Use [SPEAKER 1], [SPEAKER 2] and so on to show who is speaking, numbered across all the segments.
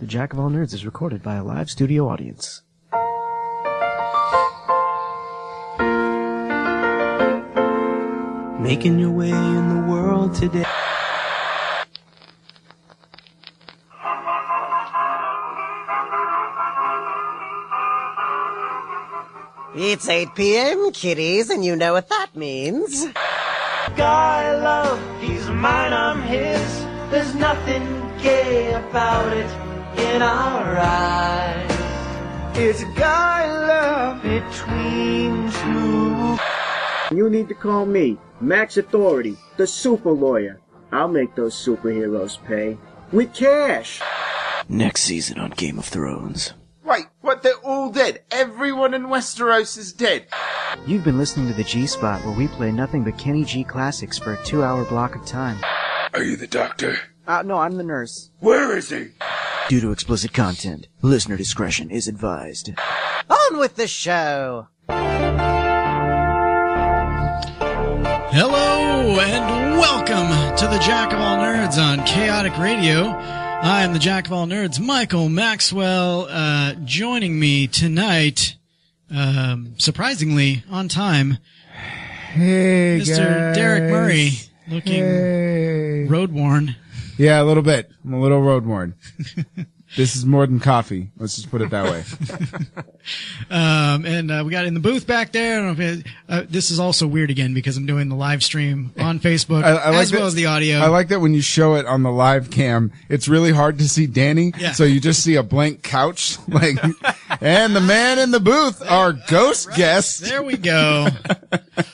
[SPEAKER 1] The Jack of All Nerds is recorded by a live studio audience. Making your way in the world today.
[SPEAKER 2] It's 8 p.m., kiddies, and you know what that means.
[SPEAKER 3] guy I love. He's mine, I'm his. There's nothing gay about it in our eyes. It's a guy love between two.
[SPEAKER 4] You need to call me, Max Authority, the super lawyer. I'll make those superheroes pay. With cash!
[SPEAKER 1] Next season on Game of Thrones.
[SPEAKER 5] Wait, what? They're all dead. Everyone in Westeros is dead.
[SPEAKER 1] You've been listening to the G Spot where we play nothing but Kenny G classics for a two hour block of time.
[SPEAKER 6] Are you the doctor?
[SPEAKER 1] Uh, no, I'm the nurse.
[SPEAKER 6] Where is he?
[SPEAKER 1] Due to explicit content, listener discretion is advised.
[SPEAKER 2] On with the show!
[SPEAKER 7] Hello and welcome to the Jack of All Nerds on Chaotic Radio. I am the Jack of All Nerds, Michael Maxwell. Uh, joining me tonight, um, surprisingly on time,
[SPEAKER 8] Hey,
[SPEAKER 7] Mr.
[SPEAKER 8] guys.
[SPEAKER 7] Derek Murray, looking
[SPEAKER 8] Hey.
[SPEAKER 7] road worn.
[SPEAKER 8] Yeah, a little bit. I'm a little road worn. this is more than coffee. Let's just put it that way.
[SPEAKER 7] Um, and uh, we got in the booth back there. I don't know if it- uh, this is also weird again because I'm doing the live stream on Facebook
[SPEAKER 8] I, I like
[SPEAKER 7] as well
[SPEAKER 8] that-
[SPEAKER 7] as the audio.
[SPEAKER 8] I like that when you show it on the live cam, it's really hard to see Danny.
[SPEAKER 7] Yeah.
[SPEAKER 8] So you just see a blank couch, like, and the man in the booth, our ghost guest.
[SPEAKER 7] There we go.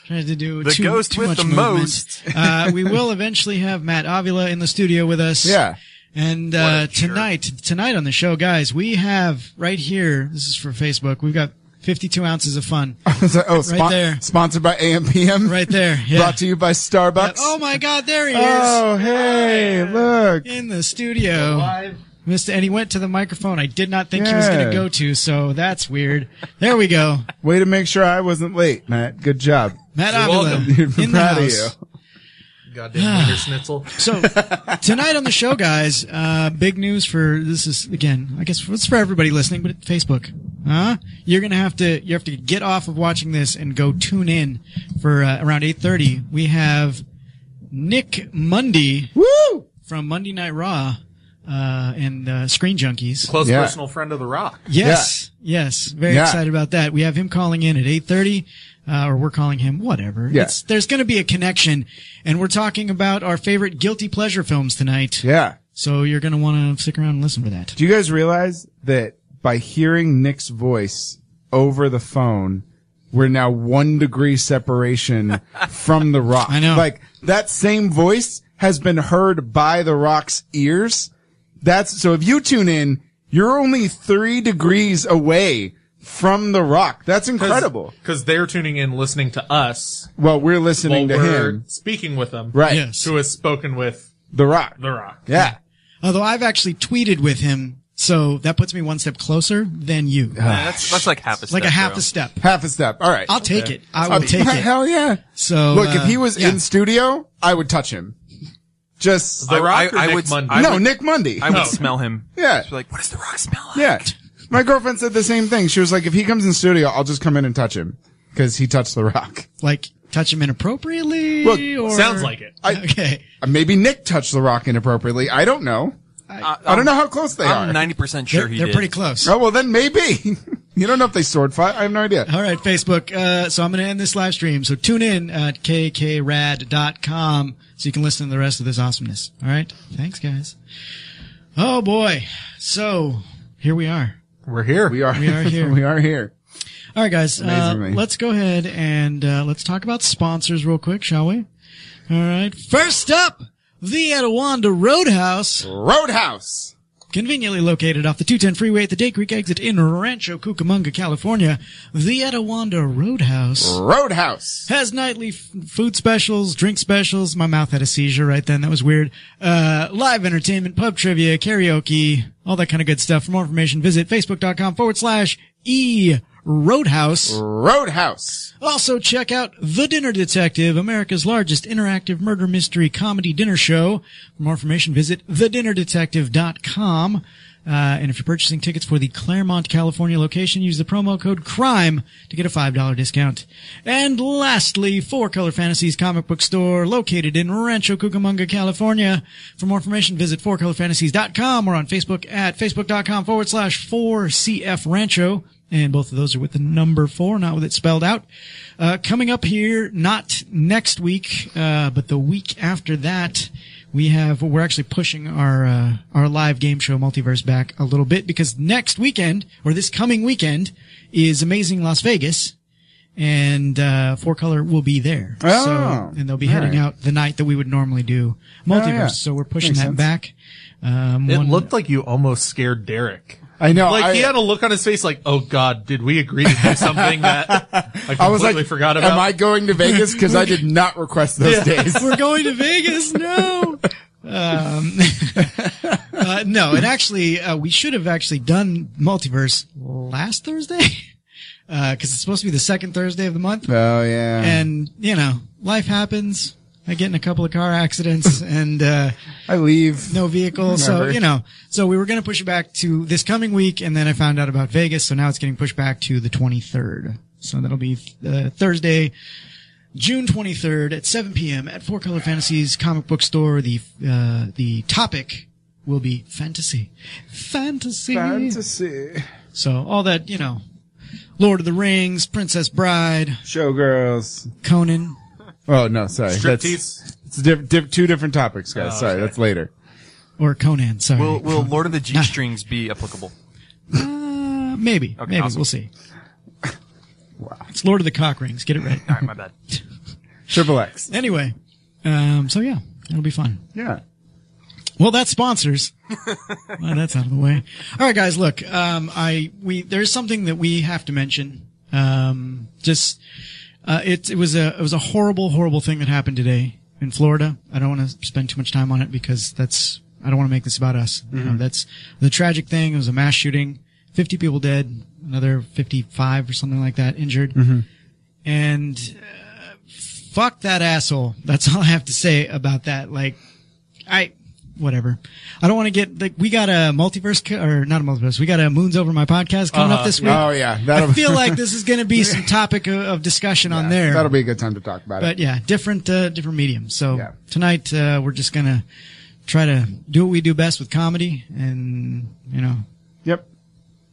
[SPEAKER 7] Tried to do
[SPEAKER 9] The
[SPEAKER 7] too,
[SPEAKER 9] ghost
[SPEAKER 7] too
[SPEAKER 9] with
[SPEAKER 7] much
[SPEAKER 9] the
[SPEAKER 7] movement.
[SPEAKER 9] most.
[SPEAKER 7] uh, we will eventually have Matt Avila in the studio with us.
[SPEAKER 8] Yeah.
[SPEAKER 7] And uh, tonight, tonight on the show, guys, we have right here. This is for Facebook. We've got 52 ounces of fun
[SPEAKER 8] It's like, oh, spon-
[SPEAKER 7] there.
[SPEAKER 8] sponsored by AMPM.
[SPEAKER 7] right there. Yeah.
[SPEAKER 8] Brought to you by Starbucks.
[SPEAKER 7] Oh my God! There he is
[SPEAKER 8] Oh, hey, look.
[SPEAKER 7] in the studio. Missed, and he went to the microphone. I did not think he was going to
[SPEAKER 8] Yeah.
[SPEAKER 7] go to, so that's weird. There we go.
[SPEAKER 8] Way to make sure I wasn't late, Matt. Good job.
[SPEAKER 7] Matt Avila in the
[SPEAKER 8] Proud of
[SPEAKER 7] house.
[SPEAKER 8] you.
[SPEAKER 9] Goddamn Wiener Schnitzel.
[SPEAKER 7] So tonight on the show, guys, uh, big news for this is again, I guess it's for everybody listening, but Facebook, huh? You're gonna have to you have to get off of watching this and go tune in for uh, around 8:30. We have Nick Mundy
[SPEAKER 8] Woo!
[SPEAKER 7] from Monday Night Raw uh, and uh, Screen Junkies.
[SPEAKER 9] Close
[SPEAKER 8] Yeah.
[SPEAKER 9] personal friend of The Rock.
[SPEAKER 7] Yes, yes, very
[SPEAKER 8] Yeah.
[SPEAKER 7] excited about that. We have him calling in at eight thirty, uh, or we're calling him whatever.
[SPEAKER 8] Yeah.
[SPEAKER 7] It's, there's going to be a connection, and we're talking about our favorite guilty pleasure films tonight.
[SPEAKER 8] Yeah.
[SPEAKER 7] So you're going to want to stick around and listen for that.
[SPEAKER 8] Do you guys realize that by hearing Nick's voice over the phone, we're now one degree separation from The Rock?
[SPEAKER 7] I know.
[SPEAKER 8] Like that same voice has been heard by The Rock's ears. That's so if you tune in, you're only three degrees away from The Rock. That's incredible.
[SPEAKER 9] Because they're tuning in, listening to us
[SPEAKER 8] Well, we're
[SPEAKER 9] while
[SPEAKER 8] listening to
[SPEAKER 9] we're
[SPEAKER 8] him.
[SPEAKER 9] speaking with them.
[SPEAKER 8] Right.
[SPEAKER 7] Yes.
[SPEAKER 9] Who has spoken with
[SPEAKER 8] The Rock.
[SPEAKER 9] The Rock.
[SPEAKER 8] Yeah.
[SPEAKER 7] Although I've actually tweeted with him, so that puts me one step closer than you,
[SPEAKER 10] That's, that's like half a step.
[SPEAKER 7] like a half
[SPEAKER 10] bro.
[SPEAKER 7] a step.
[SPEAKER 8] Ah. Half a step. All right.
[SPEAKER 7] I'll take it. I will
[SPEAKER 8] I'll-
[SPEAKER 7] take it.
[SPEAKER 8] Hell Oh, yeah.
[SPEAKER 7] So
[SPEAKER 8] Look,
[SPEAKER 7] uh,
[SPEAKER 8] if he was
[SPEAKER 7] yeah.
[SPEAKER 8] in studio, I would touch him. Just
[SPEAKER 9] The Rock or
[SPEAKER 10] I
[SPEAKER 9] Nick
[SPEAKER 10] would-
[SPEAKER 9] Mundy?
[SPEAKER 10] I
[SPEAKER 8] no,
[SPEAKER 10] would-
[SPEAKER 8] Nick Mundy.
[SPEAKER 10] I would smell him.
[SPEAKER 8] Yeah.
[SPEAKER 10] Just be like, what does the rock smell like?
[SPEAKER 8] yeah, my girlfriend said the same thing. She was like, if he comes in studio, I'll just come in and touch him because he touched the rock.
[SPEAKER 7] like touch him inappropriately,
[SPEAKER 8] Look,
[SPEAKER 7] or
[SPEAKER 9] Sounds like it.
[SPEAKER 8] I-
[SPEAKER 7] okay.
[SPEAKER 8] Uh, Maybe Nick touched the rock inappropriately. I don't know. I, don't know how close they
[SPEAKER 10] I'm
[SPEAKER 8] are.
[SPEAKER 10] 90% sure
[SPEAKER 7] They're,
[SPEAKER 10] he
[SPEAKER 7] they're
[SPEAKER 10] did.
[SPEAKER 7] pretty close.
[SPEAKER 8] oh well, then maybe. you don't know if they sword fight. I have no idea.
[SPEAKER 7] All right, Facebook. Uh, so I'm going to end this live stream. So tune in at kkrad.com so you can listen to the rest of this awesomeness. All right. Thanks, guys. Oh, boy. So here we are.
[SPEAKER 9] We're here.
[SPEAKER 8] We are.
[SPEAKER 7] We are here.
[SPEAKER 8] we are here.
[SPEAKER 7] All right, guys. Uh,
[SPEAKER 8] Amazingly.
[SPEAKER 7] let's go ahead and uh, let's talk about sponsors real quick, shall we? All right. First up, the Etowanda Roadhouse,
[SPEAKER 8] Roadhouse.
[SPEAKER 7] conveniently located off the 210 freeway at the Day Creek exit in Rancho Cucamonga, California. The Etowanda Roadhouse.
[SPEAKER 8] Roadhouse.
[SPEAKER 7] has nightly f- food specials, drink specials. My mouth had a seizure right then. That was weird. Uh, live entertainment, pub trivia, karaoke, all that kind of good stuff. For more information, visit facebook.com forward slash e roadhouse.
[SPEAKER 8] Roadhouse.
[SPEAKER 7] Also check out The Dinner Detective, America's largest interactive murder mystery comedy dinner show. For more information, visit thedinnerdetective.com. Uh, and if you're purchasing tickets for the Claremont, California location, use the promo code CRIME to get a $5 discount. And lastly, Four Color Fantasies comic book store located in Rancho Cucamonga, California. For more information, visit fourcolorfantasies.com or on Facebook at facebook.com forward slash 4CF Rancho. And both of those are with the number four, not with it spelled out. Uh, coming up here, not next week, uh, but the week after that, we have we're actually pushing our uh, our live game show multiverse back a little bit because next weekend or this coming weekend is Amazing Las Vegas, and uh, Four Color will be there.
[SPEAKER 8] Oh,
[SPEAKER 7] so, and they'll be
[SPEAKER 8] all
[SPEAKER 7] heading
[SPEAKER 8] right.
[SPEAKER 7] out the night that we would normally do multiverse.
[SPEAKER 8] Oh, yeah.
[SPEAKER 7] So we're pushing
[SPEAKER 8] Makes
[SPEAKER 7] that
[SPEAKER 8] sense.
[SPEAKER 7] back. Um,
[SPEAKER 9] It
[SPEAKER 7] one-
[SPEAKER 9] looked like you almost scared Derek.
[SPEAKER 8] I know.
[SPEAKER 9] like
[SPEAKER 8] I,
[SPEAKER 9] he had a look on his face, like, "Oh God, did we agree to do something that I completely
[SPEAKER 8] I was like,
[SPEAKER 9] forgot about?"
[SPEAKER 8] Am I going to Vegas? Because I did not request those days.
[SPEAKER 7] We're going to Vegas. No. Um, uh, no, and actually, uh, we should have actually done multiverse last Thursday because it's supposed to be the second Thursday of the month.
[SPEAKER 8] Oh yeah.
[SPEAKER 7] And you know, life happens. I get in a couple of car accidents and uh,
[SPEAKER 8] I leave.
[SPEAKER 7] no vehicle. So
[SPEAKER 8] Remember.
[SPEAKER 7] you know, so we were going to push it back to this coming week, and then I found out about Vegas, so now it's getting pushed back to the 23rd. So that'll be uh, Thursday, June 23rd at 7 p.m. at Four Color Fantasies Comic Book Store. The uh, the topic will be fantasy, fantasy,
[SPEAKER 8] Fantasy.
[SPEAKER 7] So all that you know, Lord of the Rings, Princess Bride,
[SPEAKER 8] Showgirls.
[SPEAKER 7] Conan.
[SPEAKER 8] Oh no, sorry.
[SPEAKER 9] Striptease. Oh,
[SPEAKER 8] It's diff- diff- two different topics, guys. sorry, that's later.
[SPEAKER 7] Or Conan, sorry.
[SPEAKER 10] Will, will Lord of the G Strings be applicable?
[SPEAKER 7] Uh, maybe,
[SPEAKER 10] Okay,
[SPEAKER 7] maybe
[SPEAKER 10] awesome.
[SPEAKER 7] we'll see. It's Lord of the Cock Rings. Get it right.
[SPEAKER 10] All right, my bad.
[SPEAKER 8] Triple X.
[SPEAKER 7] Anyway, um, so yeah, it'll be fun.
[SPEAKER 8] Yeah.
[SPEAKER 7] Well, that's sponsors. well, that's out of the way. All right, guys. Look, um, I we there's something that we have to mention. Um, just uh, it it was a it was a horrible horrible thing that happened today in Florida. I don't want to spend too much time on it because that's I don't want to make this about us. You know, that's the tragic thing. It was a mass shooting. Fifty people dead. Another fifty-five or something like that injured. And uh, fuck that asshole. That's all I have to say about that. Like. I whatever. I don't want to get like we got a multiverse co- or not a multiverse. We got a moons over my podcast coming up this week.
[SPEAKER 8] Oh yeah. That'll
[SPEAKER 7] I feel like this is going to be some topic of, of discussion on there.
[SPEAKER 8] That'll be a good time to talk about
[SPEAKER 7] but
[SPEAKER 8] it.
[SPEAKER 7] yeah, different uh, different mediums. So
[SPEAKER 8] Yeah.
[SPEAKER 7] tonight uh, we're just gonna try to do what we do best with comedy, and you know
[SPEAKER 8] Yep.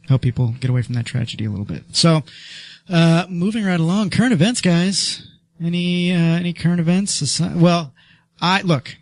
[SPEAKER 7] help people get away from that tragedy a little bit. So uh, moving right along, current events, guys. Any uh, any current events? Asi- Well, I look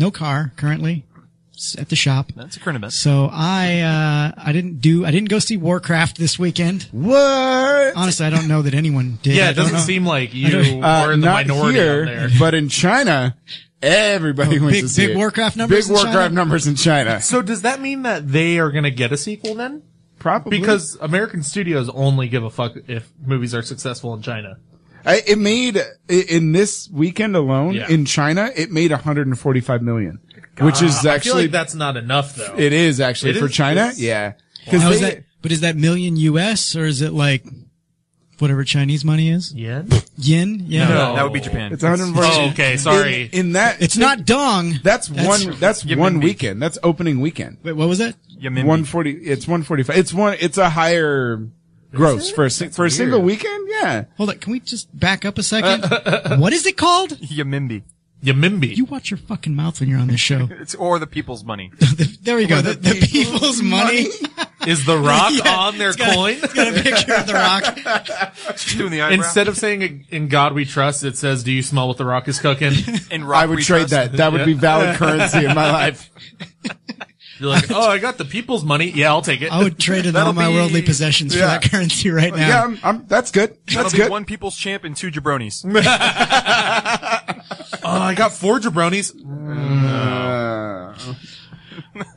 [SPEAKER 7] no car currently It's at the shop.
[SPEAKER 10] That's a current event.
[SPEAKER 7] So I uh I didn't do I didn't go see Warcraft this weekend.
[SPEAKER 8] What?
[SPEAKER 7] Honestly, I don't know that anyone did. I
[SPEAKER 9] yeah, it
[SPEAKER 7] don't
[SPEAKER 9] doesn't
[SPEAKER 7] know.
[SPEAKER 9] seem like you
[SPEAKER 7] don't-
[SPEAKER 8] Uh,
[SPEAKER 9] were in the
[SPEAKER 8] not
[SPEAKER 9] minority
[SPEAKER 8] here,
[SPEAKER 9] on there.
[SPEAKER 8] but in China, everybody
[SPEAKER 7] Oh,
[SPEAKER 8] went
[SPEAKER 7] big-
[SPEAKER 8] to see
[SPEAKER 7] big
[SPEAKER 8] it.
[SPEAKER 7] Warcraft numbers
[SPEAKER 8] Big
[SPEAKER 7] in
[SPEAKER 8] Warcraft
[SPEAKER 7] China?
[SPEAKER 8] numbers in China.
[SPEAKER 9] So does that mean that they are going to get a sequel then?
[SPEAKER 8] Probably
[SPEAKER 9] Because American studios only give a fuck if movies are successful in China.
[SPEAKER 8] I, it made i- in this weekend alone
[SPEAKER 9] Yeah.
[SPEAKER 8] in China, it made 145 million, which is
[SPEAKER 9] I feel
[SPEAKER 8] actually
[SPEAKER 9] like that's not enough though.
[SPEAKER 8] it is actually
[SPEAKER 9] It
[SPEAKER 8] for
[SPEAKER 9] is-
[SPEAKER 8] China.
[SPEAKER 9] it's-
[SPEAKER 8] Yeah, because
[SPEAKER 7] How is that- but is that million US or is it like whatever Chinese money is?
[SPEAKER 9] yeah.
[SPEAKER 7] Yen? Yeah.
[SPEAKER 9] No.
[SPEAKER 10] That would be Japan.
[SPEAKER 8] it's 145.
[SPEAKER 9] Oh, okay. Sorry.
[SPEAKER 8] In, in that,
[SPEAKER 7] It's not dong.
[SPEAKER 8] that's, one. That's
[SPEAKER 10] Yimin
[SPEAKER 8] one
[SPEAKER 10] Beach.
[SPEAKER 8] weekend. That's opening weekend.
[SPEAKER 7] Wait, what was that?
[SPEAKER 10] Yamimbi.
[SPEAKER 8] 140. It's 145. It's one. It's a higher gross for a, si- for a single weekend. Yeah.
[SPEAKER 7] Hold on, can we just back up a second? what is it called?
[SPEAKER 10] Yamimbi.
[SPEAKER 9] Yamimbi.
[SPEAKER 7] You watch your fucking mouth when you're on this show.
[SPEAKER 10] It's or the people's money.
[SPEAKER 7] there you go. The, the people's money.
[SPEAKER 9] is The Rock on their
[SPEAKER 7] It's got a-
[SPEAKER 9] coin?
[SPEAKER 7] It's got a picture of the rock.
[SPEAKER 10] Doing the eyebrow.
[SPEAKER 9] Instead of saying "In God We Trust," it says "Do you smell what the Rock is cooking?"
[SPEAKER 10] In rock
[SPEAKER 8] I would
[SPEAKER 10] we
[SPEAKER 8] trade
[SPEAKER 10] trust.
[SPEAKER 8] that. That would be valid currency in my life.
[SPEAKER 9] You're like, "Oh, I got the people's money. Yeah, I'll take it."
[SPEAKER 7] I would trade in all
[SPEAKER 10] That'll
[SPEAKER 7] my
[SPEAKER 10] be-
[SPEAKER 7] worldly possessions for
[SPEAKER 8] Yeah.
[SPEAKER 7] that currency right now.
[SPEAKER 8] Yeah, I'm, I'm, that's good.
[SPEAKER 10] That'll
[SPEAKER 8] That's
[SPEAKER 10] be
[SPEAKER 8] good.
[SPEAKER 10] one people's champ and two jabronis.
[SPEAKER 9] oh, Uh, I got four jabronis.
[SPEAKER 10] Mm.
[SPEAKER 8] Uh,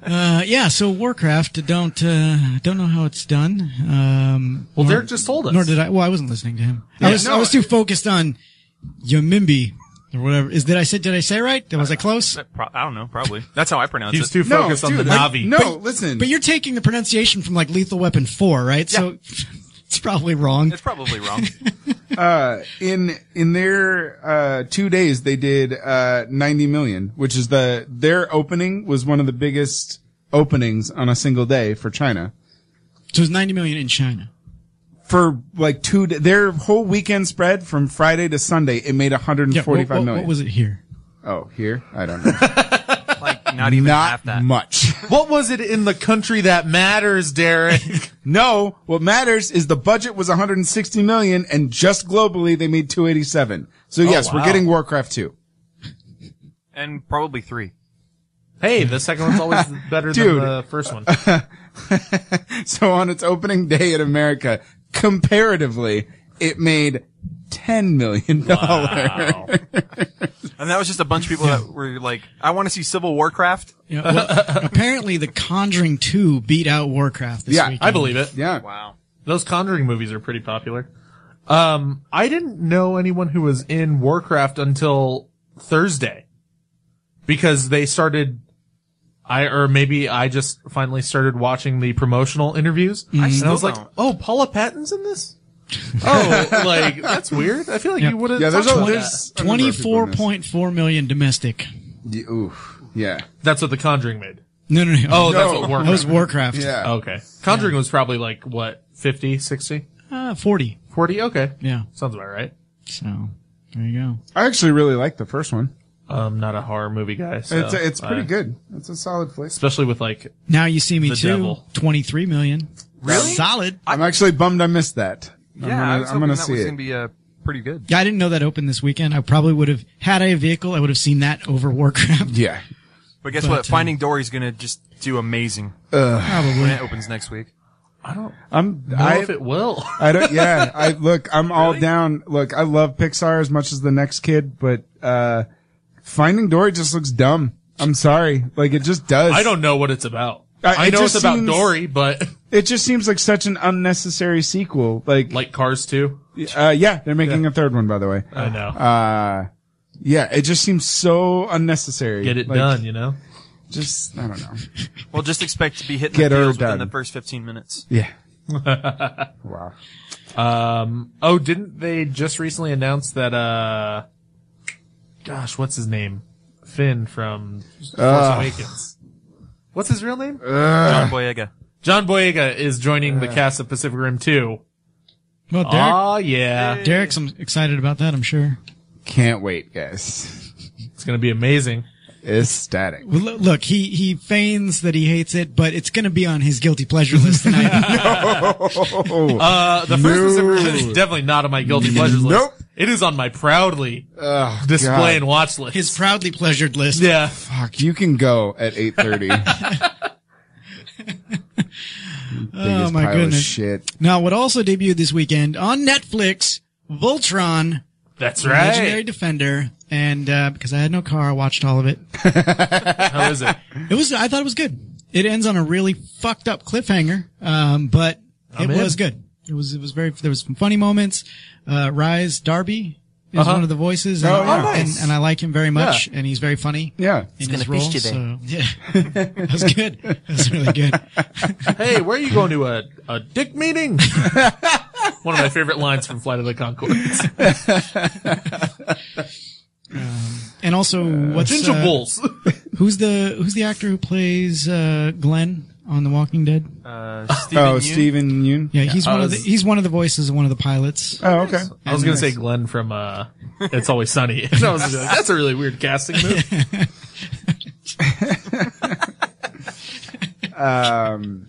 [SPEAKER 7] Uh, yeah, so Warcraft. Don't uh, don't know how it's done. Um,
[SPEAKER 9] Well,
[SPEAKER 7] nor-
[SPEAKER 9] Derek just told us.
[SPEAKER 7] Nor did I. Well, I wasn't listening to him. I was I
[SPEAKER 8] no,
[SPEAKER 7] was too focused on Yamimbi or whatever. Is did I say did I say it right? Was I close?
[SPEAKER 10] Pro- I don't know. Probably. That's how I pronounce
[SPEAKER 9] He
[SPEAKER 10] it.
[SPEAKER 9] was too
[SPEAKER 8] no,
[SPEAKER 9] focused on
[SPEAKER 8] dude,
[SPEAKER 9] the
[SPEAKER 8] I-
[SPEAKER 9] Navi.
[SPEAKER 8] no, listen.
[SPEAKER 7] But you're taking the pronunciation from like Lethal Weapon Four, right? So it's probably wrong.
[SPEAKER 10] it's probably wrong.
[SPEAKER 8] Uh, in in their uh, two days they did uh, 90 million, which is the their opening was one of the biggest openings on a single day for China.
[SPEAKER 7] So it's 90 million in China.
[SPEAKER 8] For like two, d- their whole weekend spread from Friday to Sunday, it made 145 million.
[SPEAKER 7] what, what, what was it here?
[SPEAKER 8] Oh, here? I don't know.
[SPEAKER 10] Like not even
[SPEAKER 8] Not
[SPEAKER 10] half that.
[SPEAKER 8] much.
[SPEAKER 9] What was it in the country that matters, Derek?
[SPEAKER 8] No, what matters is the budget was 160 million and just globally they made 287. So yes,
[SPEAKER 7] Oh,
[SPEAKER 8] we're
[SPEAKER 10] wow.
[SPEAKER 8] getting Warcraft 2.
[SPEAKER 10] and probably three.
[SPEAKER 9] hey, the second one's always better than
[SPEAKER 8] Dude.
[SPEAKER 9] the first one.
[SPEAKER 8] So on its opening day in America, comparatively, it made 10 million dollars.
[SPEAKER 10] And that was just a bunch of people that were like, I want to see Civil Warcraft.
[SPEAKER 7] Yeah, well, apparently, The Conjuring 2 beat out Warcraft this
[SPEAKER 8] Yeah,
[SPEAKER 7] weekend.
[SPEAKER 9] I believe it.
[SPEAKER 8] Yeah.
[SPEAKER 10] Wow.
[SPEAKER 9] Those Conjuring movies are pretty popular. Um, I didn't know anyone who was in Warcraft until Thursday because they started. I or maybe I just finally started watching the promotional interviews, and I was like,
[SPEAKER 10] don't.
[SPEAKER 9] "Oh, Paula Patton's in this." oh, like that's weird. I feel like you wouldn't.
[SPEAKER 8] Yeah, there's
[SPEAKER 9] talk
[SPEAKER 8] a,
[SPEAKER 9] about that.
[SPEAKER 8] there's a number of people in this.
[SPEAKER 7] 24.4 million domestic.
[SPEAKER 8] Y- Oof. Yeah.
[SPEAKER 9] That's what the Conjuring made.
[SPEAKER 7] No, no, no.
[SPEAKER 9] Oh, that's
[SPEAKER 8] No.
[SPEAKER 9] what
[SPEAKER 7] that was Warcraft.
[SPEAKER 9] Warcraft.
[SPEAKER 8] Yeah.
[SPEAKER 9] Okay, Conjuring was probably like what 50, 60,
[SPEAKER 7] Uh, 40.
[SPEAKER 9] 40? Okay,
[SPEAKER 7] Yeah.
[SPEAKER 9] sounds about right.
[SPEAKER 7] So, there you go.
[SPEAKER 8] I actually really like the first one.
[SPEAKER 9] I'm not a horror movie guy. So uh,
[SPEAKER 8] it's it's pretty
[SPEAKER 9] I-
[SPEAKER 8] good. It's a solid place.
[SPEAKER 9] especially with like
[SPEAKER 7] Now you see me
[SPEAKER 9] The
[SPEAKER 7] too.
[SPEAKER 9] devil.
[SPEAKER 7] 23 million.
[SPEAKER 10] Really?
[SPEAKER 7] Solid.
[SPEAKER 8] I'm actually bummed I missed that.
[SPEAKER 10] Yeah,
[SPEAKER 8] I'm gonna,
[SPEAKER 10] I was
[SPEAKER 8] I'm
[SPEAKER 10] hoping
[SPEAKER 8] gonna
[SPEAKER 10] that
[SPEAKER 8] see
[SPEAKER 10] was
[SPEAKER 8] it.
[SPEAKER 10] gonna be uh, pretty good.
[SPEAKER 7] Yeah, I didn't know that opened this weekend. I probably would have, had I a vehicle, I would have seen that over Warcraft.
[SPEAKER 8] yeah.
[SPEAKER 10] But guess
[SPEAKER 7] But,
[SPEAKER 10] what?
[SPEAKER 7] uh,
[SPEAKER 10] Finding Dory's gonna just do amazing when
[SPEAKER 7] Probably.
[SPEAKER 10] it opens next week.
[SPEAKER 8] I'm,
[SPEAKER 9] I don't
[SPEAKER 8] I,
[SPEAKER 9] know if it will.
[SPEAKER 8] I don't. Yeah, I look. I'm all down. Look, I love Pixar as much as the next kid, but uh Finding Dory just looks dumb. I'm sorry, like it just does.
[SPEAKER 9] I don't know what it's about.
[SPEAKER 8] Uh,
[SPEAKER 9] I
[SPEAKER 8] it
[SPEAKER 9] know it's
[SPEAKER 8] just
[SPEAKER 9] about
[SPEAKER 8] seems-
[SPEAKER 9] Dory, but
[SPEAKER 8] It just seems like such an unnecessary sequel. Like,
[SPEAKER 9] like Cars 2.
[SPEAKER 8] uh, yeah, they're making a third one, by the way.
[SPEAKER 9] I know.
[SPEAKER 8] Uh, yeah, it just seems so unnecessary.
[SPEAKER 9] Get it
[SPEAKER 8] Like,
[SPEAKER 9] done, you know?
[SPEAKER 8] Just I don't know.
[SPEAKER 10] Well, just expect to be hitting
[SPEAKER 8] Get
[SPEAKER 10] the
[SPEAKER 8] her
[SPEAKER 10] fields within
[SPEAKER 8] done.
[SPEAKER 10] the first 15 minutes.
[SPEAKER 8] Yeah. wow.
[SPEAKER 9] Um, oh, didn't they just recently announce that, uh, gosh, what's his name? Finn from Force
[SPEAKER 8] Ugh.
[SPEAKER 9] Awakens. What's his real name?
[SPEAKER 10] John Boyega.
[SPEAKER 9] John Boyega is joining the cast of Pacific Rim Ah. 2.
[SPEAKER 7] Well, Derek,
[SPEAKER 9] Aw, yeah.
[SPEAKER 7] Derek's I'm excited about that, I'm sure.
[SPEAKER 8] Can't wait, guys.
[SPEAKER 9] It's gonna be amazing.
[SPEAKER 8] Ecstatic.
[SPEAKER 7] Well, lo- look, he, he feigns that he hates it, but it's going to be on his guilty pleasure list tonight.
[SPEAKER 9] Uh, the first Pacific Rim is definitely not on my guilty pleasures list.
[SPEAKER 8] Nope.
[SPEAKER 9] It is on my proudly
[SPEAKER 8] Ugh,
[SPEAKER 9] display
[SPEAKER 8] God.
[SPEAKER 9] and watch list.
[SPEAKER 7] his proudly pleasured list.
[SPEAKER 9] yeah.
[SPEAKER 8] Fuck, you can go at 8.30.
[SPEAKER 7] Oh, my goodness.
[SPEAKER 8] shit.
[SPEAKER 7] Now, what also debuted this weekend on Netflix, Voltron,
[SPEAKER 9] That's
[SPEAKER 7] Legendary
[SPEAKER 9] right.
[SPEAKER 7] Defender, and uh, because I had no car, I watched all of it.
[SPEAKER 9] How is it?
[SPEAKER 7] It was, I thought it was good. It ends on a really fucked up cliffhanger, um, but it
[SPEAKER 9] in.
[SPEAKER 7] was good. It was, it was very. There was some funny moments. Uh, Rise Darby is one of the voices, and,
[SPEAKER 8] Oh, yeah. Oh,
[SPEAKER 7] and, and I like him very much, and he's very funny.
[SPEAKER 8] Yeah.
[SPEAKER 7] In his role, so yeah, that was good. That was really good.
[SPEAKER 9] Hey, where are you going to uh, a, a dick meeting? One of my favorite lines from Flight of the Concords.
[SPEAKER 7] And also, what's
[SPEAKER 9] Ginger
[SPEAKER 7] uh,
[SPEAKER 9] Bulls.
[SPEAKER 7] Who's the Who's the actor who plays uh, Glenn on The Walking Dead?
[SPEAKER 10] Uh, Steven
[SPEAKER 8] Oh,
[SPEAKER 10] Yeun.
[SPEAKER 8] Steven Yoon?
[SPEAKER 7] Yeah, he's one
[SPEAKER 9] I
[SPEAKER 7] of the
[SPEAKER 9] was-
[SPEAKER 7] he's one of the voices of one of the pilots.
[SPEAKER 8] Oh, okay.
[SPEAKER 9] Uh, I was going to say Glenn from uh, It's Always Sunny. And I was just like, that's a really weird casting move.
[SPEAKER 8] Um,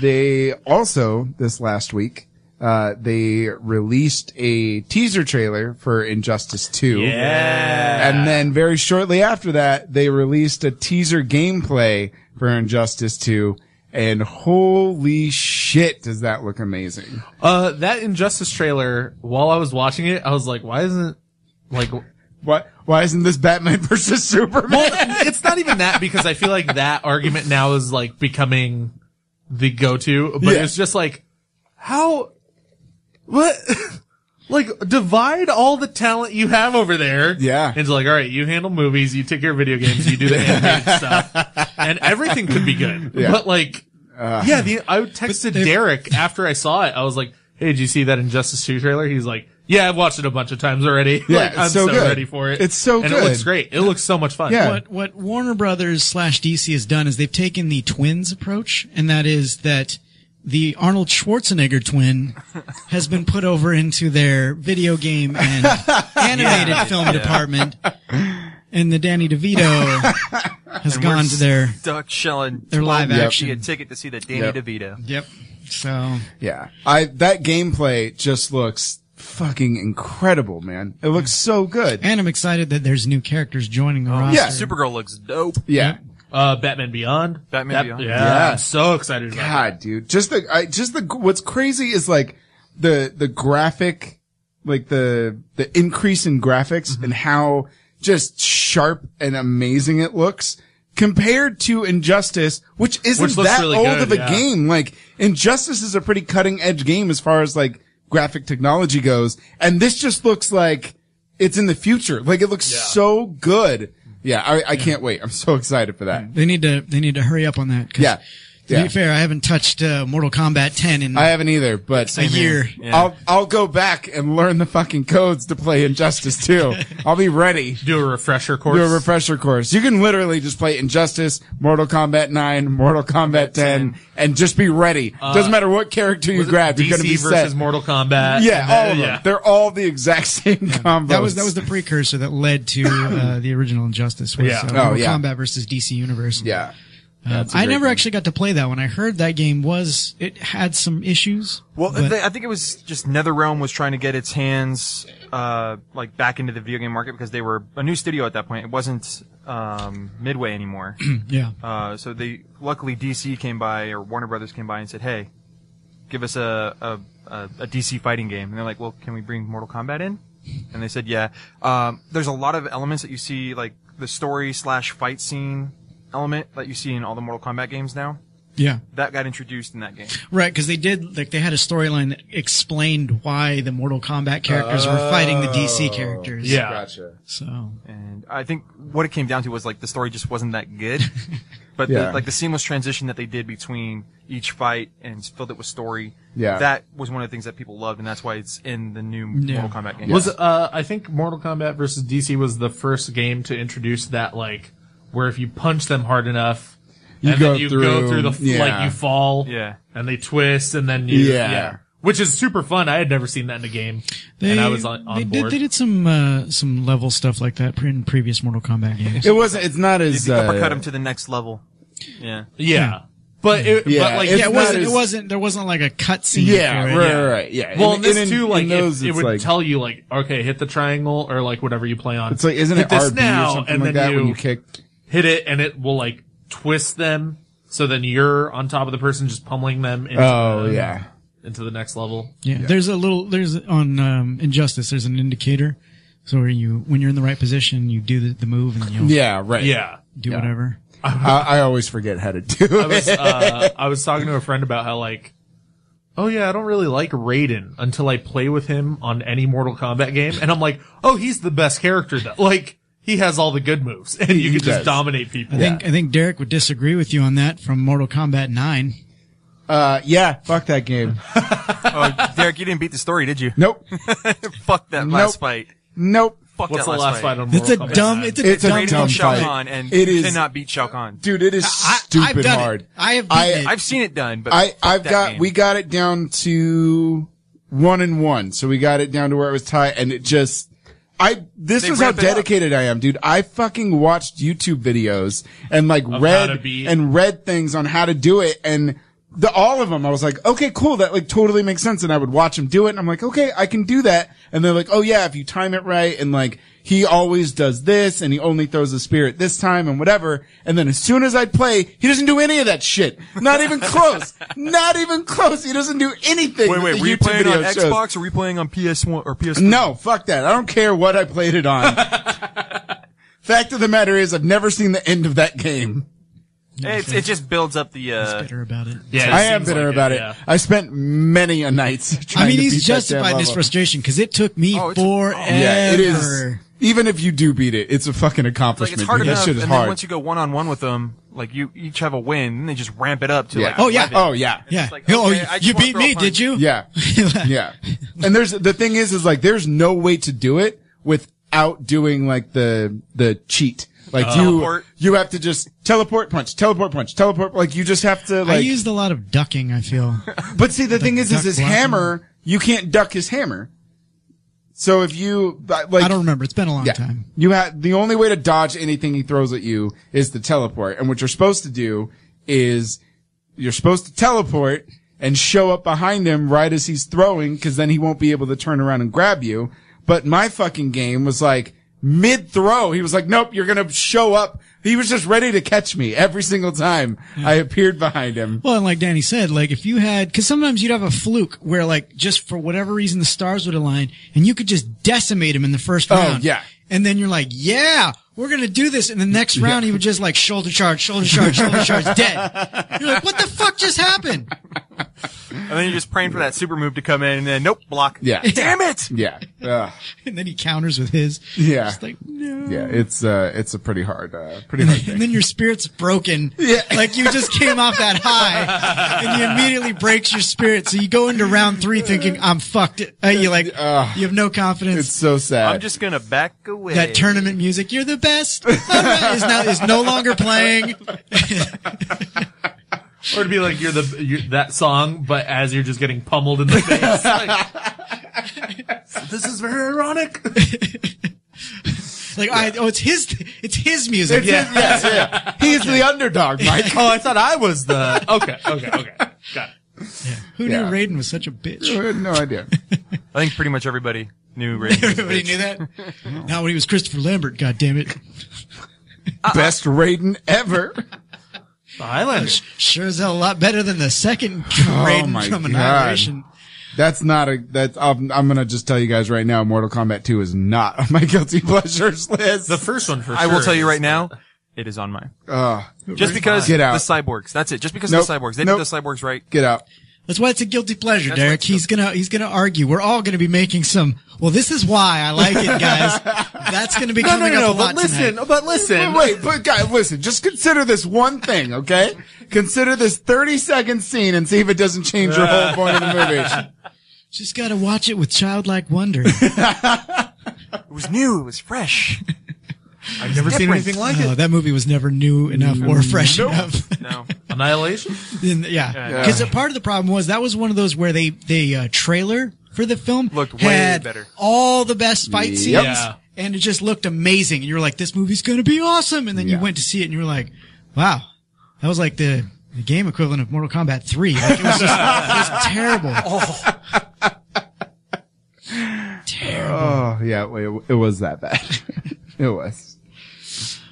[SPEAKER 8] They also, this last week, uh, they released a teaser trailer for Injustice 2.
[SPEAKER 9] Yeah.
[SPEAKER 8] And then very shortly after that, they released a teaser gameplay for Injustice 2. And holy shit, does that look amazing.
[SPEAKER 9] Uh, that Injustice trailer, while I was watching it, I was like, why isn't, like,
[SPEAKER 8] Why, why isn't this Batman versus Superman?
[SPEAKER 9] well, it's not even that because I feel like that argument now is like becoming the go-to, but
[SPEAKER 8] Yeah.
[SPEAKER 9] it's just like, how, what, like divide all the talent you have over there.
[SPEAKER 8] Yeah.
[SPEAKER 9] And it's like, all right, you handle movies, you take care of video games, you do the animated stuff and everything could be good.
[SPEAKER 8] Yeah. Uh.
[SPEAKER 9] But like, yeah, the, I texted Derek after I saw it. I was like, Hey, did you see that Injustice 2 trailer? He's like, Yeah, I've watched it a bunch of times already.
[SPEAKER 8] Yeah,
[SPEAKER 9] like,
[SPEAKER 8] it's
[SPEAKER 9] I'm
[SPEAKER 8] so
[SPEAKER 9] so,
[SPEAKER 8] good.
[SPEAKER 9] ready for it.
[SPEAKER 8] It's so
[SPEAKER 9] and
[SPEAKER 8] good.
[SPEAKER 9] it looks great. It looks so much fun.
[SPEAKER 7] What what Warner Brothers slash DC has done is they've taken the twins approach, and that is that the Arnold Schwarzenegger twin has been put over into their video game and animated
[SPEAKER 10] Yeah.
[SPEAKER 7] film
[SPEAKER 10] Yeah.
[SPEAKER 7] department, and the Danny DeVito has
[SPEAKER 10] And we're
[SPEAKER 7] gone to their
[SPEAKER 10] stuck shelling
[SPEAKER 7] their live
[SPEAKER 10] 12
[SPEAKER 7] action.
[SPEAKER 10] a ticket to see the Danny
[SPEAKER 8] Yep.
[SPEAKER 10] DeVito.
[SPEAKER 7] Yep. So
[SPEAKER 8] Yeah. I that gameplay just looks fucking incredible, man. It looks so good.
[SPEAKER 7] and I'm excited that there's new characters joining the
[SPEAKER 10] Oh,
[SPEAKER 7] roster.
[SPEAKER 8] yeah.
[SPEAKER 10] Supergirl looks dope.
[SPEAKER 8] Yeah.
[SPEAKER 9] Uh, Batman Beyond.
[SPEAKER 10] Batman Beyond.
[SPEAKER 9] Yeah,
[SPEAKER 8] Yeah.
[SPEAKER 9] I'm so excited about
[SPEAKER 8] God, dude. Just the I just the what's crazy is like the the graphic like the the increase in graphics
[SPEAKER 9] Mm-hmm.
[SPEAKER 8] and how just sharp and amazing it looks compared to Injustice, which isn't
[SPEAKER 9] Which looks
[SPEAKER 8] that
[SPEAKER 9] really
[SPEAKER 8] old
[SPEAKER 9] good,
[SPEAKER 8] of a
[SPEAKER 9] yeah.
[SPEAKER 8] game. Like Injustice is a pretty cutting edge game as far as like graphic technology goes, and this just looks like it's in the future. Like it looks so good. Yeah, I, I can't wait. I'm so excited for that.
[SPEAKER 7] They need to they need to hurry up on that. 'cause
[SPEAKER 8] Yeah.
[SPEAKER 7] To
[SPEAKER 8] Yeah.
[SPEAKER 7] be fair, I haven't touched uh, Mortal Kombat 10 in
[SPEAKER 8] I haven't either, but
[SPEAKER 7] a year.
[SPEAKER 8] I'll I'll go back and learn the fucking codes to play Injustice 2. I'll be ready.
[SPEAKER 9] it. Do a refresher course.
[SPEAKER 8] Do a refresher course. You can literally just play Injustice, Mortal Kombat 9, Mortal Kombat 10, and just be ready. Doesn't matter what character you
[SPEAKER 9] Uh, Was it
[SPEAKER 8] grab, you're gonna
[SPEAKER 9] DC
[SPEAKER 8] be
[SPEAKER 9] versus
[SPEAKER 8] set.
[SPEAKER 9] Mortal Kombat.
[SPEAKER 8] yeah,
[SPEAKER 9] And then-
[SPEAKER 8] all of them.
[SPEAKER 9] yeah.
[SPEAKER 8] They're all the exact same combos.
[SPEAKER 7] That was that was the precursor that led to uh, the original Injustice. Was,
[SPEAKER 9] Yeah.
[SPEAKER 7] uh,
[SPEAKER 9] Oh,
[SPEAKER 7] Mortal
[SPEAKER 8] yeah.
[SPEAKER 7] Kombat versus DC Universe.
[SPEAKER 8] yeah.
[SPEAKER 7] Um, I never actually got to play that one. I heard that game was it had some issues.
[SPEAKER 10] Well,
[SPEAKER 7] but-
[SPEAKER 10] they, I think it was just NetherRealm was trying to get its hands uh, like back into the video game market because they were a new studio at that point. It wasn't um, Midway anymore.
[SPEAKER 7] yeah.
[SPEAKER 10] uh, so they luckily DC came by or Warner Brothers came by and said, "Hey, give us a a, a, a DC fighting game." And they're like, "Well, can we bring Mortal Kombat in?" And they said, "Yeah." Um, there's a lot of elements that you see, like the story slash fight scene element that you see in all the Mortal Kombat games now.
[SPEAKER 7] Yeah.
[SPEAKER 10] That got introduced in that game.
[SPEAKER 7] Right, because they did like they had a storyline that explained why the Mortal Kombat characters were fighting the
[SPEAKER 8] Oh.
[SPEAKER 7] DC characters.
[SPEAKER 9] Yeah.
[SPEAKER 8] Gotcha.
[SPEAKER 7] So
[SPEAKER 10] and I think what it came down to was like the story just wasn't that good. But
[SPEAKER 8] Yeah.
[SPEAKER 10] the, like the seamless transition that they did between each fight and filled it with story,
[SPEAKER 8] Yeah.
[SPEAKER 10] that was one of the things that people loved, and that's why it's in the new Mortal Kombat game.
[SPEAKER 9] Was uh, I think Mortal Kombat versus DC was the first game to introduce that like where if you punch them hard enough, and
[SPEAKER 8] go
[SPEAKER 9] then you
[SPEAKER 8] through-
[SPEAKER 9] go through the f-
[SPEAKER 8] yeah.
[SPEAKER 9] like you fall,
[SPEAKER 10] Yeah.
[SPEAKER 9] and they twist, and then you,
[SPEAKER 8] Yeah.
[SPEAKER 9] yeah. Which is super fun. I had never seen that in a game,
[SPEAKER 7] they,
[SPEAKER 9] and I was on,
[SPEAKER 7] they
[SPEAKER 9] on
[SPEAKER 7] Did,
[SPEAKER 9] board.
[SPEAKER 7] they did some uh, some level stuff like that pre- in previous Mortal Kombat games.
[SPEAKER 8] It wasn't, it's not as,
[SPEAKER 10] You uppercut
[SPEAKER 8] uh,
[SPEAKER 10] them to the next level. Yeah.
[SPEAKER 9] yeah, but it,
[SPEAKER 8] Yeah,
[SPEAKER 9] but like
[SPEAKER 8] it's
[SPEAKER 7] yeah, it
[SPEAKER 8] not
[SPEAKER 7] wasn't.
[SPEAKER 8] as-
[SPEAKER 7] it wasn't. There wasn't like a cutscene.
[SPEAKER 8] yeah,
[SPEAKER 7] for
[SPEAKER 8] right,
[SPEAKER 7] it.
[SPEAKER 8] right, right, yeah.
[SPEAKER 9] Well,
[SPEAKER 8] In-
[SPEAKER 9] in, this
[SPEAKER 8] in-
[SPEAKER 9] too,
[SPEAKER 8] in
[SPEAKER 9] like
[SPEAKER 8] those,
[SPEAKER 9] it, it
[SPEAKER 8] it's
[SPEAKER 9] would
[SPEAKER 8] like-
[SPEAKER 9] tell you, like, okay, hit the triangle or like whatever you play on.
[SPEAKER 8] It's like, isn't
[SPEAKER 9] hit
[SPEAKER 8] it
[SPEAKER 9] this
[SPEAKER 8] RB
[SPEAKER 9] now,
[SPEAKER 8] or something
[SPEAKER 9] and then
[SPEAKER 8] like that
[SPEAKER 9] you
[SPEAKER 8] when you kick?
[SPEAKER 9] hit it, and it will like twist them. So then you're on top of the person, just pummeling them. Into
[SPEAKER 8] Oh,
[SPEAKER 9] the,
[SPEAKER 8] yeah.
[SPEAKER 9] into the next level.
[SPEAKER 7] Yeah, there's a little there's on um, injustice. There's an indicator, so where you when you're in the right position, you do the, the move and you'll
[SPEAKER 8] Yeah, Uh, right.
[SPEAKER 9] Yeah.
[SPEAKER 7] do whatever.
[SPEAKER 8] I, I always forget how to do it.
[SPEAKER 9] I was uh, I was talking to a friend about how like, oh yeah, I don't really like Raiden until I play with him on any Mortal Kombat game, and I'm like, oh, he's the best character though. Like he has all the good moves, and you can
[SPEAKER 8] does.
[SPEAKER 9] just dominate people.
[SPEAKER 7] I think I think Derek would disagree with you on that from Mortal Kombat Nine.
[SPEAKER 8] Uh, yeah, fuck that game.
[SPEAKER 10] Oh, Derek, you didn't beat the story, did you?
[SPEAKER 8] Nope.
[SPEAKER 10] Fuck that last
[SPEAKER 8] Nope.
[SPEAKER 10] fight.
[SPEAKER 8] Nope.
[SPEAKER 10] Fuck
[SPEAKER 9] What's
[SPEAKER 10] that
[SPEAKER 9] the last fight on
[SPEAKER 7] It's
[SPEAKER 9] Mortal
[SPEAKER 7] a
[SPEAKER 9] Kombat
[SPEAKER 7] dumb.
[SPEAKER 9] 9?
[SPEAKER 7] It's a
[SPEAKER 8] It's a
[SPEAKER 7] dumb.
[SPEAKER 10] Raiden
[SPEAKER 8] dumb
[SPEAKER 10] beat Shao
[SPEAKER 8] fight.
[SPEAKER 10] Kahn and
[SPEAKER 8] It is-
[SPEAKER 10] cannot beat Shao Kahn.
[SPEAKER 8] Dude, it is
[SPEAKER 7] I- I've
[SPEAKER 8] stupid
[SPEAKER 7] done it.
[SPEAKER 8] hard.
[SPEAKER 7] I have
[SPEAKER 8] I-
[SPEAKER 7] beaten it.
[SPEAKER 10] I've seen it done, but
[SPEAKER 8] I,
[SPEAKER 10] fuck
[SPEAKER 8] I've
[SPEAKER 10] that
[SPEAKER 8] got,
[SPEAKER 10] game.
[SPEAKER 8] we got it down to one and one. So we got it down to where it was tied and it just, I, this
[SPEAKER 10] They
[SPEAKER 8] was how
[SPEAKER 10] ramp it up.
[SPEAKER 8] dedicated I am, dude. I fucking watched YouTube videos and like
[SPEAKER 9] to
[SPEAKER 8] read
[SPEAKER 9] beat.
[SPEAKER 8] and read things on how to do it and the, all of them, I was like, okay, cool. That like totally makes sense. And I would watch him do it and I'm like, okay, I can do that. And they're like, oh yeah, if you time it right and like, he always does this and he only throws a spear at this time and whatever. And then as soon as I'd play, he doesn't do any of that shit. Not even close. Not even close. He doesn't do anything.
[SPEAKER 10] Wait,
[SPEAKER 8] that
[SPEAKER 10] wait,
[SPEAKER 8] the
[SPEAKER 10] were you
[SPEAKER 8] YouTube
[SPEAKER 10] playing on
[SPEAKER 8] video shows.
[SPEAKER 10] Xbox or were you playing on PS1 or PS3?
[SPEAKER 8] No, fuck that. I don't care what I played it on. Fact of the matter is, I've never seen the end of that game.
[SPEAKER 10] It's, it just builds up the, uh,
[SPEAKER 7] Bitter about it.
[SPEAKER 9] Yeah, it
[SPEAKER 8] I am
[SPEAKER 9] seems
[SPEAKER 8] bitter
[SPEAKER 9] like
[SPEAKER 8] about it.
[SPEAKER 9] yeah.
[SPEAKER 8] I spent many a night trying
[SPEAKER 7] I mean,
[SPEAKER 8] to beat
[SPEAKER 7] he's
[SPEAKER 8] that damn
[SPEAKER 7] justified in his
[SPEAKER 8] level.
[SPEAKER 7] frustration because it took me
[SPEAKER 10] Oh, it's- oh.
[SPEAKER 7] forever.
[SPEAKER 8] Yeah, it is. Even if you do beat it, it's a fucking
[SPEAKER 10] like
[SPEAKER 8] accomplishment.
[SPEAKER 10] it's hard
[SPEAKER 8] dude.
[SPEAKER 10] enough,
[SPEAKER 8] that shit
[SPEAKER 10] and
[SPEAKER 8] is
[SPEAKER 10] then
[SPEAKER 8] hard.
[SPEAKER 10] once you go one on one with them, Like you each have a win, and they just ramp it up to
[SPEAKER 8] Yeah.
[SPEAKER 10] like
[SPEAKER 8] Oh, yeah.
[SPEAKER 10] 11.
[SPEAKER 8] Oh, yeah.
[SPEAKER 10] And
[SPEAKER 8] Yeah.
[SPEAKER 10] it's like,
[SPEAKER 8] Oh,
[SPEAKER 10] okay,
[SPEAKER 8] you-
[SPEAKER 10] I just
[SPEAKER 7] you
[SPEAKER 10] wanna
[SPEAKER 7] beat
[SPEAKER 10] throw a
[SPEAKER 7] me,
[SPEAKER 10] punch.
[SPEAKER 7] did you?
[SPEAKER 8] Yeah. yeah. And there's the thing is is like there's no way to do it without doing like the the cheat. Like
[SPEAKER 10] Uh,
[SPEAKER 8] you
[SPEAKER 10] teleport.
[SPEAKER 8] you have to just teleport punch, teleport punch, teleport like you just have to
[SPEAKER 7] I
[SPEAKER 8] like
[SPEAKER 7] used a lot of ducking. I feel.
[SPEAKER 8] But see the thing is is
[SPEAKER 7] duck
[SPEAKER 8] his
[SPEAKER 7] blocking.
[SPEAKER 8] hammer, you can't duck his hammer. So if you but, like
[SPEAKER 7] I don't remember. It's been a long
[SPEAKER 8] yeah.
[SPEAKER 7] time.
[SPEAKER 8] You have the only way to dodge anything he throws at you is to teleport. And what you're supposed to do is you're supposed to teleport and show up behind him right as he's throwing, because then he won't be able to turn around and grab you. But my fucking game was like mid throw. He was like, "Nope, you're gonna show up." He was just ready to catch me every single time I appeared behind him.
[SPEAKER 7] Well, and like Danny said, like if you had, because sometimes you'd have a fluke where, like, just for whatever reason, the stars would align, and you could just decimate him in the first
[SPEAKER 8] Oh,
[SPEAKER 7] round.
[SPEAKER 8] yeah.
[SPEAKER 7] And then you're like, yeah, we're gonna do this. And the next round, he would just like shoulder charge, shoulder charge, shoulder charge, dead. You're like, what the fuck just happened?
[SPEAKER 10] And then you're just praying for that super move to come in, and then nope, block.
[SPEAKER 8] Yeah.
[SPEAKER 10] Damn it!
[SPEAKER 8] Yeah, Ugh.
[SPEAKER 7] And then he counters with his.
[SPEAKER 8] Yeah.
[SPEAKER 7] Just like, no.
[SPEAKER 8] yeah. It's uh, it's a pretty hard, uh, pretty hard thing.
[SPEAKER 7] And then your spirit's broken.
[SPEAKER 8] Yeah.
[SPEAKER 7] Like you just came off that high and you immediately breaks your spirit. So you go into round three thinking, I'm fucked. Uh, you like, you have no confidence.
[SPEAKER 8] It's so sad.
[SPEAKER 10] I'm just gonna back away.
[SPEAKER 7] that tournament music, you're the best, all right, is, now, is no longer playing.
[SPEAKER 9] Or it'd be like you're the you're that song, but as you're just getting pummeled in the face. Like, this is very ironic.
[SPEAKER 7] Like, I, oh, it's his, it's his music.
[SPEAKER 9] Yeah.
[SPEAKER 8] yes, yeah. He's the underdog, Mike.
[SPEAKER 9] oh, I thought I was the okay, okay, okay. Got it.
[SPEAKER 7] Who
[SPEAKER 8] Yeah.
[SPEAKER 7] knew Raiden was such a bitch?
[SPEAKER 8] I had no idea.
[SPEAKER 10] I think pretty much everybody knew. Raiden was a
[SPEAKER 7] Everybody
[SPEAKER 10] bitch.
[SPEAKER 7] knew that. Not when he was Christopher Lambert. God damn it!
[SPEAKER 8] Best Raiden ever.
[SPEAKER 9] The Highlander.
[SPEAKER 7] Sure is a lot better than the second Raiden
[SPEAKER 8] Oh my
[SPEAKER 7] from
[SPEAKER 8] God.
[SPEAKER 7] Annihilation.
[SPEAKER 8] That's not a, that's, I'm, I'm gonna just tell you guys right now, Mortal Kombat 2 is not on my guilty pleasures list.
[SPEAKER 9] The first one for
[SPEAKER 10] I
[SPEAKER 9] sure.
[SPEAKER 10] will tell you right now, it is on mine.
[SPEAKER 8] Ugh.
[SPEAKER 10] Just because
[SPEAKER 8] Get out.
[SPEAKER 10] the cyborgs. That's it. Just because
[SPEAKER 8] Nope.
[SPEAKER 10] of the cyborgs. They
[SPEAKER 8] Nope.
[SPEAKER 10] did the cyborgs right.
[SPEAKER 8] Get out.
[SPEAKER 7] That's why it's a guilty pleasure,
[SPEAKER 10] That's why
[SPEAKER 7] Derek.
[SPEAKER 10] it's a
[SPEAKER 7] He's gonna he's gonna argue. We're all gonna be making some. Well, this is why I like it, guys. That's gonna be
[SPEAKER 9] No, no,
[SPEAKER 7] coming
[SPEAKER 9] no, no.
[SPEAKER 7] up a lot
[SPEAKER 9] But listen,
[SPEAKER 7] tonight.
[SPEAKER 9] but listen.
[SPEAKER 8] Wait, but guys, listen, just consider this one thing, okay? Consider this 30 second scene and see if it doesn't change your whole point of the movie.
[SPEAKER 7] Just gotta watch it with childlike wonder.
[SPEAKER 10] It was new. It was fresh.
[SPEAKER 9] I've never seen anything like
[SPEAKER 7] Oh, that movie was never new enough or fresh enough.
[SPEAKER 10] No.
[SPEAKER 9] Annihilation.
[SPEAKER 7] In- yeah, because part of the problem was that was one of those where they they uh, trailer for the film
[SPEAKER 10] Looked way
[SPEAKER 7] had
[SPEAKER 10] better.
[SPEAKER 7] all the best fight scenes,
[SPEAKER 9] Yeah.
[SPEAKER 7] and it just looked amazing. And you were like, "This movie's gonna be awesome!" And then
[SPEAKER 8] Yeah.
[SPEAKER 7] you went to see it, and you were like, "Wow, that was like the." The game equivalent of Mortal Kombat 3. Like, it was just it was terrible.
[SPEAKER 8] Oh, yeah, it, it was that bad. it was.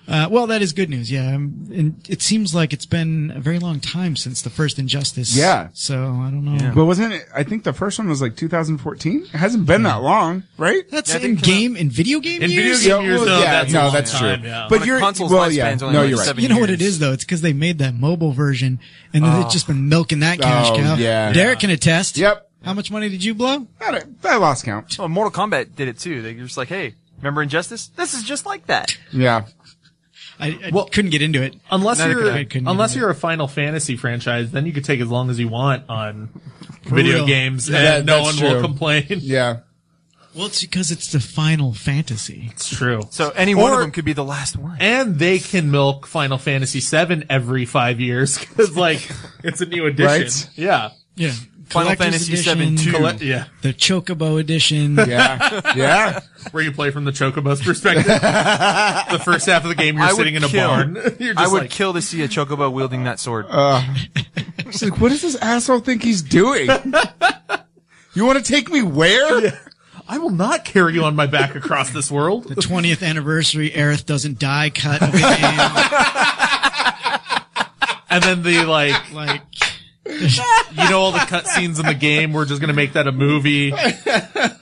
[SPEAKER 7] Uh, well, that is good news. Yeah. Um, And it seems like it's been a very long time since the first Injustice.
[SPEAKER 8] Yeah.
[SPEAKER 7] So I don't know.
[SPEAKER 8] But wasn't it, I think the first one was like 2014? It hasn't been that long, right?
[SPEAKER 7] That's in game, in video game
[SPEAKER 9] In
[SPEAKER 7] years?
[SPEAKER 9] video game years, though, that's a
[SPEAKER 8] no,
[SPEAKER 9] long
[SPEAKER 8] that's true.
[SPEAKER 9] time, yeah.
[SPEAKER 8] But
[SPEAKER 10] On a
[SPEAKER 8] you're
[SPEAKER 10] console's
[SPEAKER 8] well, yeah,
[SPEAKER 10] lifespan's only
[SPEAKER 8] no,
[SPEAKER 10] like
[SPEAKER 8] you're right.
[SPEAKER 10] seven
[SPEAKER 7] You know what it
[SPEAKER 10] years.
[SPEAKER 7] is though? It's because they made that mobile version, and it's just been milking that cash
[SPEAKER 8] Oh,
[SPEAKER 7] cow.
[SPEAKER 8] yeah.
[SPEAKER 7] Derek can attest.
[SPEAKER 8] Yep.
[SPEAKER 7] How much money did you blow?
[SPEAKER 8] I don't- I lost count.
[SPEAKER 10] Oh, Mortal Kombat did it too. They were just like, hey, remember Injustice? This is just like that.
[SPEAKER 8] Yeah.
[SPEAKER 7] I, I
[SPEAKER 9] Well-
[SPEAKER 7] couldn't get into it.
[SPEAKER 9] Unless
[SPEAKER 10] Neither
[SPEAKER 9] you're
[SPEAKER 10] could I.
[SPEAKER 7] I couldn't
[SPEAKER 9] unless
[SPEAKER 7] even-
[SPEAKER 9] you're a Final Fantasy franchise, then you could take as long as you want on video
[SPEAKER 7] real.
[SPEAKER 9] games, and
[SPEAKER 8] Yeah,
[SPEAKER 9] no one
[SPEAKER 8] that's
[SPEAKER 9] will
[SPEAKER 8] true.
[SPEAKER 9] complain.
[SPEAKER 8] Yeah.
[SPEAKER 7] Well, it's because it's the Final Fantasy.
[SPEAKER 9] It's true.
[SPEAKER 10] So any one of
[SPEAKER 9] Or-
[SPEAKER 10] them could be the last one.
[SPEAKER 9] and they can milk Final Fantasy VII every five years because like it's a new edition.
[SPEAKER 8] Right.
[SPEAKER 9] Yeah.
[SPEAKER 7] Yeah.
[SPEAKER 10] Final
[SPEAKER 7] Collector's
[SPEAKER 10] Fantasy VII
[SPEAKER 7] edition,
[SPEAKER 10] two.
[SPEAKER 9] Colle- yeah,
[SPEAKER 7] The Chocobo edition.
[SPEAKER 8] Yeah. Yeah.
[SPEAKER 9] where you play from the Chocobo's perspective. the first half of the game, you're
[SPEAKER 10] I would
[SPEAKER 9] sitting in a
[SPEAKER 10] kill.
[SPEAKER 9] barn. You're just
[SPEAKER 10] I would
[SPEAKER 9] like,
[SPEAKER 10] kill to see a chocobo wielding that sword.
[SPEAKER 8] Uh, She's like, what does this asshole think he's doing? you want to take me where?
[SPEAKER 9] I will not carry you on my back across this world.
[SPEAKER 7] 20th anniversary, Aerith doesn't die cut of the game.
[SPEAKER 9] And then the like,
[SPEAKER 7] like,
[SPEAKER 9] you know, all the cutscenes in the game. We're just gonna make that a movie.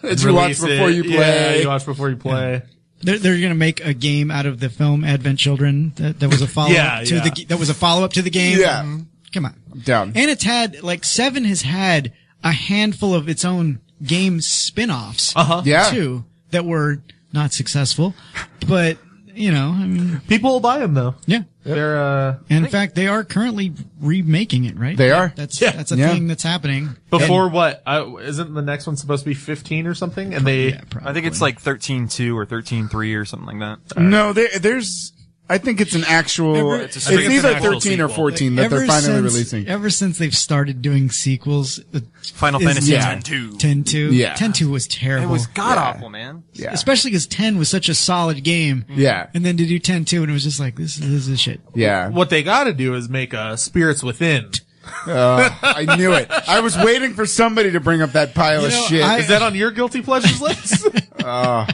[SPEAKER 8] That you watch
[SPEAKER 9] release it.
[SPEAKER 8] before you
[SPEAKER 9] Yeah,
[SPEAKER 8] play.
[SPEAKER 9] you watch before you play.
[SPEAKER 7] they're, they're going to make a game out of the film Advent Children that, that was a follow up
[SPEAKER 9] Yeah,
[SPEAKER 7] to
[SPEAKER 9] yeah.
[SPEAKER 7] the, g- that was a follow up to the game.
[SPEAKER 8] Yeah.
[SPEAKER 7] Um, Come on.
[SPEAKER 8] Down.
[SPEAKER 7] And it's had, like, Seven has had a handful of its own game spin offs. Uh
[SPEAKER 9] Uh-huh.
[SPEAKER 7] huh.
[SPEAKER 8] Yeah.
[SPEAKER 7] Too, that were not successful. But, you know, I mean,
[SPEAKER 9] People will buy them though.
[SPEAKER 7] yeah.
[SPEAKER 9] They're uh
[SPEAKER 7] And in fact, they are currently remaking it, right?
[SPEAKER 9] They are.
[SPEAKER 7] That's
[SPEAKER 9] Yeah.
[SPEAKER 7] that's a
[SPEAKER 9] Yeah.
[SPEAKER 7] thing that's happening.
[SPEAKER 9] before
[SPEAKER 7] And-
[SPEAKER 9] what? Uh, isn't the next one supposed to be 15 or something? And they
[SPEAKER 10] I think it's like 13-2 or 13-3 or something like that.
[SPEAKER 8] No, there, there's. I think it's an actual.
[SPEAKER 10] Ever-
[SPEAKER 8] it's
[SPEAKER 10] I think it's
[SPEAKER 8] either
[SPEAKER 10] an actual
[SPEAKER 8] 13 or
[SPEAKER 10] sequel.
[SPEAKER 8] 14 that they're
[SPEAKER 7] Ever
[SPEAKER 8] finally
[SPEAKER 7] since-
[SPEAKER 8] releasing.
[SPEAKER 7] Ever since they've started doing sequels, uh,
[SPEAKER 10] Final
[SPEAKER 7] is-
[SPEAKER 10] Fantasy
[SPEAKER 7] yeah.
[SPEAKER 10] 10-2.
[SPEAKER 7] 10-2.
[SPEAKER 8] Yeah.
[SPEAKER 7] 10-2 was terrible.
[SPEAKER 10] It was god awful, man.
[SPEAKER 8] Yeah. Mm-hmm.
[SPEAKER 7] Especially because 10 was such a solid game.
[SPEAKER 8] Yeah.
[SPEAKER 7] And then to do 10-2 and it was just like, this, is- this is shit.
[SPEAKER 8] Yeah.
[SPEAKER 9] What they got to do is make a Spirits Within.
[SPEAKER 8] Uh, I knew it. I was waiting for somebody to bring up that pile of shit.
[SPEAKER 9] Is that on your guilty pleasures list?
[SPEAKER 8] Oh.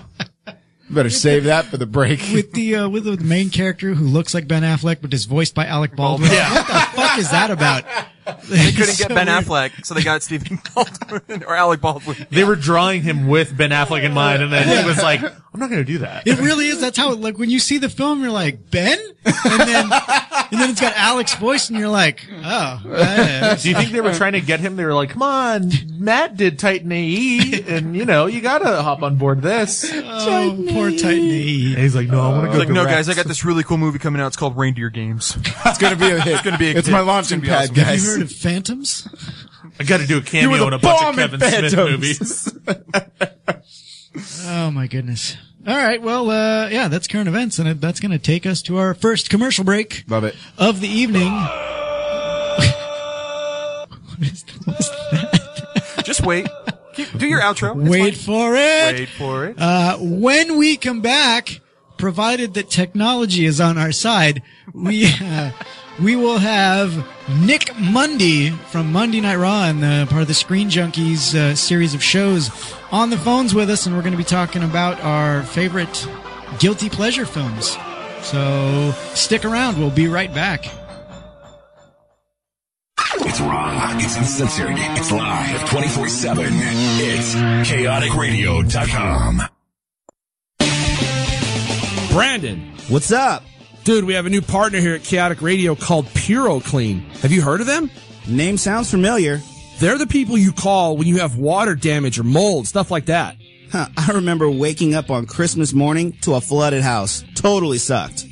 [SPEAKER 8] better save that for the break.
[SPEAKER 7] With the, uh, with the main character who looks like Ben Affleck but is voiced by Alec Baldwin.
[SPEAKER 10] Yeah.
[SPEAKER 7] What the fuck is that about?
[SPEAKER 10] They couldn't get
[SPEAKER 7] So
[SPEAKER 10] Ben
[SPEAKER 7] weird.
[SPEAKER 10] Affleck, so they got Stephen Baldwin or Alec Baldwin.
[SPEAKER 9] they were drawing him with Ben Affleck in mind, and then he was like, "I'm not going to do that."
[SPEAKER 7] It really is. That's how. it- Like when you see the film, you're like Ben, and then and then it's got Alec's voice, and you're like, oh. uh,
[SPEAKER 9] Do you think they were trying to get him? They were like, "Come on, Matt did Titan AE, and you know you got to hop on board this."
[SPEAKER 7] Oh, poor Titan AE.
[SPEAKER 9] And he's like, "No, I want to
[SPEAKER 10] It's
[SPEAKER 9] go."
[SPEAKER 10] like, no, guys,
[SPEAKER 9] direct."
[SPEAKER 10] I got this really cool movie coming out. It's called Reindeer Games.
[SPEAKER 8] It's gonna be a hit. It's
[SPEAKER 10] gonna be a
[SPEAKER 8] It's
[SPEAKER 10] hit.
[SPEAKER 8] my
[SPEAKER 10] It's gonna
[SPEAKER 8] launching
[SPEAKER 10] be
[SPEAKER 8] pad,
[SPEAKER 10] awesome.
[SPEAKER 7] Have you
[SPEAKER 8] guys.
[SPEAKER 7] heard of Phantoms?
[SPEAKER 9] I got to do a
[SPEAKER 8] You were
[SPEAKER 9] cameo in
[SPEAKER 8] the
[SPEAKER 9] a bunch of
[SPEAKER 8] bomb in
[SPEAKER 9] Kevin Smith
[SPEAKER 8] Phantoms.
[SPEAKER 9] movies.
[SPEAKER 7] Oh my goodness. All right. Well, uh, yeah, that's current events, and that's going to take us to our first commercial break
[SPEAKER 8] Love it.
[SPEAKER 7] of the evening. What is- what is that?
[SPEAKER 10] Just wait. Keep- do your outro. It's
[SPEAKER 7] Wait
[SPEAKER 10] fine.
[SPEAKER 7] for it.
[SPEAKER 10] Wait for it.
[SPEAKER 7] Uh, when we come back, provided that technology is on our side, we uh, we will have Nick Mundy from Monday Night Raw and the part of the Screen Junkies uh, series of shows on the phones with us, and we're going to be talking about our favorite guilty pleasure films. So stick around. We'll be right back.
[SPEAKER 11] It's raw. It's uncensored. It's live 24-7. It's chaoticradio.com.
[SPEAKER 12] Brandon. What's up? Dude, we have a new partner here at Chaotic Radio called PuroClean. Have you heard of them? Name sounds familiar. They're the people you call when you have water damage or mold, stuff like that.
[SPEAKER 13] Huh, I remember waking up on Christmas morning to a flooded house. Totally sucked.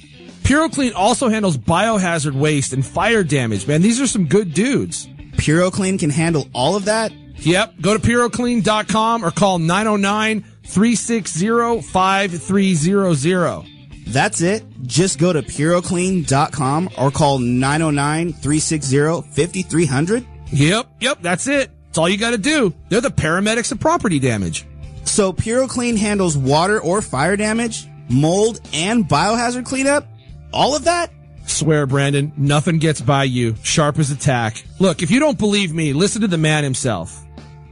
[SPEAKER 12] PuroClean also handles biohazard waste and fire damage, man. These are some good dudes.
[SPEAKER 13] PuroClean can handle all of that?
[SPEAKER 12] Yep. Go to puroclean.com or call 909 360 5300.
[SPEAKER 13] That's it. Just go to puroclean.com or call 909-360-5300.
[SPEAKER 12] Yep, yep, that's it. It's all you got to do. They're the paramedics of property damage.
[SPEAKER 13] So PuroClean handles water or fire damage, mold and biohazard cleanup? All of that?
[SPEAKER 12] Swear, Brandon, nothing gets by you. Sharp as a tack. Look, if you don't believe me, listen to the man himself.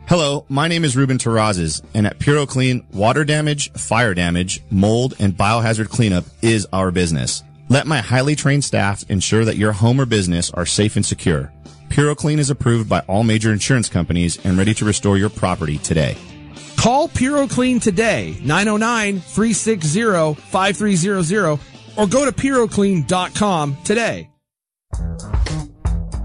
[SPEAKER 14] Hello, my name is Ruben Terrazas, and at PuroClean, water damage, fire damage, mold, and biohazard cleanup is our business. Let my highly trained staff ensure that your home or business are safe and secure. PuroClean is approved by all major insurance companies and ready to restore your property today.
[SPEAKER 12] Call PuroClean today, 909-360-5300, or go to puroclean.com today.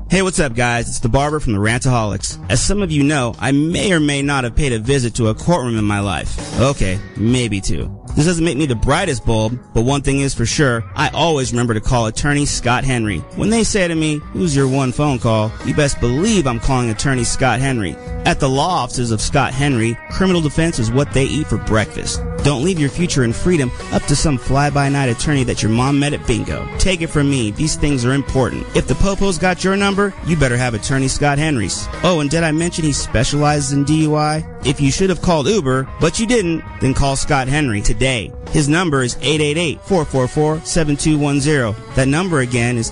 [SPEAKER 13] Hey, what's up, guys? It's the barber from the Rantaholics. As some of you know, I may or may not have paid a visit to a courtroom in my life. Okay, maybe two. This doesn't make me the brightest bulb, but one thing is for sure, I always remember to call attorney Scott Henry. When they say to me, who's your one phone call, you best believe I'm calling attorney Scott Henry. At the law offices of Scott Henry, criminal defense is what they eat for breakfast. Don't leave your future and freedom up to some fly-by-night attorney that your mom met at bingo. Take it from me, these things are important. If the popo's got your number, you better have attorney Scott Henry's. Oh, and did I mention he specializes in DUI? If you should have called Uber, but you didn't, then call Scott Henry today. His number is 888-444-7210. That number again is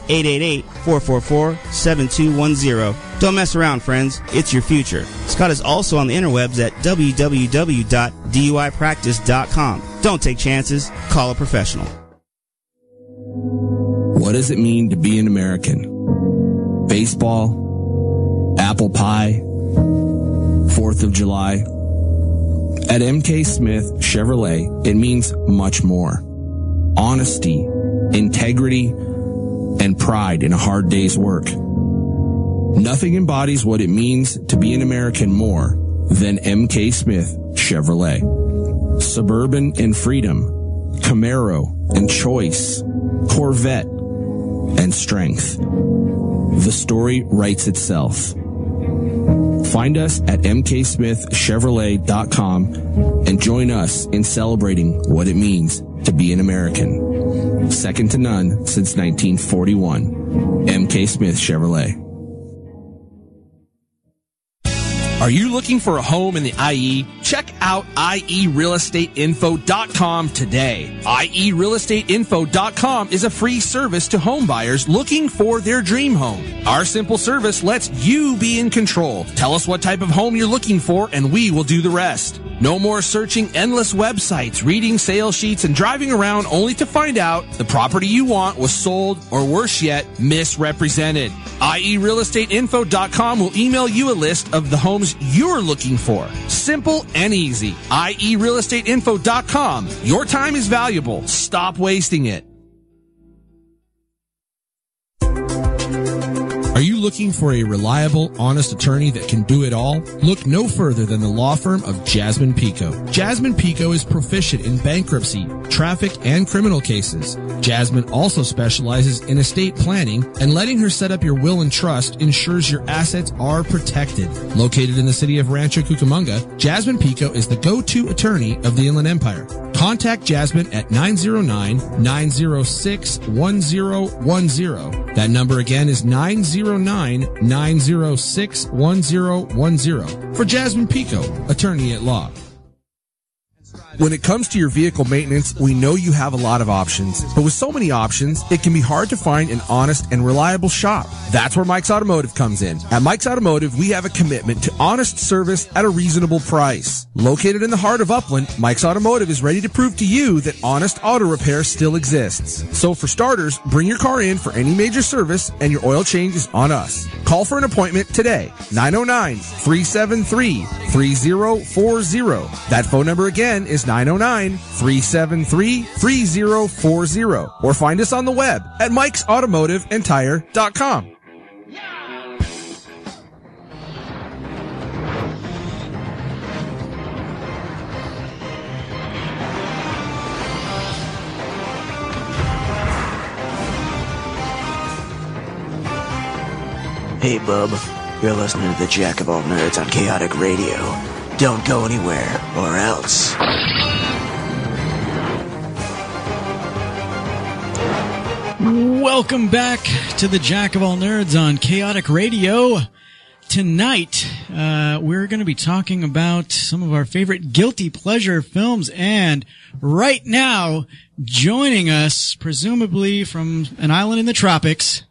[SPEAKER 13] 888-444-7210. Don't mess around, friends. It's your future. Scott is also on the interwebs at www.duipractice.com. Don't take chances. Call a professional.
[SPEAKER 12] What does it mean to be an American? Baseball, apple pie, 4th of July. At MK Smith Chevrolet, it means much more. Honesty, integrity, and pride in a hard day's work. Nothing embodies what it means to be an American more than MK Smith Chevrolet. Suburban and Freedom, Camaro and Choice, Corvette, and strength. The story writes itself. Find us at mksmithchevrolet.com and join us in celebrating what it means to be an American. Second to none since 1941. MK Smith Chevrolet.
[SPEAKER 15] Are you looking for a home in the IE? Check out E IERealestateInfo.com today. E IERealestateInfo.com is a free service to home buyers looking for their dream home. Our simple service lets you be in control. Tell us what type of home you're looking for and we will do the rest. No more searching endless websites, reading sales sheets, and driving around only to find out the property you want was sold or worse yet, misrepresented. E IERealestateInfo.com will email you a list of the homes you're looking for. Simple and easy. E IERealestateInfo.com. Your time is valuable. Stop wasting it.
[SPEAKER 12] Are you looking for a reliable, honest attorney that can do it all? Look no further than the law firm of Jasmine Pico. Jasmine Pico is proficient in bankruptcy, traffic, and criminal cases. Jasmine also specializes in estate planning, and letting her set up your will and trust ensures your assets are protected. Located in the city of Rancho Cucamonga, Jasmine Pico is the go-to attorney of the Inland Empire. Contact Jasmine at 909-906-1010. That number again is 909-906-1010. For Jasmine Pico, attorney at law.
[SPEAKER 15] When it comes to your vehicle maintenance, we know you have a lot of options, but with so many options, it can be hard to find an honest and reliable shop. That's where Mike's Automotive comes in. At Mike's Automotive, we have a commitment to honest service at a reasonable price. Located in the heart of Upland, Mike's Automotive is ready to prove to you that honest auto repair still exists. So for starters, bring your car in for any major service and your oil change is on us. Call for an appointment today, 909-373-3040. That phone number again is 909-373-3040 or find us on the web at Mike's Automotive and Tire.com.
[SPEAKER 16] Hey, bub. You're listening to the Jack of All Nerds on Chaotic Radio. Don't go anywhere, or else.
[SPEAKER 7] Welcome back to the Jack of All Nerds on Chaotic Radio. Tonight, uh, we're going to be talking about some of our favorite guilty pleasure films. And right now, joining us, presumably from an island in the tropics,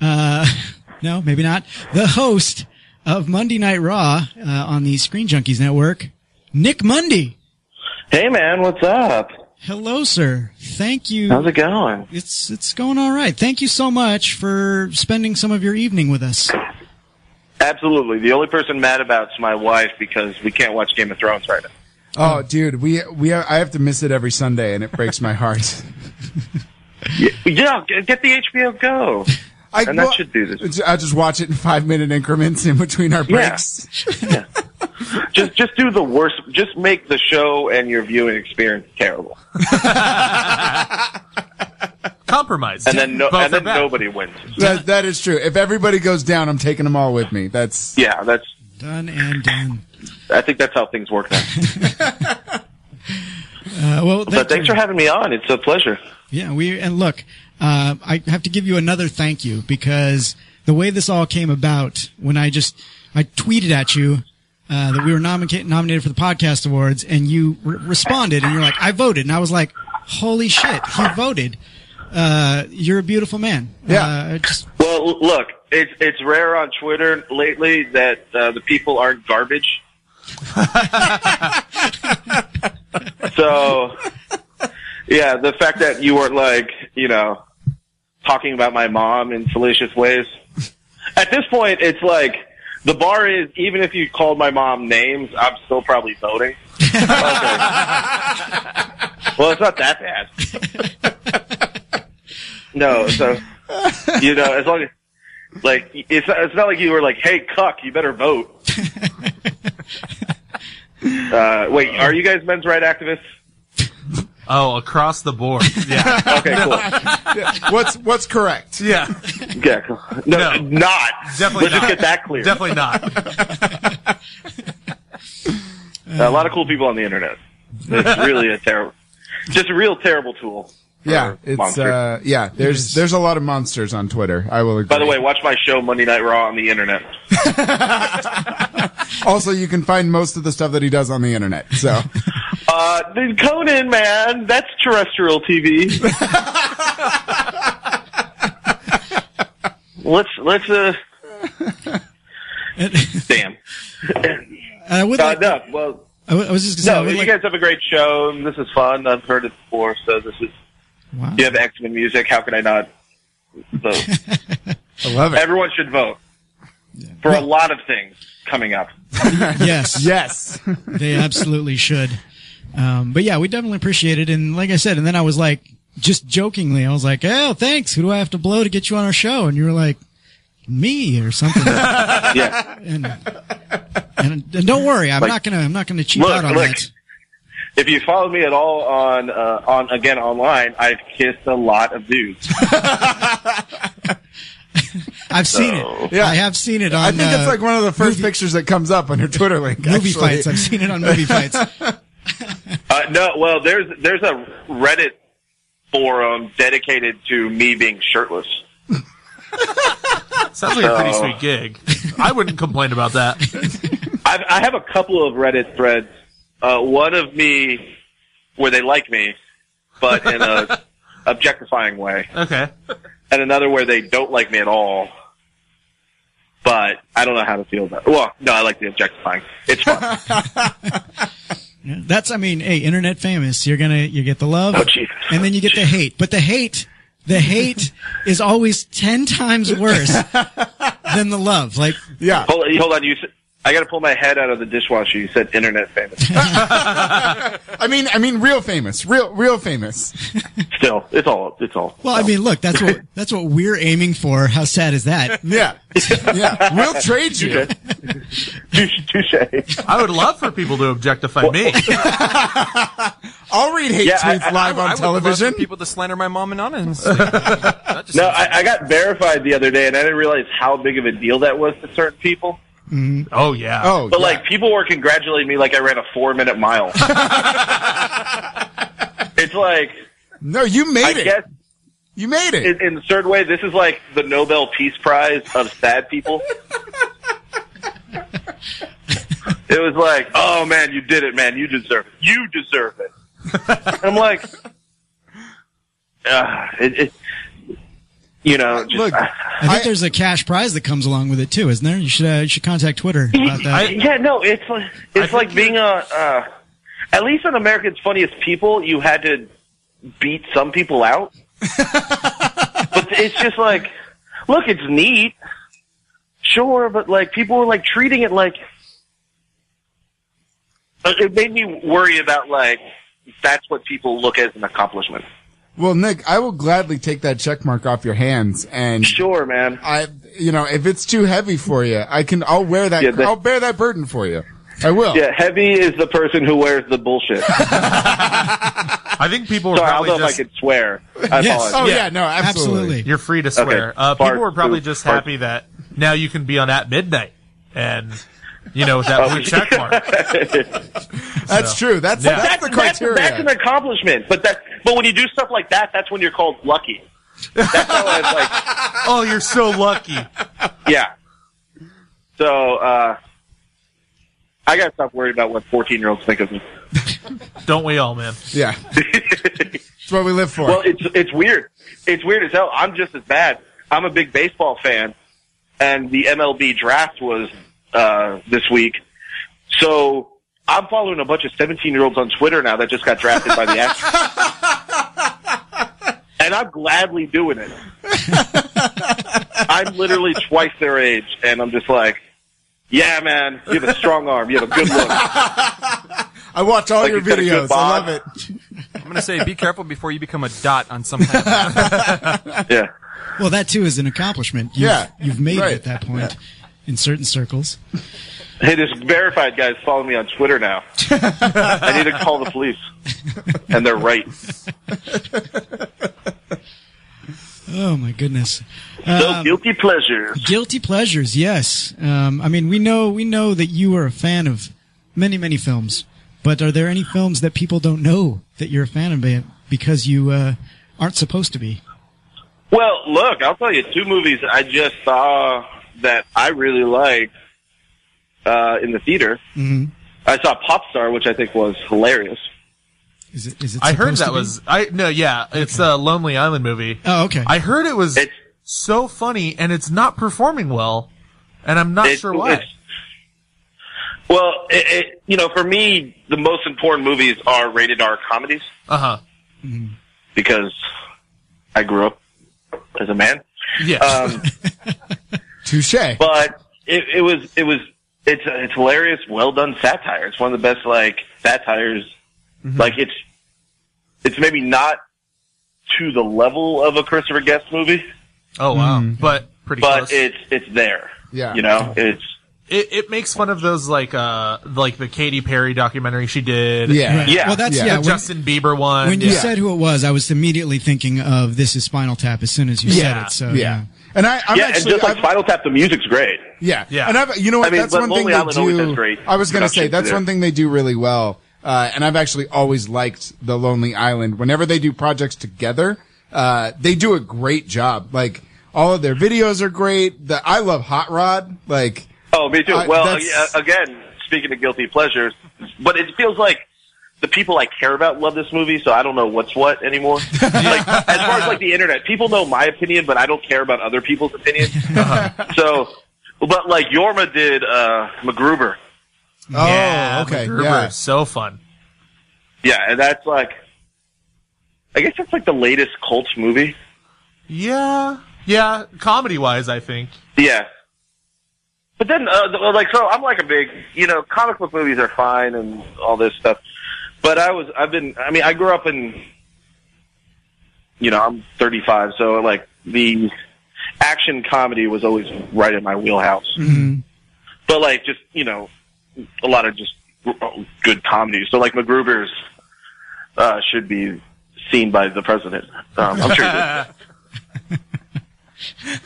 [SPEAKER 7] uh, no, maybe not, the host of Monday Night Raw uh, on the Screen Junkies Network, Nick Mundy.
[SPEAKER 17] Hey man, what's up?
[SPEAKER 7] Hello, sir. Thank you.
[SPEAKER 17] How's it going?
[SPEAKER 7] It's it's going all right. Thank you so much for spending some of your evening with us. Uh,
[SPEAKER 17] Absolutely. The only person mad about is my wife because we can't watch Game of Thrones right now.
[SPEAKER 8] Oh, dude, we we I have to miss it every Sunday, and it breaks my heart.
[SPEAKER 17] Yeah, g- get the HBO Go.
[SPEAKER 8] I-
[SPEAKER 17] and that
[SPEAKER 8] well,
[SPEAKER 17] should do this.
[SPEAKER 8] I just watch it in five minute increments in between our
[SPEAKER 17] Yeah.
[SPEAKER 8] breaks.
[SPEAKER 17] Just just do the worst. Just make the show and your viewing experience terrible.
[SPEAKER 9] Compromise.
[SPEAKER 17] And then no,
[SPEAKER 8] Both
[SPEAKER 17] and
[SPEAKER 8] are
[SPEAKER 17] then
[SPEAKER 8] bad.
[SPEAKER 17] nobody wins.
[SPEAKER 8] That that is true. If everybody goes down, I'm taking them all with me. That's
[SPEAKER 17] Yeah, that's
[SPEAKER 7] Done and done.
[SPEAKER 17] I think that's how things work now.
[SPEAKER 7] Uh, well,
[SPEAKER 17] but thanks for having me on. It's a pleasure.
[SPEAKER 7] Yeah, we and look, uh, I have to give you another thank you because the way this all came about, when I just I tweeted at you uh, that we were nomin- nominated for the podcast awards, and you re- responded, and you're like, "I voted," and I was like, "Holy shit, he voted." Uh, you're a beautiful man. Yeah. Uh, just,
[SPEAKER 17] Well, l- look, it's it's rare on Twitter lately that uh, the people aren't garbage. so, yeah, the fact that you weren't like you know talking about my mom in salacious ways. At this point, it's like the bar is even if you called my mom names, I'm still probably voting. okay. Well, it's not that bad. No, so you know, as long as like it's it's not like you were like, "Hey, cuck, you better vote." uh, wait, are you guys men's right activists?
[SPEAKER 9] Oh, across the board. Yeah.
[SPEAKER 17] Okay, cool.
[SPEAKER 8] what's what's correct?
[SPEAKER 9] Yeah.
[SPEAKER 17] Yeah, cool. no, not
[SPEAKER 9] Definitely
[SPEAKER 17] Let's just
[SPEAKER 9] not.
[SPEAKER 17] get that clear.
[SPEAKER 9] Definitely not.
[SPEAKER 17] a lot of cool people on the internet. It's really a terrible, just a real terrible tool.
[SPEAKER 8] Yeah, it's
[SPEAKER 17] monster.
[SPEAKER 8] uh, yeah. There's there's a lot of monsters on Twitter. I will agree.
[SPEAKER 17] By the way, watch my show Monday Night Raw on the internet.
[SPEAKER 8] also you can find most of the stuff that he does on the internet. So
[SPEAKER 17] Uh, then Conan, man, that's terrestrial TV. let's let's uh. Damn.
[SPEAKER 7] I would
[SPEAKER 17] uh, no, well,
[SPEAKER 7] I wa- I was just gonna say, I
[SPEAKER 17] no.
[SPEAKER 7] would
[SPEAKER 17] You
[SPEAKER 7] like-
[SPEAKER 17] guys have a great show. and This is fun. I've heard it before, so this is. You have X Men music. How can I not vote?
[SPEAKER 8] I love it.
[SPEAKER 17] Everyone should vote for a lot of things coming up.
[SPEAKER 7] yes.
[SPEAKER 8] yes.
[SPEAKER 7] they absolutely should. Um, but yeah, we definitely appreciate it. And like I said, and then I was like, just jokingly, I was like, oh, thanks. Who do I have to blow to get you on our show? And you were like, me or something.
[SPEAKER 17] yeah.
[SPEAKER 7] And, and, and don't worry, I'm
[SPEAKER 17] Like,
[SPEAKER 7] not gonna, I'm not gonna cheat out on that.
[SPEAKER 17] If you follow me at all on uh, on again online, I've kissed a lot of dudes.
[SPEAKER 7] I've seen
[SPEAKER 17] So-
[SPEAKER 7] it. Yeah. I have seen it on.
[SPEAKER 8] I think it's
[SPEAKER 7] uh,
[SPEAKER 8] like one of the first pictures that comes up on your Twitter link.
[SPEAKER 7] movie
[SPEAKER 8] actually.
[SPEAKER 7] fights. I've seen it on movie fights.
[SPEAKER 17] Uh, no, well, there's there's a Reddit forum dedicated to me being shirtless.
[SPEAKER 9] Sounds like a pretty
[SPEAKER 17] So-
[SPEAKER 9] sweet gig. I wouldn't complain about that.
[SPEAKER 17] I've, I have a couple of Reddit threads. Uh, one of me where they like me, but in a objectifying way,
[SPEAKER 9] Okay.
[SPEAKER 17] and another where they don't like me at all. But I don't know how to feel about. Well, no, I like the objectifying. It's fun.
[SPEAKER 7] Yeah, That's, I mean, hey, internet famous. You're gonna, you get the love,
[SPEAKER 17] Oh,
[SPEAKER 7] and then you get the hate. But the hate, the hate is always ten times worse than the love. Like,
[SPEAKER 8] yeah.
[SPEAKER 17] hold, hold on, you. s- I got to pull my head out of the dishwasher. You said internet famous.
[SPEAKER 8] I mean, I mean, real famous, real, real famous.
[SPEAKER 17] Still, it's all. It's all.
[SPEAKER 7] Well, I mean, look, that's what that's what we're aiming for. How sad is that?
[SPEAKER 8] Yeah, yeah. We'll trade you.
[SPEAKER 17] Touche.
[SPEAKER 9] I would love for people to objectify me.
[SPEAKER 8] I'll read
[SPEAKER 9] hate tweets live on
[SPEAKER 10] I would love for
[SPEAKER 9] television.
[SPEAKER 10] people to slander my mom anonymously.
[SPEAKER 17] No, I, I got verified the other day, and I didn't realize how big of a deal that was to certain people.
[SPEAKER 9] Oh yeah.
[SPEAKER 17] but like people were congratulating me like I ran a four minute mile. it's like
[SPEAKER 8] no, you made
[SPEAKER 17] it. Guess
[SPEAKER 8] you made it.
[SPEAKER 17] In, in the third way, this is like the Nobel Peace Prize of sad people. it was like, oh man, you did it, man. You deserve it. You deserve it. I'm like, uh, it, it, you know, just,
[SPEAKER 7] I think there's a cash prize that comes along with it too, isn't there? You should uh, you should contact Twitter about that.
[SPEAKER 17] yeah, no, it's like it's like being a. Uh, at least on America's Funniest People, you had to beat some people out. but it's just like, look, it's neat, sure, but like people were like treating it like. Uh, It made me worry about like that's what people look as an accomplishment.
[SPEAKER 8] Well, Nick, I will gladly take that check mark off your hands and
[SPEAKER 17] Sure, man.
[SPEAKER 8] I, you know, if it's too heavy for you, I can, I'll wear that,
[SPEAKER 17] Yeah, that-
[SPEAKER 8] I'll bear that burden for you. I will.
[SPEAKER 17] Yeah, heavy is the person who wears the bullshit.
[SPEAKER 9] I think people were
[SPEAKER 17] Sorry, I don't
[SPEAKER 9] probably
[SPEAKER 17] know if I
[SPEAKER 9] just.
[SPEAKER 17] could swear. I apologize.
[SPEAKER 8] Oh,
[SPEAKER 9] You're free to swear.
[SPEAKER 17] Okay.
[SPEAKER 9] Uh,
[SPEAKER 17] Fart,
[SPEAKER 9] people were probably
[SPEAKER 17] poop,
[SPEAKER 9] just
[SPEAKER 17] fart.
[SPEAKER 9] happy that now you can be on at midnight and you know with
[SPEAKER 17] Oh.
[SPEAKER 9] that blue check mark.
[SPEAKER 8] That's true. That's,
[SPEAKER 9] Yeah.
[SPEAKER 8] that's, the criteria.
[SPEAKER 17] That's, an accomplishment, but that but when you do stuff like that, that's when you're called lucky. That's how I was like,
[SPEAKER 9] oh, you're so lucky.
[SPEAKER 17] Yeah. So uh, I gotta stop worrying about what 14 year olds think of me.
[SPEAKER 9] Don't we all, man?
[SPEAKER 8] Yeah. That's what we live for.
[SPEAKER 17] Well, it's it's weird. It's weird as hell. I'm just as bad. I'm a big baseball fan, and the MLB draft was uh, this week, so. I'm following a bunch of 17 year olds on Twitter now that just got drafted by the Astros. and I'm gladly doing it. I'm literally twice their age, and I'm just like, yeah, man, you have a strong arm. You have a good look.
[SPEAKER 8] I watch all
[SPEAKER 17] Like
[SPEAKER 8] your
[SPEAKER 17] you said, a
[SPEAKER 8] videos.
[SPEAKER 17] good
[SPEAKER 8] I
[SPEAKER 17] bod.
[SPEAKER 8] love it.
[SPEAKER 10] I'm gonna say, be careful before you become a dot on some. kind of-
[SPEAKER 17] Yeah.
[SPEAKER 7] Well, that too is an accomplishment. You've,
[SPEAKER 10] Yeah,
[SPEAKER 7] you've made
[SPEAKER 10] right.
[SPEAKER 7] it at that point in certain circles.
[SPEAKER 17] Hey, this verified guy's following me on Twitter now. I need to call the police. And they're right.
[SPEAKER 7] Oh my goodness. Um,
[SPEAKER 17] so guilty pleasures.
[SPEAKER 7] Guilty pleasures, yes. Um, I mean, we know we know that you are a fan of many many films, but are there any films that people don't know that you're a fan of it because you uh, aren't supposed to be?
[SPEAKER 17] Well, look, I'll tell you two movies I just saw that I really liked uh, in the theater.
[SPEAKER 7] Mm-hmm.
[SPEAKER 17] I saw Popstar, which I think was hilarious.
[SPEAKER 7] Is it? Is it?
[SPEAKER 9] I heard
[SPEAKER 7] supposed to
[SPEAKER 9] that
[SPEAKER 7] be?
[SPEAKER 9] was I no yeah it's a Lonely Island movie.
[SPEAKER 7] Oh, okay.
[SPEAKER 9] I heard it was so funny and it's not performing well, and I'm not
[SPEAKER 17] It-
[SPEAKER 9] sure why.
[SPEAKER 17] it's- Well, it, it, you know, for me, the most important movies are rated R comedies
[SPEAKER 9] Uh huh.
[SPEAKER 17] because I grew up as a man.
[SPEAKER 9] Yeah.
[SPEAKER 17] Um,
[SPEAKER 8] Touche.
[SPEAKER 17] but it, it was it was it's it's hilarious, well done satire. It's one of the best like satires. Like it's it's maybe not to the level of a Christopher Guest movie.
[SPEAKER 9] Oh wow,
[SPEAKER 7] Hmm.
[SPEAKER 9] but pretty
[SPEAKER 17] but
[SPEAKER 9] close.
[SPEAKER 17] it's it's there.
[SPEAKER 9] Yeah.
[SPEAKER 17] you know, it's
[SPEAKER 9] It, it makes fun of those like uh like the Katy Perry documentary she did.
[SPEAKER 7] Yeah. Right.
[SPEAKER 9] yeah.
[SPEAKER 7] Well, that's- yeah,
[SPEAKER 9] The
[SPEAKER 7] when-
[SPEAKER 9] Justin Bieber one.
[SPEAKER 7] When you
[SPEAKER 9] yeah.
[SPEAKER 7] said who it was, I was immediately thinking of "This Is Spinal Tap" as soon as you said it. So yeah.
[SPEAKER 8] And I, I'm
[SPEAKER 17] yeah,
[SPEAKER 8] actually-
[SPEAKER 17] and just like Spinal Tap, the music's great.
[SPEAKER 8] Yeah, And I've, you know what?
[SPEAKER 17] I mean,
[SPEAKER 8] that's
[SPEAKER 17] but
[SPEAKER 8] one thing
[SPEAKER 17] Lonely
[SPEAKER 8] they
[SPEAKER 17] Island always has
[SPEAKER 8] do.
[SPEAKER 17] great
[SPEAKER 8] I was gonna say
[SPEAKER 17] production
[SPEAKER 8] that's
[SPEAKER 17] there.
[SPEAKER 8] one thing they do really well. Uh, and I've actually always liked the Lonely Island. Whenever they do projects together, uh, they do a great job. Like all of their videos are great. The I love Hot Rod. Like
[SPEAKER 17] Oh, me too.
[SPEAKER 8] I-
[SPEAKER 17] well,
[SPEAKER 8] that's-
[SPEAKER 17] ag- again, speaking of guilty pleasures, but it feels like the people I care about love this movie, so I don't know what's what anymore. like, as far as like the internet, people know my opinion, but I don't care about other people's opinions. so, but like Yorma did uh, MacGruber,
[SPEAKER 8] Oh,
[SPEAKER 9] yeah,
[SPEAKER 8] okay,
[SPEAKER 9] MacGruber,
[SPEAKER 8] yeah.
[SPEAKER 9] so fun.
[SPEAKER 17] yeah, and that's like, I guess that's like the latest cult movie.
[SPEAKER 9] Yeah, yeah. Comedy wise, I think.
[SPEAKER 17] Yeah. But then, uh, th- like, so I'm like a big, you know, comic book movies are fine and all this stuff. But I was, I've been, I mean, I grew up in, you know, I'm 35, so like the action comedy was always right in my wheelhouse.
[SPEAKER 7] Mm.
[SPEAKER 17] But like, just you know, a lot of just good comedy. So like, MacGruber's uh, should be seen by the president. Um, I'm sure. he did.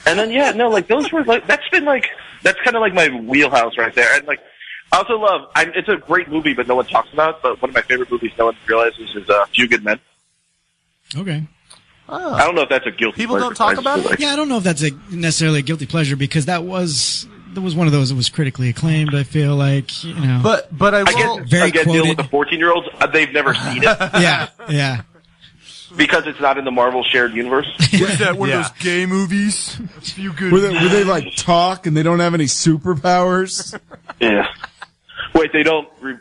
[SPEAKER 17] And then yeah, no, like those were like that's been like that's kind of like my wheelhouse right there. And like I also love I'm, it's a great movie, but no one talks about. it, But one of my favorite movies, no one realizes, is uh, Few Good Men.
[SPEAKER 7] Okay.
[SPEAKER 17] I don't know if that's a guilty.
[SPEAKER 7] People
[SPEAKER 17] pleasure. I just feel like-
[SPEAKER 7] yeah, I don't know if that's a necessarily a guilty pleasure because that was that was one of those that was critically acclaimed. I feel like you know,
[SPEAKER 9] But but I
[SPEAKER 17] guess
[SPEAKER 7] will- Very
[SPEAKER 17] I guess deal
[SPEAKER 7] quoted.
[SPEAKER 17] with the 14 year olds. Uh, they've never seen it
[SPEAKER 7] yeah, yeah,
[SPEAKER 17] because it's not in the Marvel shared universe.
[SPEAKER 8] Was that one of Yeah. those
[SPEAKER 17] gay movies?
[SPEAKER 9] Few
[SPEAKER 8] were they, were they like talk and they don't have any superpowers?
[SPEAKER 17] Yeah. Wait, they don't. Re-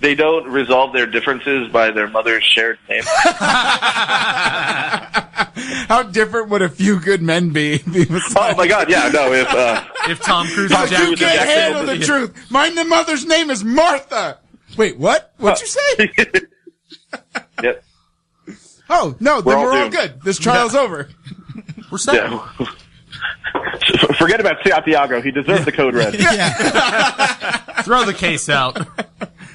[SPEAKER 17] they don't resolve their differences by their mother's shared name.
[SPEAKER 8] How different would a few good men be? oh
[SPEAKER 17] my god, yeah, no, if uh,
[SPEAKER 9] if Tom Cruise
[SPEAKER 8] How
[SPEAKER 9] and Jack
[SPEAKER 8] you can't handle the truth. Mind the mother's name is Martha. Wait, what? What'd you say?
[SPEAKER 17] Yep.
[SPEAKER 8] Oh no,
[SPEAKER 17] We're
[SPEAKER 8] then
[SPEAKER 17] all
[SPEAKER 8] we're all
[SPEAKER 17] doomed.
[SPEAKER 8] good. This trial's over.
[SPEAKER 9] We're
[SPEAKER 17] Yeah. Forget about Santiago. He deserves the code red.
[SPEAKER 9] Throw the case out.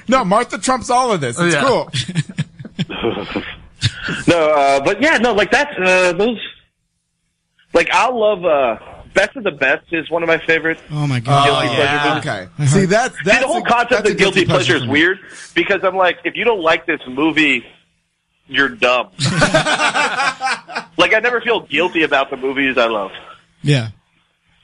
[SPEAKER 8] No, Martha trumps all of this. It's
[SPEAKER 9] Oh,
[SPEAKER 17] Yeah.
[SPEAKER 8] cool.
[SPEAKER 17] no, uh, but yeah, no, like that's uh, those. Like I love uh, Best of the Best is one of my favorites.
[SPEAKER 7] Oh my god.
[SPEAKER 17] Guilty pleasure movies.
[SPEAKER 8] Okay. See that's that's
[SPEAKER 17] See, the whole concept of guilty pleasure, is weird because I'm like, if you don't like this movie, you're dumb. like I never feel guilty about the movies I love.
[SPEAKER 7] yeah.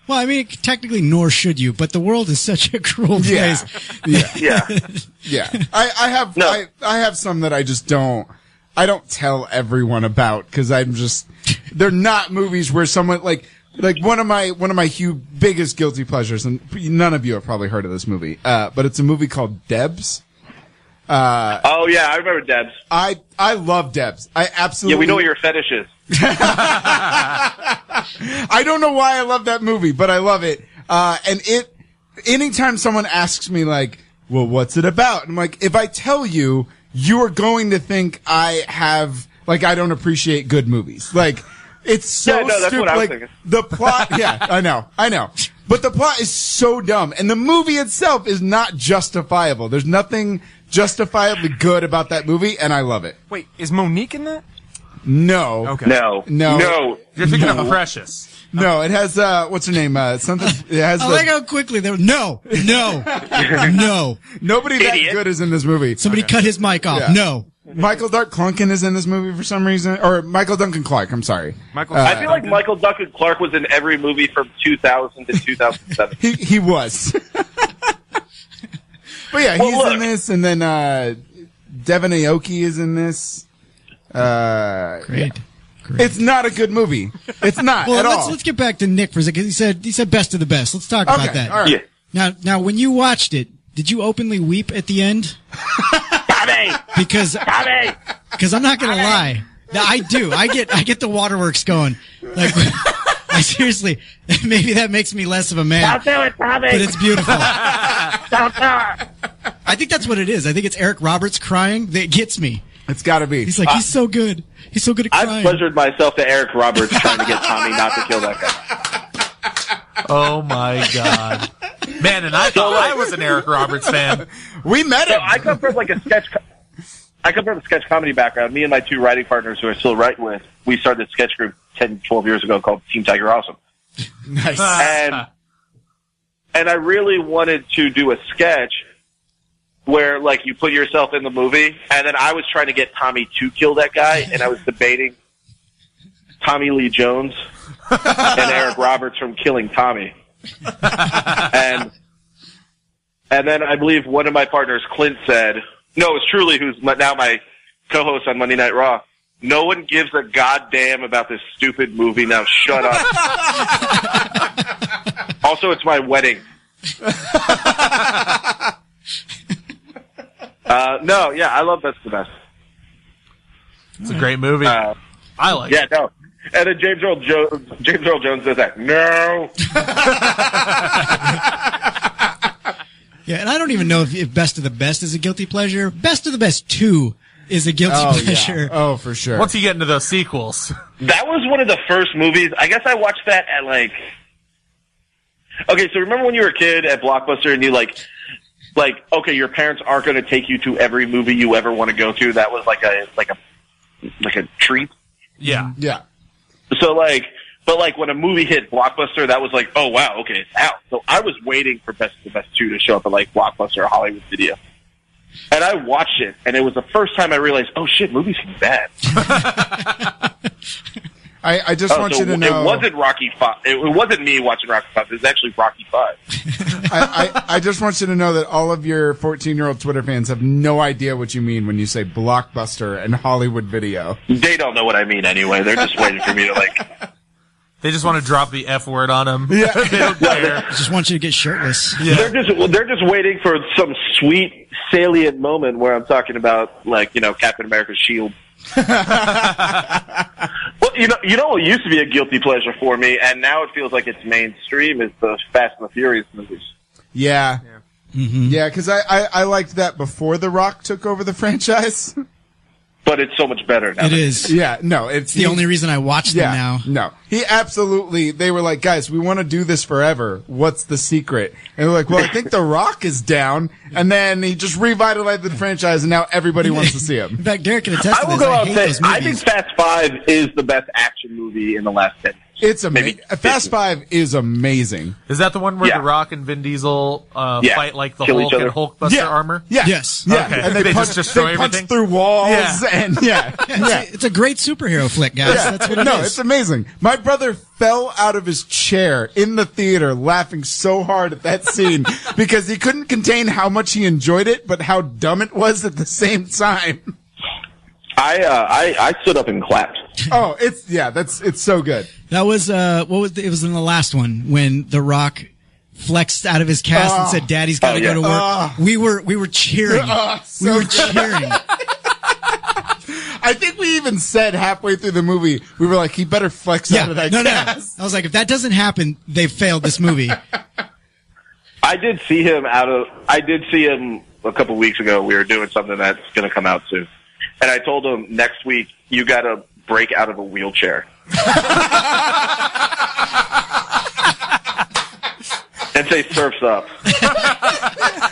[SPEAKER 7] Well, I mean, technically, nor should you, but the world is such a cruel
[SPEAKER 8] Yeah.
[SPEAKER 7] place.
[SPEAKER 17] Yeah.
[SPEAKER 8] yeah. I, I have I, I have some that I just don't I don't tell everyone about because I'm just they're not movies where someone like like one of my one of my huge biggest guilty pleasures and none of you have probably heard of this movie uh, but it's a movie called Debs. Uh,
[SPEAKER 17] oh yeah, I remember Debs.
[SPEAKER 8] I I love Debs. I absolutely
[SPEAKER 17] Yeah, we know what your fetish is.
[SPEAKER 8] I don't know why I love that movie, but I love it. Uh, and it, anytime someone asks me like, well, what's it about? I'm like, if I tell you, you are going to think I have, like, I don't appreciate good movies. Like, it's so
[SPEAKER 17] Yeah, no, that's
[SPEAKER 8] stupid.
[SPEAKER 17] what I was
[SPEAKER 8] like,
[SPEAKER 17] thinking.
[SPEAKER 8] the plot, yeah, I know, I know. But the plot is so dumb, and the movie itself is not justifiable. There's nothing justifiably good about that movie, and I love it.
[SPEAKER 10] Wait, is Monique in that?
[SPEAKER 8] No. Okay.
[SPEAKER 17] No.
[SPEAKER 8] No.
[SPEAKER 17] No.
[SPEAKER 9] You're thinking
[SPEAKER 8] No.
[SPEAKER 9] of Precious.
[SPEAKER 8] No, it has uh, what's her name? Uh, something. It has
[SPEAKER 7] I
[SPEAKER 8] the-
[SPEAKER 7] like how quickly they were, no, no, no.
[SPEAKER 8] Nobody that good is in this movie.
[SPEAKER 7] Somebody cut his mic off.
[SPEAKER 8] Yeah.
[SPEAKER 7] No.
[SPEAKER 8] Michael Dark Clunkin is in this movie for some reason, or Michael Duncan Clark. I'm sorry. Michael.
[SPEAKER 17] I feel like Michael Duncan Clark was in every movie from 2000 to 2007.
[SPEAKER 8] he he was. but yeah, he's in this, and then uh, Devin Aoki is in this. Uh,
[SPEAKER 7] Great.
[SPEAKER 8] It's not a good movie. It's not
[SPEAKER 7] well,
[SPEAKER 8] at
[SPEAKER 7] let's,
[SPEAKER 8] all.
[SPEAKER 7] let's get back to Nick for a second. He said he said best of the best. Let's talk
[SPEAKER 8] Okay,
[SPEAKER 7] about that.
[SPEAKER 8] all right. Yeah.
[SPEAKER 7] Now, now, when you watched it, did you openly weep at the end? Because because I'm not gonna lie. No, I do. I get I get the waterworks going. Like I seriously, maybe that makes me less of a man.
[SPEAKER 3] Don't do it, Bobby.
[SPEAKER 7] But it's beautiful. Don't do it. I think that's what it is. I think it's Eric Roberts crying that gets me.
[SPEAKER 8] It's got to be. Uh,
[SPEAKER 7] He's like he's so good. He's so good at
[SPEAKER 17] I've
[SPEAKER 7] crying.
[SPEAKER 17] pleasured myself to Eric Roberts trying to get Tommy not to kill that guy.
[SPEAKER 9] Oh my god, man! And I thought I was an Eric Roberts fan.
[SPEAKER 8] We met
[SPEAKER 17] him. I come from like a sketch. co- I come from a sketch comedy background. Me and my two writing partners, who I still write with, we started a sketch group 10, 12 years ago called Team Tiger Awesome.
[SPEAKER 8] Nice.
[SPEAKER 17] And and I really wanted to do a sketch where like you put yourself in the movie, and then I was trying to get Tommy to kill that guy, and I was debating Tommy Lee Jones and Eric Roberts from killing Tommy. and and then I believe one of my partners, Clint, said, "No, it's truly who's my- now my co-host on Monday Night Raw. No one gives a goddamn about this stupid movie. Now shut up." also, it's my wedding. uh, no, yeah, I love Best of the Best. Uh,
[SPEAKER 9] It's a great movie. I like
[SPEAKER 17] Yeah, no. And then James Earl Jones, James Earl Jones does that. No.
[SPEAKER 7] Yeah, and I don't even know if, if Best of the Best is a guilty pleasure. Best of the Best 2 is a guilty
[SPEAKER 9] Oh, yeah.
[SPEAKER 7] pleasure.
[SPEAKER 8] Oh, for sure.
[SPEAKER 9] Once you get into those sequels,
[SPEAKER 17] That was one of the first movies. I guess I watched that at like. Okay, so remember when you were a kid at Blockbuster and you like, like okay, your parents aren't going to take you to every movie you ever want to go to. That was like a like a like a treat.
[SPEAKER 9] yeah,
[SPEAKER 8] yeah.
[SPEAKER 17] So like, but like when a movie hit Blockbuster, that was like, oh wow, okay, it's out. So I was waiting for Best of the Best Two to show up at like Blockbuster or Hollywood Video, and I watched it, and it was the first time I realized, oh shit, movies can be bad.
[SPEAKER 8] I, I just
[SPEAKER 17] Oh,
[SPEAKER 8] want
[SPEAKER 17] so
[SPEAKER 8] you to know.
[SPEAKER 17] It wasn't Rocky Five. It, it wasn't me watching Rocky Five. It was actually Rocky Five.
[SPEAKER 8] I, I, I just want you to know that all of your 14 year old Twitter fans have no idea what you mean when you say blockbuster and Hollywood video.
[SPEAKER 17] They don't know what I mean anyway. They're just waiting for me to like.
[SPEAKER 9] they just want to drop the F word on him. Yeah, they don't care.
[SPEAKER 7] I just want you to get shirtless.
[SPEAKER 17] They're just well, they're just waiting for some sweet salient moment where I'm talking about like you know Captain America's shield. well, you know, you know what used to be a guilty pleasure for me, and now it feels like it's mainstream is the Fast and the Furious movies.
[SPEAKER 8] Yeah. Yeah,
[SPEAKER 7] Mm-hmm.
[SPEAKER 8] because I, I, I liked that before The Rock took over the franchise.
[SPEAKER 17] But it's so much better now.
[SPEAKER 7] It is.
[SPEAKER 8] Yeah, no, it's
[SPEAKER 7] It's the only reason I watch them
[SPEAKER 8] Yeah,
[SPEAKER 7] now.
[SPEAKER 8] No, he absolutely. They were like, guys, we want to do this forever. What's the secret? And they're like, well, I think The Rock is down. And then he just revitalized the franchise, and now everybody wants to see him.
[SPEAKER 7] In fact, Derek can attest
[SPEAKER 17] I
[SPEAKER 7] to
[SPEAKER 17] will
[SPEAKER 7] this.
[SPEAKER 17] go
[SPEAKER 7] I
[SPEAKER 17] out
[SPEAKER 7] hate
[SPEAKER 17] and
[SPEAKER 7] those
[SPEAKER 17] say I think
[SPEAKER 7] movies.
[SPEAKER 17] Fast Five is the best action movie in the last ten. years.
[SPEAKER 8] It's amazing. Fast Five is amazing.
[SPEAKER 9] Is that the one where The Rock and Vin Diesel uh,
[SPEAKER 8] Yeah.
[SPEAKER 9] fight like the
[SPEAKER 8] Kill
[SPEAKER 9] Hulk
[SPEAKER 8] each
[SPEAKER 9] and
[SPEAKER 8] other.
[SPEAKER 9] Hulkbuster
[SPEAKER 8] Yeah.
[SPEAKER 9] armor?
[SPEAKER 8] Yeah. Yes. Yeah.
[SPEAKER 9] Okay.
[SPEAKER 8] And they
[SPEAKER 9] they, just
[SPEAKER 8] punch-
[SPEAKER 9] destroy
[SPEAKER 8] they punch
[SPEAKER 9] everything
[SPEAKER 8] through walls
[SPEAKER 9] Yeah.
[SPEAKER 8] and- yeah.
[SPEAKER 7] It's, A, it's a great superhero flick, guys.
[SPEAKER 8] Yeah.
[SPEAKER 7] That's what it
[SPEAKER 8] no,
[SPEAKER 7] is.
[SPEAKER 8] it's amazing. My brother fell out of his chair in the theater laughing so hard at that scene because he couldn't contain how much he enjoyed it, but how dumb it was at the same time.
[SPEAKER 17] I uh, I I stood up and clapped.
[SPEAKER 8] Oh, it's yeah, that's it's so good.
[SPEAKER 7] That was uh, what was the, it was in the last one when The Rock flexed out of his cast and
[SPEAKER 8] Oh.
[SPEAKER 7] said, "Daddy's got to
[SPEAKER 8] Oh, yeah.
[SPEAKER 7] go to work."
[SPEAKER 8] Oh.
[SPEAKER 7] we were we were cheering.
[SPEAKER 8] Oh,
[SPEAKER 7] we
[SPEAKER 8] so
[SPEAKER 7] were
[SPEAKER 8] good.
[SPEAKER 7] cheering.
[SPEAKER 8] I think we even said halfway through the movie we were like, he better flex out of that
[SPEAKER 7] no,
[SPEAKER 8] cast.
[SPEAKER 7] no. I was like, if that doesn't happen, they've failed this movie.
[SPEAKER 17] I did see him out of. I did see him a couple weeks ago. We were doing something that's going to come out soon, and I told him next week you got to break out of a wheelchair. say surfs up.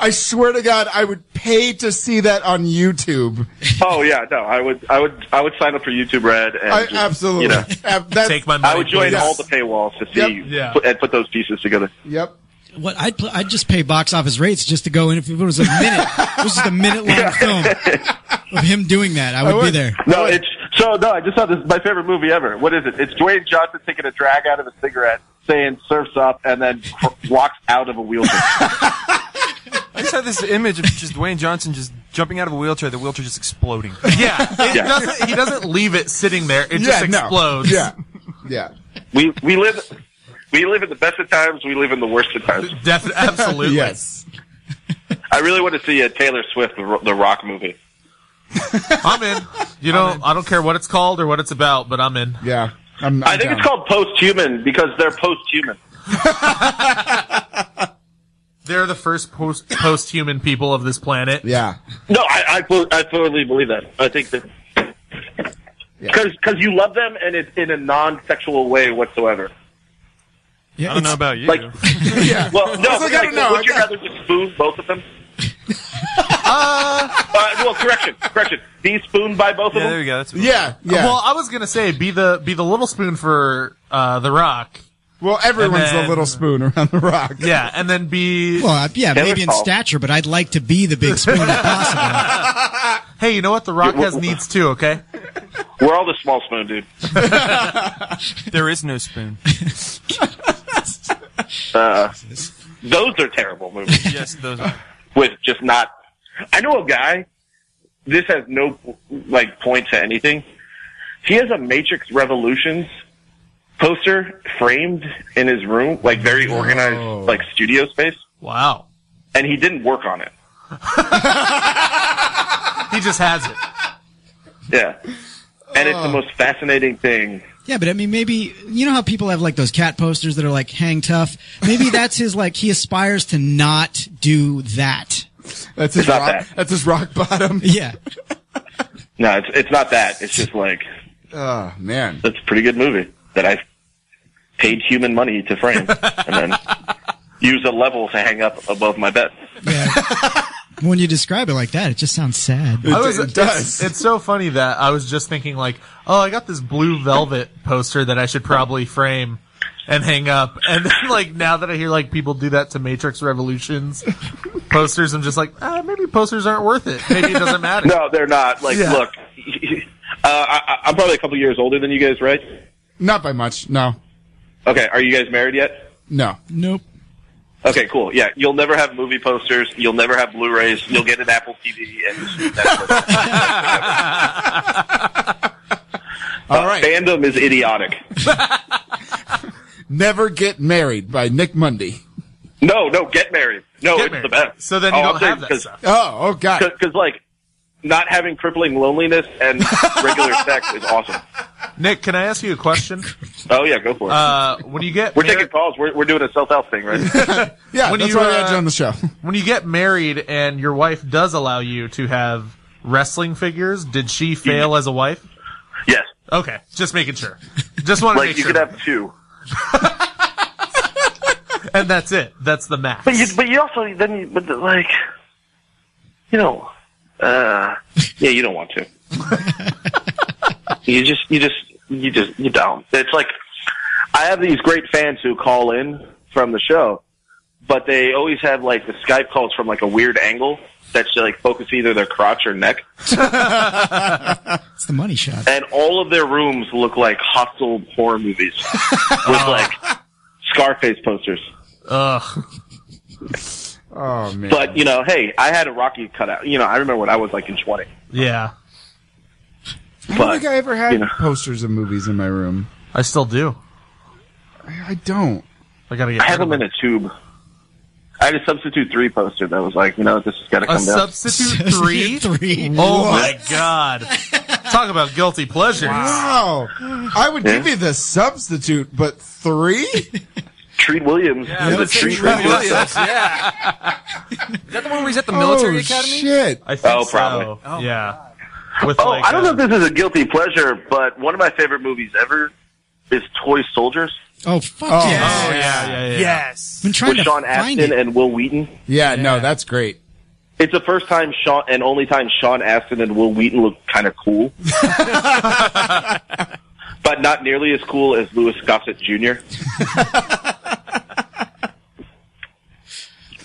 [SPEAKER 8] I swear to God, I would pay to see that on YouTube.
[SPEAKER 17] Oh yeah, no, I would, I would, I would sign up for YouTube Red and
[SPEAKER 8] I-
[SPEAKER 17] just,
[SPEAKER 8] absolutely.
[SPEAKER 17] you know,
[SPEAKER 8] Ab- that's-
[SPEAKER 9] Take my
[SPEAKER 17] I would join
[SPEAKER 9] please.
[SPEAKER 17] all the paywalls to see
[SPEAKER 9] Yep. Yeah.
[SPEAKER 17] put, and put those pieces together.
[SPEAKER 8] Yep.
[SPEAKER 7] What I'd pl- I'd just pay box office rates just to go in if it was a minute. it was just a minute long film of him doing that. I would, be there.
[SPEAKER 17] No, it's so no. I just saw this my favorite movie ever. What is it? It's Dwayne Johnson taking a drag out of a cigarette, saying "surfs up," and then cr- walks out of a wheelchair.
[SPEAKER 10] I just had this image of just Dwayne Johnson just jumping out of a wheelchair, the wheelchair just exploding.
[SPEAKER 9] Yeah, it doesn't- he doesn't leave it sitting there. It just explodes.
[SPEAKER 8] yeah.
[SPEAKER 17] We we live we live in the best of times. We live in the worst of times.
[SPEAKER 9] Def- absolutely.
[SPEAKER 8] yes.
[SPEAKER 17] I really want to see a Taylor Swift the, Ro- the Rock movie.
[SPEAKER 9] I'm in. You know, I don't care what it's called or what it's about, but I'm in.
[SPEAKER 8] Yeah. I'm,
[SPEAKER 17] I think it's called post-human because they're post-human.
[SPEAKER 9] They're the first post post human people of this planet.
[SPEAKER 8] Yeah.
[SPEAKER 17] No, I, I, I totally believe that. I think that because you love them and it's in a non-sexual way whatsoever.
[SPEAKER 10] I don't know about you.
[SPEAKER 17] Like, well, no,
[SPEAKER 10] I was like,
[SPEAKER 17] like,
[SPEAKER 10] I don't know.
[SPEAKER 17] would you rather just spoon both of them? uh, well, correction, correction. Be spooned by both of them.
[SPEAKER 9] there you
[SPEAKER 10] go.
[SPEAKER 9] Yeah, yeah. Well, I was gonna say be the be the little spoon for uh, the Rock.
[SPEAKER 8] Well, everyone's
[SPEAKER 9] And
[SPEAKER 8] the
[SPEAKER 9] then-
[SPEAKER 8] little spoon around the rock.
[SPEAKER 9] Yeah, and then be
[SPEAKER 7] Well, I- yeah, maybe in stature, but I'd like to be the big spoon if possible.
[SPEAKER 9] Hey, you know what? The Rock has needs too. Okay.
[SPEAKER 17] We're all the small spoon, dude.
[SPEAKER 10] there is no spoon.
[SPEAKER 17] Uh, those are terrible movies.
[SPEAKER 10] yes, those are.
[SPEAKER 17] With just not. I know a guy. This has no like point to anything. He has a Matrix Revolutions poster framed in his room, like very organized, like studio space.
[SPEAKER 9] Wow.
[SPEAKER 17] And he didn't work on it.
[SPEAKER 9] He just has it.
[SPEAKER 17] Yeah. And
[SPEAKER 9] Oh.
[SPEAKER 17] it's the most fascinating thing.
[SPEAKER 7] Yeah, but I mean, maybe you know how people have like those cat posters that are like "hang tough." Maybe that's his like he aspires to not do that.
[SPEAKER 8] That's
[SPEAKER 17] his It's not rock- that.
[SPEAKER 8] That's his rock bottom.
[SPEAKER 7] Yeah,
[SPEAKER 17] No, it's it's not that. It's just like
[SPEAKER 8] Oh, man.
[SPEAKER 17] that's a pretty good movie that I paid human money to frame and then use a level to hang up above my bed.
[SPEAKER 7] when you describe it like that, it just sounds sad.
[SPEAKER 9] I was, It's, it's so funny that I was just thinking like, oh, I got this blue velvet poster that I should probably frame and hang up. And then like now that I hear like people do that to Matrix Revolutions posters, I'm just like, ah, maybe posters aren't worth it. Maybe it doesn't matter.
[SPEAKER 17] No, they're not. Like,
[SPEAKER 9] Yeah.
[SPEAKER 17] look, uh, I, I'm probably a couple years older than you guys, right?
[SPEAKER 8] Not by much. No.
[SPEAKER 17] Okay, are you guys married yet?
[SPEAKER 8] No.
[SPEAKER 7] Nope.
[SPEAKER 17] Okay, cool. Yeah, you'll never have movie posters. You'll never have Blu-rays. You'll get an Apple TV. And All right. Uh, Fandom is idiotic.
[SPEAKER 8] Never Get Married by Nick Mundy.
[SPEAKER 17] No, no, get married. No,
[SPEAKER 8] Get
[SPEAKER 17] it's
[SPEAKER 8] married.
[SPEAKER 17] the best.
[SPEAKER 8] So then you don't have that stuff. Oh, oh god.
[SPEAKER 17] Because like not having crippling loneliness and regular sex is awesome.
[SPEAKER 9] Nick, can I ask you a question?
[SPEAKER 17] Oh yeah, go for it.
[SPEAKER 9] Uh, when you get
[SPEAKER 17] we're taking calls. We're, we're doing a self-help thing, right?
[SPEAKER 8] Yeah,
[SPEAKER 9] When
[SPEAKER 8] that's
[SPEAKER 9] you,
[SPEAKER 8] why we
[SPEAKER 9] uh,
[SPEAKER 8] had you on the show.
[SPEAKER 9] When you get married and your wife does allow you to have wrestling figures, did she fail as a wife?
[SPEAKER 17] Yes.
[SPEAKER 9] Okay, just making sure. Just want to
[SPEAKER 17] like
[SPEAKER 9] make
[SPEAKER 17] you
[SPEAKER 9] sure.
[SPEAKER 17] could have two.
[SPEAKER 9] and that's it. That's the max.
[SPEAKER 17] But you, but you also then you, but like, you know, uh, yeah, you don't want to. you just, you just, you just, you don't. It's like I have these great fans who call in from the show, but they always have like the Skype calls from like a weird angle that's like focus either their crotch or neck,
[SPEAKER 7] It's the money shot.
[SPEAKER 17] and all of their rooms look like hostile horror movies with like Scarface posters.
[SPEAKER 9] Ugh.
[SPEAKER 8] Oh man.
[SPEAKER 17] But you know, hey, I had a Rocky cutout. You know, I remember when I was like in twenty.
[SPEAKER 9] Yeah.
[SPEAKER 8] I don't
[SPEAKER 17] But,
[SPEAKER 8] think I ever had
[SPEAKER 17] you know.
[SPEAKER 8] posters of movies in my room.
[SPEAKER 9] I still do.
[SPEAKER 8] I, I don't.
[SPEAKER 9] I gotta
[SPEAKER 17] I have them in a tube. I had a substitute three poster that was like, you know, this has got to
[SPEAKER 9] A
[SPEAKER 17] come down.
[SPEAKER 9] substitute three?
[SPEAKER 7] three.
[SPEAKER 9] Oh my
[SPEAKER 8] What?
[SPEAKER 9] god. Talk about guilty pleasures.
[SPEAKER 8] Wow. I would give you the substitute, but three?
[SPEAKER 17] Treat Williams.
[SPEAKER 8] Yeah,
[SPEAKER 17] The
[SPEAKER 8] let's say
[SPEAKER 17] Treat
[SPEAKER 8] Treat
[SPEAKER 17] Williams.
[SPEAKER 8] Williams,
[SPEAKER 10] yeah. Is that the one where he's at the
[SPEAKER 8] Oh,
[SPEAKER 10] military academy?
[SPEAKER 8] Shit.
[SPEAKER 9] I think
[SPEAKER 17] Oh,
[SPEAKER 9] so.
[SPEAKER 17] probably.
[SPEAKER 9] yeah.
[SPEAKER 17] oh,
[SPEAKER 8] uh,
[SPEAKER 17] I don't know if this is a guilty pleasure, but one of my favorite movies ever is Toy Soldiers.
[SPEAKER 7] Oh fuck
[SPEAKER 8] Oh,
[SPEAKER 7] yes.
[SPEAKER 8] oh, yeah, yeah, yeah. Yes. Been trying
[SPEAKER 17] with
[SPEAKER 8] to
[SPEAKER 17] Sean
[SPEAKER 8] find
[SPEAKER 17] Astin
[SPEAKER 8] it.
[SPEAKER 17] and Will Wheaton.
[SPEAKER 8] Yeah, no, that's great.
[SPEAKER 17] It's the first time Sean and only time Sean Astin and Will Wheaton look kind of cool, but not nearly as cool as Louis Gossett Jr.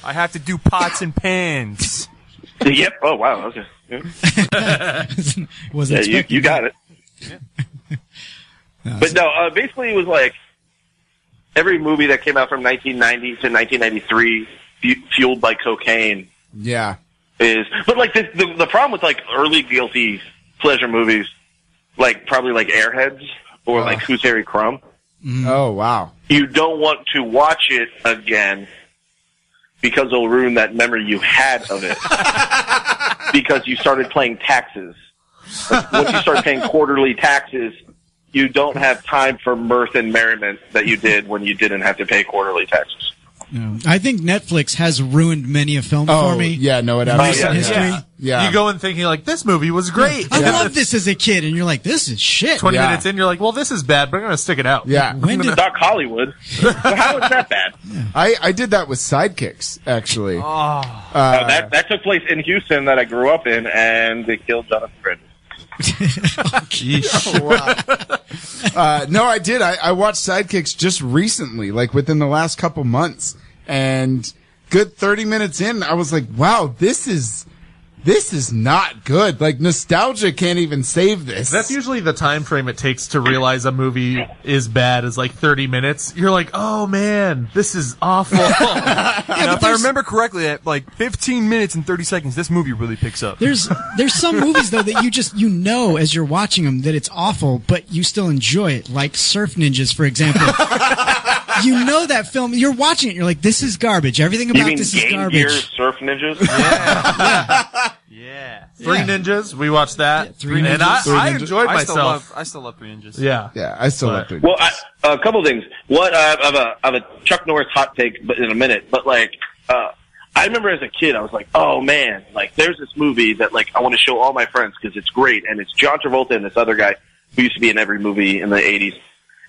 [SPEAKER 10] I have to do pots and pans.
[SPEAKER 17] yep. Oh wow. Okay. Yeah.
[SPEAKER 10] Wasn't
[SPEAKER 17] Yeah, you,
[SPEAKER 10] expecting
[SPEAKER 17] you got it. but no, uh, basically it was like every movie that came out from 1990 to 1993 fu- fueled by cocaine
[SPEAKER 8] Yeah.
[SPEAKER 17] is but like the, the the problem with like early guilty pleasure movies like probably like airheads or like who's harry crumb
[SPEAKER 9] Mm.
[SPEAKER 8] Oh wow.
[SPEAKER 17] you don't want to watch it again because it'll ruin that memory you had of it because you started playing taxes Like, once you start paying quarterly taxes you don't have time for mirth and merriment that you did when you didn't have to pay quarterly taxes
[SPEAKER 7] I think Netflix has ruined many a film for me.
[SPEAKER 8] Oh, yeah, no, it
[SPEAKER 7] in
[SPEAKER 8] absolutely-
[SPEAKER 7] recent history.
[SPEAKER 9] Yeah. You go in thinking like this movie was great.
[SPEAKER 7] I love this as a kid, and you're like, this is shit.
[SPEAKER 9] Twenty minutes in, you're like, well, this is bad, but I'm gonna stick it out.
[SPEAKER 8] Yeah. When did-
[SPEAKER 17] Doc Hollywood? How is that bad?
[SPEAKER 8] I, I did that with sidekicks, actually.
[SPEAKER 9] Oh.
[SPEAKER 17] Uh, that that took place in Houston that I grew up in, and they killed Jonathan Bridges.
[SPEAKER 8] Oh, wow.
[SPEAKER 9] Oh,
[SPEAKER 8] uh, no, I did. I, I watched Sidekicks just recently, like within the last couple months, and good thirty minutes in, I was like, "Wow, this is this is not good." Like nostalgia can't even save this.
[SPEAKER 9] That's usually the time frame it takes to realize a movie is bad is like 30 minutes. You're like, oh man, this is awful.
[SPEAKER 10] Now, if I remember correctly, at like 15 minutes and 30 seconds, this movie really picks up.
[SPEAKER 7] There's there's some movies though that you just you know as you're watching them that it's awful, but you still enjoy it. Like Surf Ninjas, for example. you know that film. You're watching it. You're like, this is garbage. Everything
[SPEAKER 17] You
[SPEAKER 7] about
[SPEAKER 17] mean
[SPEAKER 7] this is
[SPEAKER 17] Game
[SPEAKER 7] garbage.
[SPEAKER 17] Gear Surf Ninjas? Yeah.
[SPEAKER 9] Three
[SPEAKER 10] Yeah.
[SPEAKER 9] Ninjas, we watched that.
[SPEAKER 10] Three
[SPEAKER 9] and
[SPEAKER 10] Ninjas.
[SPEAKER 9] I,
[SPEAKER 10] Three
[SPEAKER 9] I
[SPEAKER 10] Ninjas.
[SPEAKER 9] enjoyed
[SPEAKER 10] I still
[SPEAKER 9] myself.
[SPEAKER 10] love- I still love Three Ninjas.
[SPEAKER 9] Yeah.
[SPEAKER 8] Yeah, I still like
[SPEAKER 17] Well, I, a couple things. What uh, I have a I have a Chuck Norris hot take, but in a minute. But like, uh, I remember as a kid, I was like, oh man, like there's this movie that like I want to show all my friends because it's great, and it's John Travolta and this other guy who used to be in every movie in the '80s.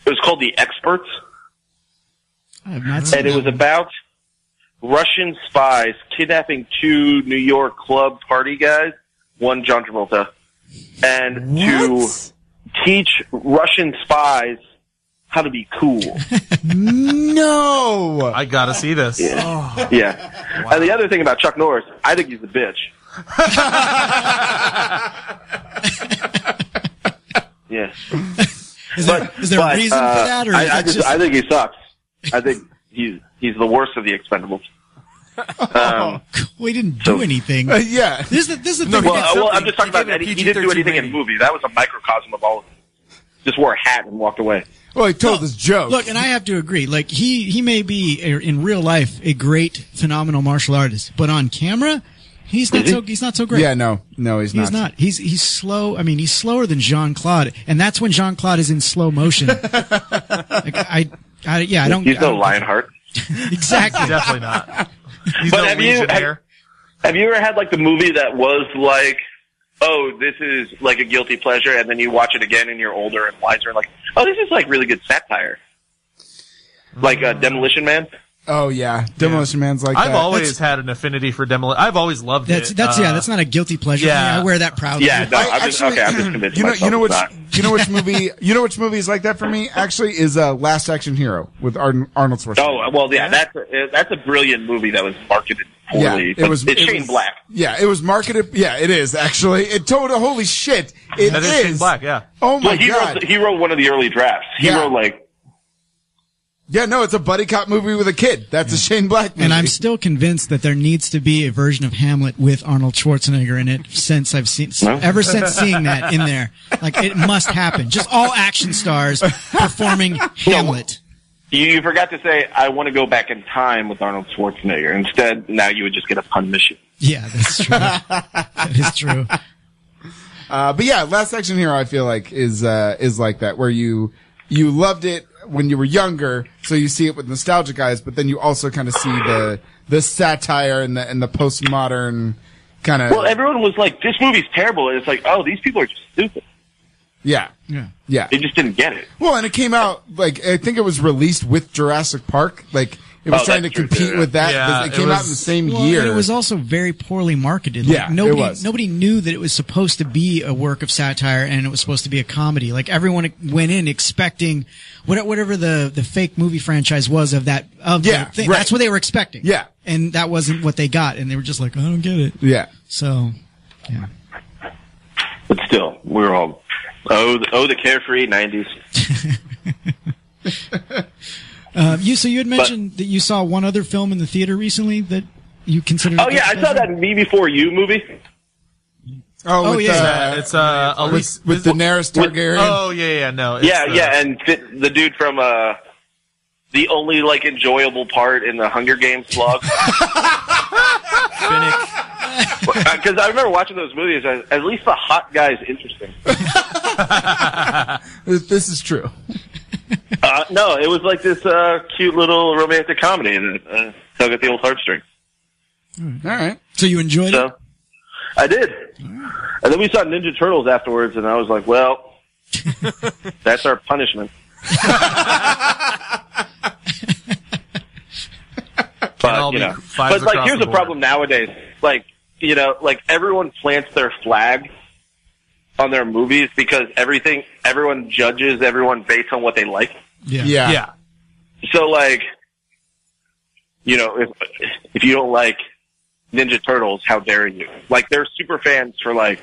[SPEAKER 17] It was called The Experts. and it was about Russian spies kidnapping two New York club party guys, one John Travolta, and to teach Russian spies how to be cool.
[SPEAKER 8] no,
[SPEAKER 9] I gotta see this.
[SPEAKER 17] yeah. And the other thing about Chuck Norris, I think he's a bitch. yeah.
[SPEAKER 7] Is there, is there a
[SPEAKER 17] But,
[SPEAKER 7] reason
[SPEAKER 17] uh,
[SPEAKER 7] for that, or
[SPEAKER 17] I,
[SPEAKER 7] is
[SPEAKER 17] I
[SPEAKER 7] that
[SPEAKER 17] just,
[SPEAKER 7] just-
[SPEAKER 17] I think he sucks. I think he's he's the worst of the Expendables. Um,
[SPEAKER 7] we didn't do anything?
[SPEAKER 17] Uh, yeah.
[SPEAKER 7] This is the, this is the
[SPEAKER 17] No,
[SPEAKER 7] Oh, thing.
[SPEAKER 17] well, uh, well, I'm just talking about any, he didn't do anything in the movie. That was a microcosm of all of them. Just wore a hat and walked away.
[SPEAKER 8] Well, he told this joke.
[SPEAKER 7] Look, and I have to agree. Like he he may be a, in real life a great, phenomenal martial artist, but on camera, he's not so he's not so great.
[SPEAKER 8] Yeah, no, no, he's,
[SPEAKER 7] He's not. He's he's slow. I mean, he's slower than Jean Claude, and that's when Jean Claude is in slow motion. like, I, I, yeah, I don't.
[SPEAKER 17] He's
[SPEAKER 7] I
[SPEAKER 17] no
[SPEAKER 7] don't-
[SPEAKER 17] Lionheart.
[SPEAKER 7] Exactly.
[SPEAKER 9] Definitely not.
[SPEAKER 17] but
[SPEAKER 9] no
[SPEAKER 17] have you have, have you ever had like the movie that was like, oh, this is like a guilty pleasure, and then you watch it again and you're older and wiser, and like, oh, this is like really good satire. Like uh, Demolition Man.
[SPEAKER 8] Oh yeah, Demolition Man's like
[SPEAKER 9] I've
[SPEAKER 8] that.
[SPEAKER 9] always had an affinity for Demolition. I've always loved
[SPEAKER 7] That's
[SPEAKER 9] it.
[SPEAKER 7] that's
[SPEAKER 9] Uh,
[SPEAKER 7] yeah. That's not a guilty pleasure.
[SPEAKER 9] yeah.
[SPEAKER 7] I mean, I wear that proudly.
[SPEAKER 9] Yeah, no, I- I'm just-
[SPEAKER 8] actually-
[SPEAKER 9] okay, I'm just convincing
[SPEAKER 8] you know, you
[SPEAKER 9] myself
[SPEAKER 8] know which,
[SPEAKER 9] it's not.
[SPEAKER 8] you know which movie, you know which movie is like that for me. Actually, is uh, Last Action Hero with Ar- Arnold Schwarzenegger.
[SPEAKER 17] Oh well, yeah, that's a, that's a brilliant movie that was marketed poorly.
[SPEAKER 8] it
[SPEAKER 17] but
[SPEAKER 8] was-
[SPEAKER 17] it's
[SPEAKER 8] it
[SPEAKER 17] Shane
[SPEAKER 8] was-
[SPEAKER 17] Black.
[SPEAKER 8] Yeah, it was marketed. Yeah, it is actually. It told holy shit. It
[SPEAKER 17] That is Shane Black,
[SPEAKER 9] yeah.
[SPEAKER 8] Oh my
[SPEAKER 17] Well, he
[SPEAKER 8] god.
[SPEAKER 17] Wrote, he wrote one of the early drafts. He
[SPEAKER 8] Yeah.
[SPEAKER 17] wrote like
[SPEAKER 8] yeah, no, it's a buddy cop movie with a kid. That's a Shane Black movie.
[SPEAKER 7] And I'm still convinced that there needs to be a version of Hamlet with Arnold Schwarzenegger in it. Since I've seen,
[SPEAKER 8] No?
[SPEAKER 7] ever since seeing that in there, like it must happen. Just all action stars performing Hamlet.
[SPEAKER 17] you, you forgot to say I want to go back in time with Arnold Schwarzenegger. Instead, now you would just get a pun mission.
[SPEAKER 7] Yeah, that's true. that is true.
[SPEAKER 8] Uh, but yeah, Last Action Hero, I feel like is uh, is like that, where you you loved it when you were younger, so you see it with nostalgic eyes, but then you also kind of see the the satire and the and the postmodern kind of.
[SPEAKER 9] Uh,
[SPEAKER 17] Well, everyone was like, "This movie's terrible," and it's like, "Oh, these people are just stupid."
[SPEAKER 8] Yeah.
[SPEAKER 7] Yeah.
[SPEAKER 8] Yeah.
[SPEAKER 17] They just didn't get it.
[SPEAKER 8] Well, and it came out like I think it was released with Jurassic Park. Like it was
[SPEAKER 17] Oh,
[SPEAKER 8] trying to
[SPEAKER 17] that's true,
[SPEAKER 8] compete
[SPEAKER 17] too.
[SPEAKER 8] with that.
[SPEAKER 17] Yeah,
[SPEAKER 8] it
[SPEAKER 17] it
[SPEAKER 8] came out in
[SPEAKER 17] was-
[SPEAKER 8] the same
[SPEAKER 7] Well,
[SPEAKER 8] year.
[SPEAKER 7] and it was also very poorly marketed.
[SPEAKER 8] Yeah,
[SPEAKER 7] like,
[SPEAKER 8] it
[SPEAKER 7] nobody
[SPEAKER 8] was.
[SPEAKER 7] nobody knew that it was supposed to be a work of satire and it was supposed to be a comedy. Like everyone went in expecting what- whatever the, the fake movie franchise was of that of
[SPEAKER 8] Yeah,
[SPEAKER 7] the thing.
[SPEAKER 8] right.
[SPEAKER 7] That's what they were expecting.
[SPEAKER 8] Yeah.
[SPEAKER 7] and that wasn't what they got, and they were just like, I don't get it.
[SPEAKER 8] Yeah.
[SPEAKER 7] So
[SPEAKER 17] But still, we were all oh the, oh the carefree nineties.
[SPEAKER 7] uh, you so you had mentioned that you saw one other film in the theater recently that you considered.
[SPEAKER 17] Oh yeah, I saw that Me Before You movie.
[SPEAKER 8] Oh,
[SPEAKER 17] with,
[SPEAKER 9] yeah, it's uh, Elise,
[SPEAKER 8] with Daenerys Targaryen.
[SPEAKER 9] oh yeah, yeah, no, it's,
[SPEAKER 17] yeah,
[SPEAKER 9] uh,
[SPEAKER 17] yeah, and fit, the dude from uh, the only like enjoyable part in the Hunger Games vlog. Because uh, I remember watching those movies. I, at least the hot guy is interesting.
[SPEAKER 8] This- this is true.
[SPEAKER 17] Uh, no, it was like this uh, cute little romantic comedy, and it, uh, tug at the old heartstring.
[SPEAKER 8] All right.
[SPEAKER 7] So you enjoyed
[SPEAKER 17] it? I did. And then we saw Ninja Turtles afterwards, and I was like, well, that's our punishment. but, you know,
[SPEAKER 9] fives
[SPEAKER 17] but like,
[SPEAKER 9] across
[SPEAKER 17] here's
[SPEAKER 9] the
[SPEAKER 17] the problem nowadays. Like, you know, like everyone plants their flag on their movies because everything, everyone judges everyone based on what they like.
[SPEAKER 7] Yeah.
[SPEAKER 8] Yeah.
[SPEAKER 17] So like, you know, if if you don't like Ninja Turtles, how dare you? Like they're super fans for like,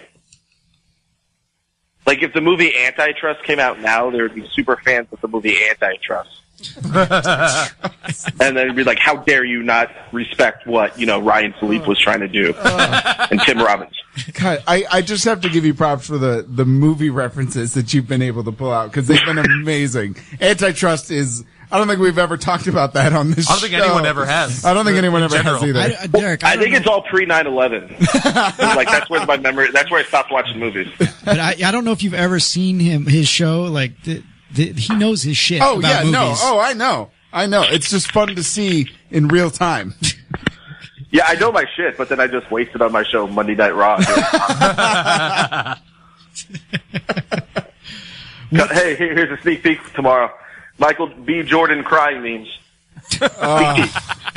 [SPEAKER 17] like if the movie Antitrust came out now, there would be super fans of the movie Antitrust, and then it'd be like, how dare you not respect what you know Ryan Philippe was trying to do
[SPEAKER 9] Uh.
[SPEAKER 17] and Tim Robbins.
[SPEAKER 8] God, I, I just have to give you props for the, the movie references that you've been able to pull out because they've been amazing. Antitrust is, I don't think we've ever talked about that on this
[SPEAKER 9] I don't think
[SPEAKER 8] show.
[SPEAKER 9] anyone ever has,
[SPEAKER 8] I don't think
[SPEAKER 9] in
[SPEAKER 8] anyone ever
[SPEAKER 9] general.
[SPEAKER 8] has either.
[SPEAKER 9] I-
[SPEAKER 7] Derek,
[SPEAKER 17] I, think it's all pre 9-11. like that's where my memory. That's where I stopped watching movies.
[SPEAKER 7] but I, I don't know if you've ever seen him his show. Like the, the, he knows his shit.
[SPEAKER 8] oh,
[SPEAKER 7] about
[SPEAKER 8] yeah, no.
[SPEAKER 7] movies.
[SPEAKER 8] Oh, I know. I know. It's just fun to see in real time.
[SPEAKER 17] Yeah, I know my shit, but then I just wasted on my show Monday Night Raw. So, hey, here- here's a sneak peek tomorrow. Michael B. Jordan crying memes.
[SPEAKER 8] Oh,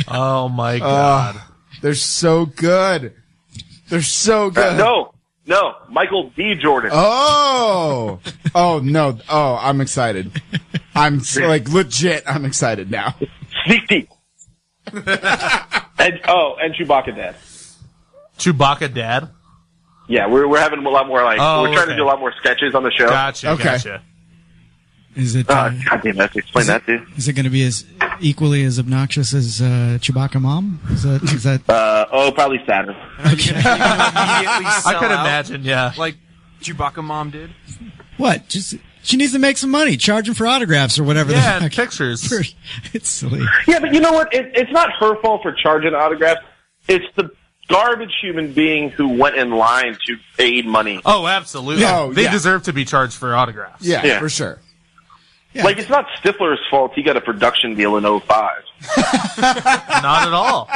[SPEAKER 9] oh my
[SPEAKER 17] God.
[SPEAKER 8] Ah. they're so good. They're so
[SPEAKER 17] Uh,
[SPEAKER 8] good.
[SPEAKER 17] no, no, Michael B. Jordan.
[SPEAKER 8] Oh, oh no! Oh, I'm excited. I'm s- like legit. I'm excited now.
[SPEAKER 17] Sneak peek. and oh, and Chewbacca dad.
[SPEAKER 9] Chewbacca dad.
[SPEAKER 17] Yeah, we're we're having a lot more like
[SPEAKER 9] Oh,
[SPEAKER 17] we're trying
[SPEAKER 9] okay.
[SPEAKER 17] to do a lot more sketches on the show.
[SPEAKER 9] Gotcha, Okay.
[SPEAKER 7] gotcha. Is it?
[SPEAKER 17] Uh, God damn, that's explain that dude.
[SPEAKER 7] Is it going to be as equally as obnoxious as uh, Chewbacca mom? Is that is that
[SPEAKER 17] Uh, oh, probably sadder.
[SPEAKER 9] I could imagine, yeah.
[SPEAKER 10] Like Chewbacca mom did.
[SPEAKER 7] what? Just she needs to make some money, charging for autographs or whatever.
[SPEAKER 9] Yeah,
[SPEAKER 7] the fuck.
[SPEAKER 9] pictures.
[SPEAKER 7] it's silly.
[SPEAKER 17] Yeah, but you know what? It, it's not her fault for charging autographs. It's the garbage human being who went in line to aid money.
[SPEAKER 9] Oh, absolutely.
[SPEAKER 17] Yeah. Oh,
[SPEAKER 9] they
[SPEAKER 17] yeah.
[SPEAKER 9] deserve to be charged for autographs.
[SPEAKER 17] Yeah, Yeah. for
[SPEAKER 8] sure.
[SPEAKER 17] Like, it's not Stifler's fault he got a production deal in 05.
[SPEAKER 9] not at all.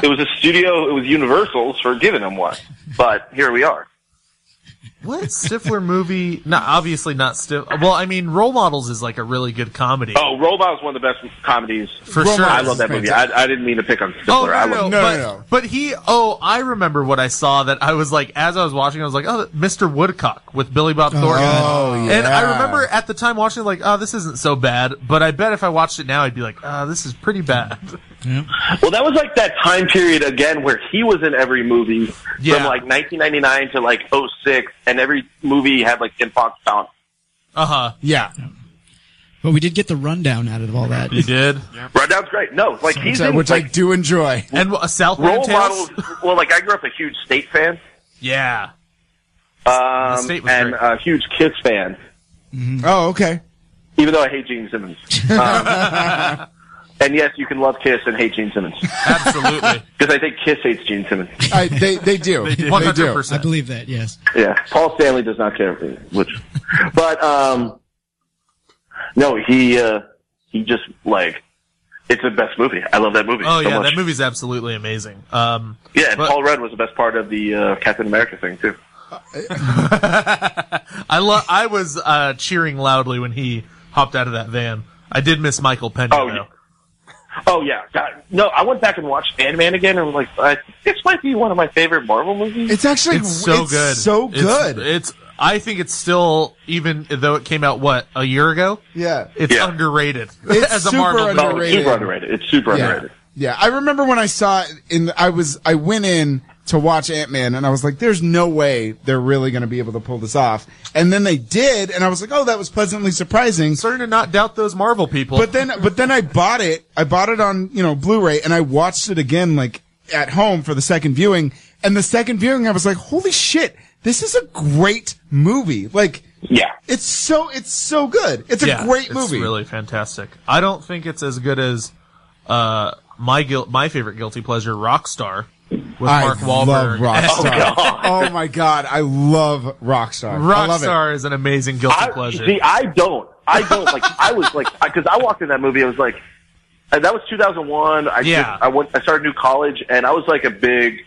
[SPEAKER 17] It was a studio, it was Universal's for giving him one. But here we are.
[SPEAKER 9] What Stifler movie? No, obviously not Stif. Well, I mean, Role Models is like a really good comedy.
[SPEAKER 17] Oh, Robot is one of the best comedies.
[SPEAKER 9] For Role sure. Oh,
[SPEAKER 17] I love that movie. I, I didn't mean to pick on Stifler. I love
[SPEAKER 9] but, but he, oh, I remember what I saw that I was like, as I was watching, I was like, oh, Mr. Woodcock with Billy Bob Thornton.
[SPEAKER 8] Oh,
[SPEAKER 9] And
[SPEAKER 8] yeah.
[SPEAKER 9] I remember at the time watching, like, oh, this isn't so bad. But I bet if I watched it now, I'd be like, oh, this is pretty bad.
[SPEAKER 17] Well, that was like that time period again where he was in every movie from
[SPEAKER 9] Yeah.
[SPEAKER 17] like 1999 to like 06, and every movie had like Tim Fox Fountain.
[SPEAKER 9] Uh huh.
[SPEAKER 8] Yeah.
[SPEAKER 7] But we did get the rundown out of all that.
[SPEAKER 9] You did.
[SPEAKER 17] Rundown's great. No, like he's
[SPEAKER 8] Which, I,
[SPEAKER 17] in,
[SPEAKER 8] which I
[SPEAKER 17] like,
[SPEAKER 8] do enjoy.
[SPEAKER 9] And uh, South
[SPEAKER 17] role models. Well, like I grew up a huge State fan,
[SPEAKER 9] Yeah.
[SPEAKER 17] um,
[SPEAKER 9] State was
[SPEAKER 17] and
[SPEAKER 9] great.
[SPEAKER 17] a huge Kiss fan,
[SPEAKER 8] Oh, okay.
[SPEAKER 17] even though I hate Gene Simmons. Um, and yes, you can love Kiss and hate Gene Simmons.
[SPEAKER 9] Absolutely,
[SPEAKER 17] because I think Kiss hates Gene Simmons.
[SPEAKER 8] I, they they do. they do.
[SPEAKER 7] I believe that. Yes.
[SPEAKER 17] Yeah, Paul Stanley does not care, which, but um, no, he uh, he just like it's the best movie. I love that movie.
[SPEAKER 9] Oh
[SPEAKER 17] so
[SPEAKER 9] yeah,
[SPEAKER 17] much.
[SPEAKER 9] that movie's absolutely amazing. Um,
[SPEAKER 17] Yeah, and Paul Rudd was the best part of the uh, Captain America thing too.
[SPEAKER 9] I love. I was uh, cheering loudly when he hopped out of that van. I did miss Michael Pena
[SPEAKER 17] Oh,
[SPEAKER 9] though.
[SPEAKER 17] Oh yeah, God. no. I went back and watched Ant Man again, and was like, I, this might be one of my favorite Marvel movies.
[SPEAKER 8] It's actually
[SPEAKER 9] It's so good. It's- It's, I think it's still even though it came out what a year ago.
[SPEAKER 8] Yeah.
[SPEAKER 9] It's
[SPEAKER 8] Yeah.
[SPEAKER 9] underrated
[SPEAKER 8] It's
[SPEAKER 9] as a
[SPEAKER 8] super
[SPEAKER 9] Marvel movie.
[SPEAKER 8] underrated. Super underrated.
[SPEAKER 17] It's super
[SPEAKER 8] Yeah.
[SPEAKER 17] underrated.
[SPEAKER 8] Yeah, I remember when I saw it in. I was I went in to watch Ant Man, and I was like, "There's no way they're really going to be able to pull this off." And then they did, and I was like, "Oh, that was pleasantly surprising."
[SPEAKER 9] Starting to not doubt those Marvel people.
[SPEAKER 8] But then, but then I bought it. I bought it on you know Blu-ray, and I watched it again like at home for the second viewing. And the second viewing, I was like, "Holy shit, this is a great movie!" Like,
[SPEAKER 17] yeah,
[SPEAKER 8] it's so it's so good. It's a
[SPEAKER 9] Yeah,
[SPEAKER 8] great movie.
[SPEAKER 9] It's really fantastic. I don't think it's as good as uh, my guilt, my favorite guilty pleasure, Rockstar, with
[SPEAKER 8] I
[SPEAKER 9] Mark Wahlberg.
[SPEAKER 8] love Rockstar.
[SPEAKER 9] And-
[SPEAKER 8] Oh, my god, I love Rockstar. I love it.
[SPEAKER 9] Rockstar is an amazing guilty pleasure.
[SPEAKER 17] See, I don't. I don't like. I was like, because I, walked in that movie. I was like, and that was 2001. I
[SPEAKER 9] Yeah.
[SPEAKER 17] just, I went. I started new college, and I was like a big.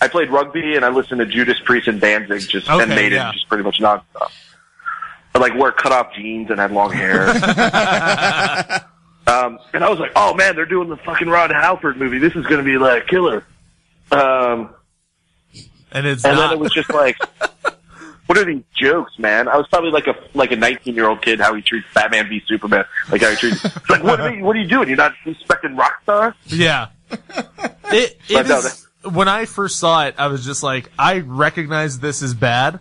[SPEAKER 17] I played rugby, and I listened to Judas Priest and Danzig, just
[SPEAKER 9] Okay,
[SPEAKER 17] and Maiden,
[SPEAKER 9] yeah.
[SPEAKER 17] just pretty much nonstop. I like wore cut off jeans and had long hair. um, and I was like, oh man, they're doing the fucking Rod Halford movie. This is going to be like killer. Um,
[SPEAKER 9] and it's
[SPEAKER 17] and
[SPEAKER 9] not.
[SPEAKER 17] then it was just like, what are these jokes, man? I was probably like a like a nineteen year old kid how he treats Batman v Superman, like how he treats. It's like what are you, what are you doing? You're not respecting Rockstar.
[SPEAKER 9] Yeah. It, it
[SPEAKER 17] But no,
[SPEAKER 9] is, when I first saw it, I was just like, I recognize this is bad,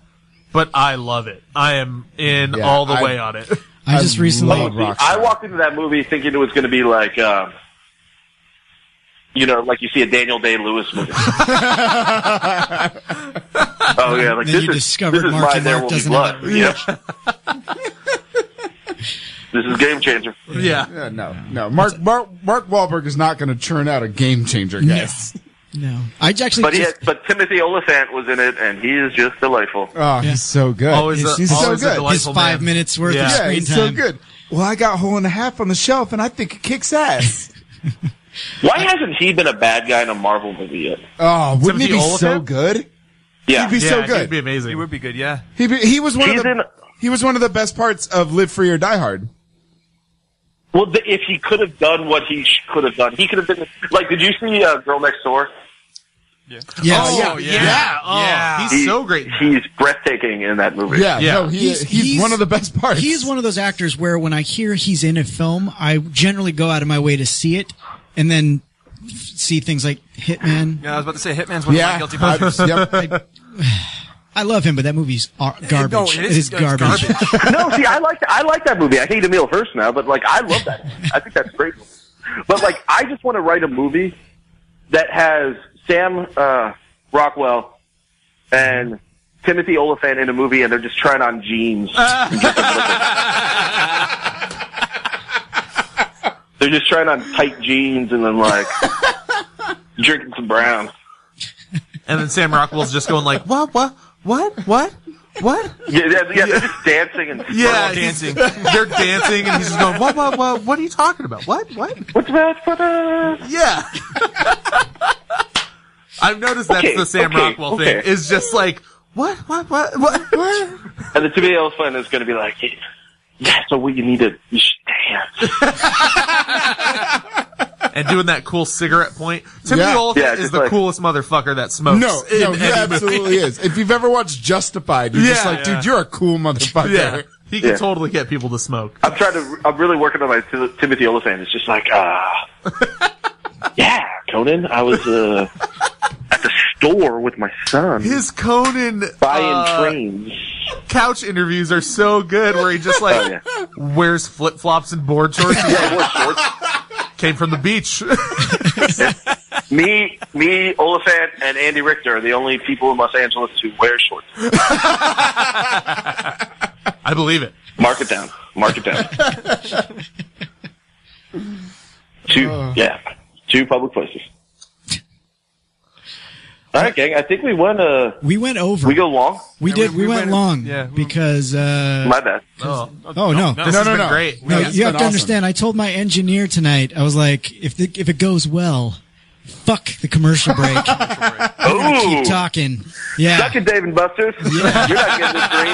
[SPEAKER 9] but I love it. I am in
[SPEAKER 17] Yeah,
[SPEAKER 9] all the
[SPEAKER 17] I-
[SPEAKER 9] way on it.
[SPEAKER 7] I just recently.
[SPEAKER 17] Oh, see, I walked into that movie thinking it was going to be like, um, you know, like you see a Daniel Day Lewis movie. oh yeah,
[SPEAKER 7] Then
[SPEAKER 17] like this
[SPEAKER 7] you
[SPEAKER 17] is
[SPEAKER 7] discovered
[SPEAKER 17] this is
[SPEAKER 7] Marky
[SPEAKER 17] why there
[SPEAKER 7] Mark
[SPEAKER 17] will be
[SPEAKER 7] doesn't
[SPEAKER 17] blood.
[SPEAKER 7] have a-
[SPEAKER 17] Yeah. this is game changer.
[SPEAKER 9] Yeah.
[SPEAKER 8] no, no. Mark Mark Mark Wahlberg is not going to churn out a game changer, guys.
[SPEAKER 7] No, I actually.
[SPEAKER 17] But, he
[SPEAKER 7] just-
[SPEAKER 17] had, but Timothy Oliphant was in it, and he is just delightful.
[SPEAKER 8] Oh, he's so good.
[SPEAKER 17] Always a-
[SPEAKER 8] he's
[SPEAKER 17] always a
[SPEAKER 8] so good.
[SPEAKER 17] delightful His five man. minutes worth of
[SPEAKER 8] yeah,
[SPEAKER 17] screen
[SPEAKER 8] he's so
[SPEAKER 17] time.
[SPEAKER 8] good. Well, I got hole and a half on the shelf, and I think it kicks ass.
[SPEAKER 17] Why hasn't he been a bad guy in a Marvel movie yet?
[SPEAKER 8] oh, wouldn't he be
[SPEAKER 17] Timothy
[SPEAKER 8] so
[SPEAKER 17] Oliphant?
[SPEAKER 8] good?
[SPEAKER 17] Yeah,
[SPEAKER 8] He'd be so good.
[SPEAKER 9] be amazing.
[SPEAKER 10] He would be good. Yeah.
[SPEAKER 8] He be, he was one
[SPEAKER 17] He's
[SPEAKER 8] of the
[SPEAKER 17] in-
[SPEAKER 8] he was one of the best parts of Live Free or Die Hard.
[SPEAKER 17] Well, th- if he could have done what he sh- could have done, he could have been like. Did you see uh, Girl Next Door?
[SPEAKER 8] Yeah,
[SPEAKER 9] Oh, yeah. Yeah. Oh, He's
[SPEAKER 17] He-
[SPEAKER 9] so great.
[SPEAKER 17] He's breathtaking in that movie.
[SPEAKER 8] the best parts.
[SPEAKER 7] He's one of those actors where when I hear he's in a film, I generally go out of my way to see it, and then f- see things like Hitman.
[SPEAKER 10] Yeah, I was about to say Hitman's one of my guilty
[SPEAKER 7] I-
[SPEAKER 10] pleasures.
[SPEAKER 7] I, I love him, but that movie's ar- garbage.
[SPEAKER 10] No, it is-
[SPEAKER 7] it is
[SPEAKER 10] it's
[SPEAKER 7] garbage.
[SPEAKER 17] uh, no, see, I like I like that movie. I hate Emil Hirsch now, but like I love that. movie. I think that's great. But like, I just want to write a movie that has Sam uh, Rockwell and Timothy Oliphant in a movie, and they're just trying on jeans. they're just trying on tight jeans, and then like drinking some brown.
[SPEAKER 9] And then Sam Rockwell's just going like, what, what, what, what, what?
[SPEAKER 17] Yeah, yeah, yeah, they're just dancing and
[SPEAKER 9] Yeah, he's- They're dancing, and he's just going, "What? What? What? What are you talking about? What? What?
[SPEAKER 17] What's that for the?
[SPEAKER 9] Yeah." I've noticed that's
[SPEAKER 17] Okay,
[SPEAKER 9] the Sam
[SPEAKER 17] okay,
[SPEAKER 9] Rockwell
[SPEAKER 17] okay.
[SPEAKER 9] thing. Is just like, "What? What? What? What?" what?
[SPEAKER 17] And the Timothy Elephant is going to be like, yeah, so what you need to, you should dance.
[SPEAKER 9] and doing that cool cigarette point. Timothy
[SPEAKER 8] Yeah.
[SPEAKER 9] Oliphant
[SPEAKER 8] Yeah,
[SPEAKER 9] is
[SPEAKER 8] just
[SPEAKER 9] the
[SPEAKER 8] like-
[SPEAKER 9] coolest motherfucker that smokes.
[SPEAKER 8] no,
[SPEAKER 9] in
[SPEAKER 8] no,
[SPEAKER 9] any
[SPEAKER 8] he absolutely
[SPEAKER 9] movie.
[SPEAKER 8] is. If you've ever watched Justified, you're just
[SPEAKER 9] Yeah,
[SPEAKER 8] like,
[SPEAKER 9] yeah.
[SPEAKER 8] dude, you're a cool motherfucker.
[SPEAKER 9] Yeah, he can
[SPEAKER 17] Yeah.
[SPEAKER 9] totally get people to smoke.
[SPEAKER 17] I'm trying to, I'm really working on my Tim- Timothy Oliphant. It's just like, uh, yeah, Conan, I was, uh, at the store with my son.
[SPEAKER 9] His Conan
[SPEAKER 17] buying
[SPEAKER 9] uh,
[SPEAKER 17] trains.
[SPEAKER 9] Couch interviews are so good, where he just
[SPEAKER 17] Oh,
[SPEAKER 9] like wears flip flops and board shorts. Came from the beach.
[SPEAKER 17] Me, me, Oliphant, and Andy Richter are the only people in Los Angeles who wear shorts.
[SPEAKER 9] I believe it.
[SPEAKER 17] Mark it down. Mark it down. Two,
[SPEAKER 7] Oh.
[SPEAKER 17] yeah, two public places. All right, gang. I think we went. Uh,
[SPEAKER 7] we went over.
[SPEAKER 17] We go long.
[SPEAKER 7] We did. We, went, long because uh,
[SPEAKER 17] My bad.
[SPEAKER 9] Oh,
[SPEAKER 7] Oh no!
[SPEAKER 9] This has been great.
[SPEAKER 7] No, you have to understand. I told my engineer tonight. I was like, if the, if it goes well, fuck the commercial break. I'm gonna
[SPEAKER 9] Ooh.
[SPEAKER 7] keep talking. Yeah.
[SPEAKER 17] Suck it, Dave and Buster's. You're not getting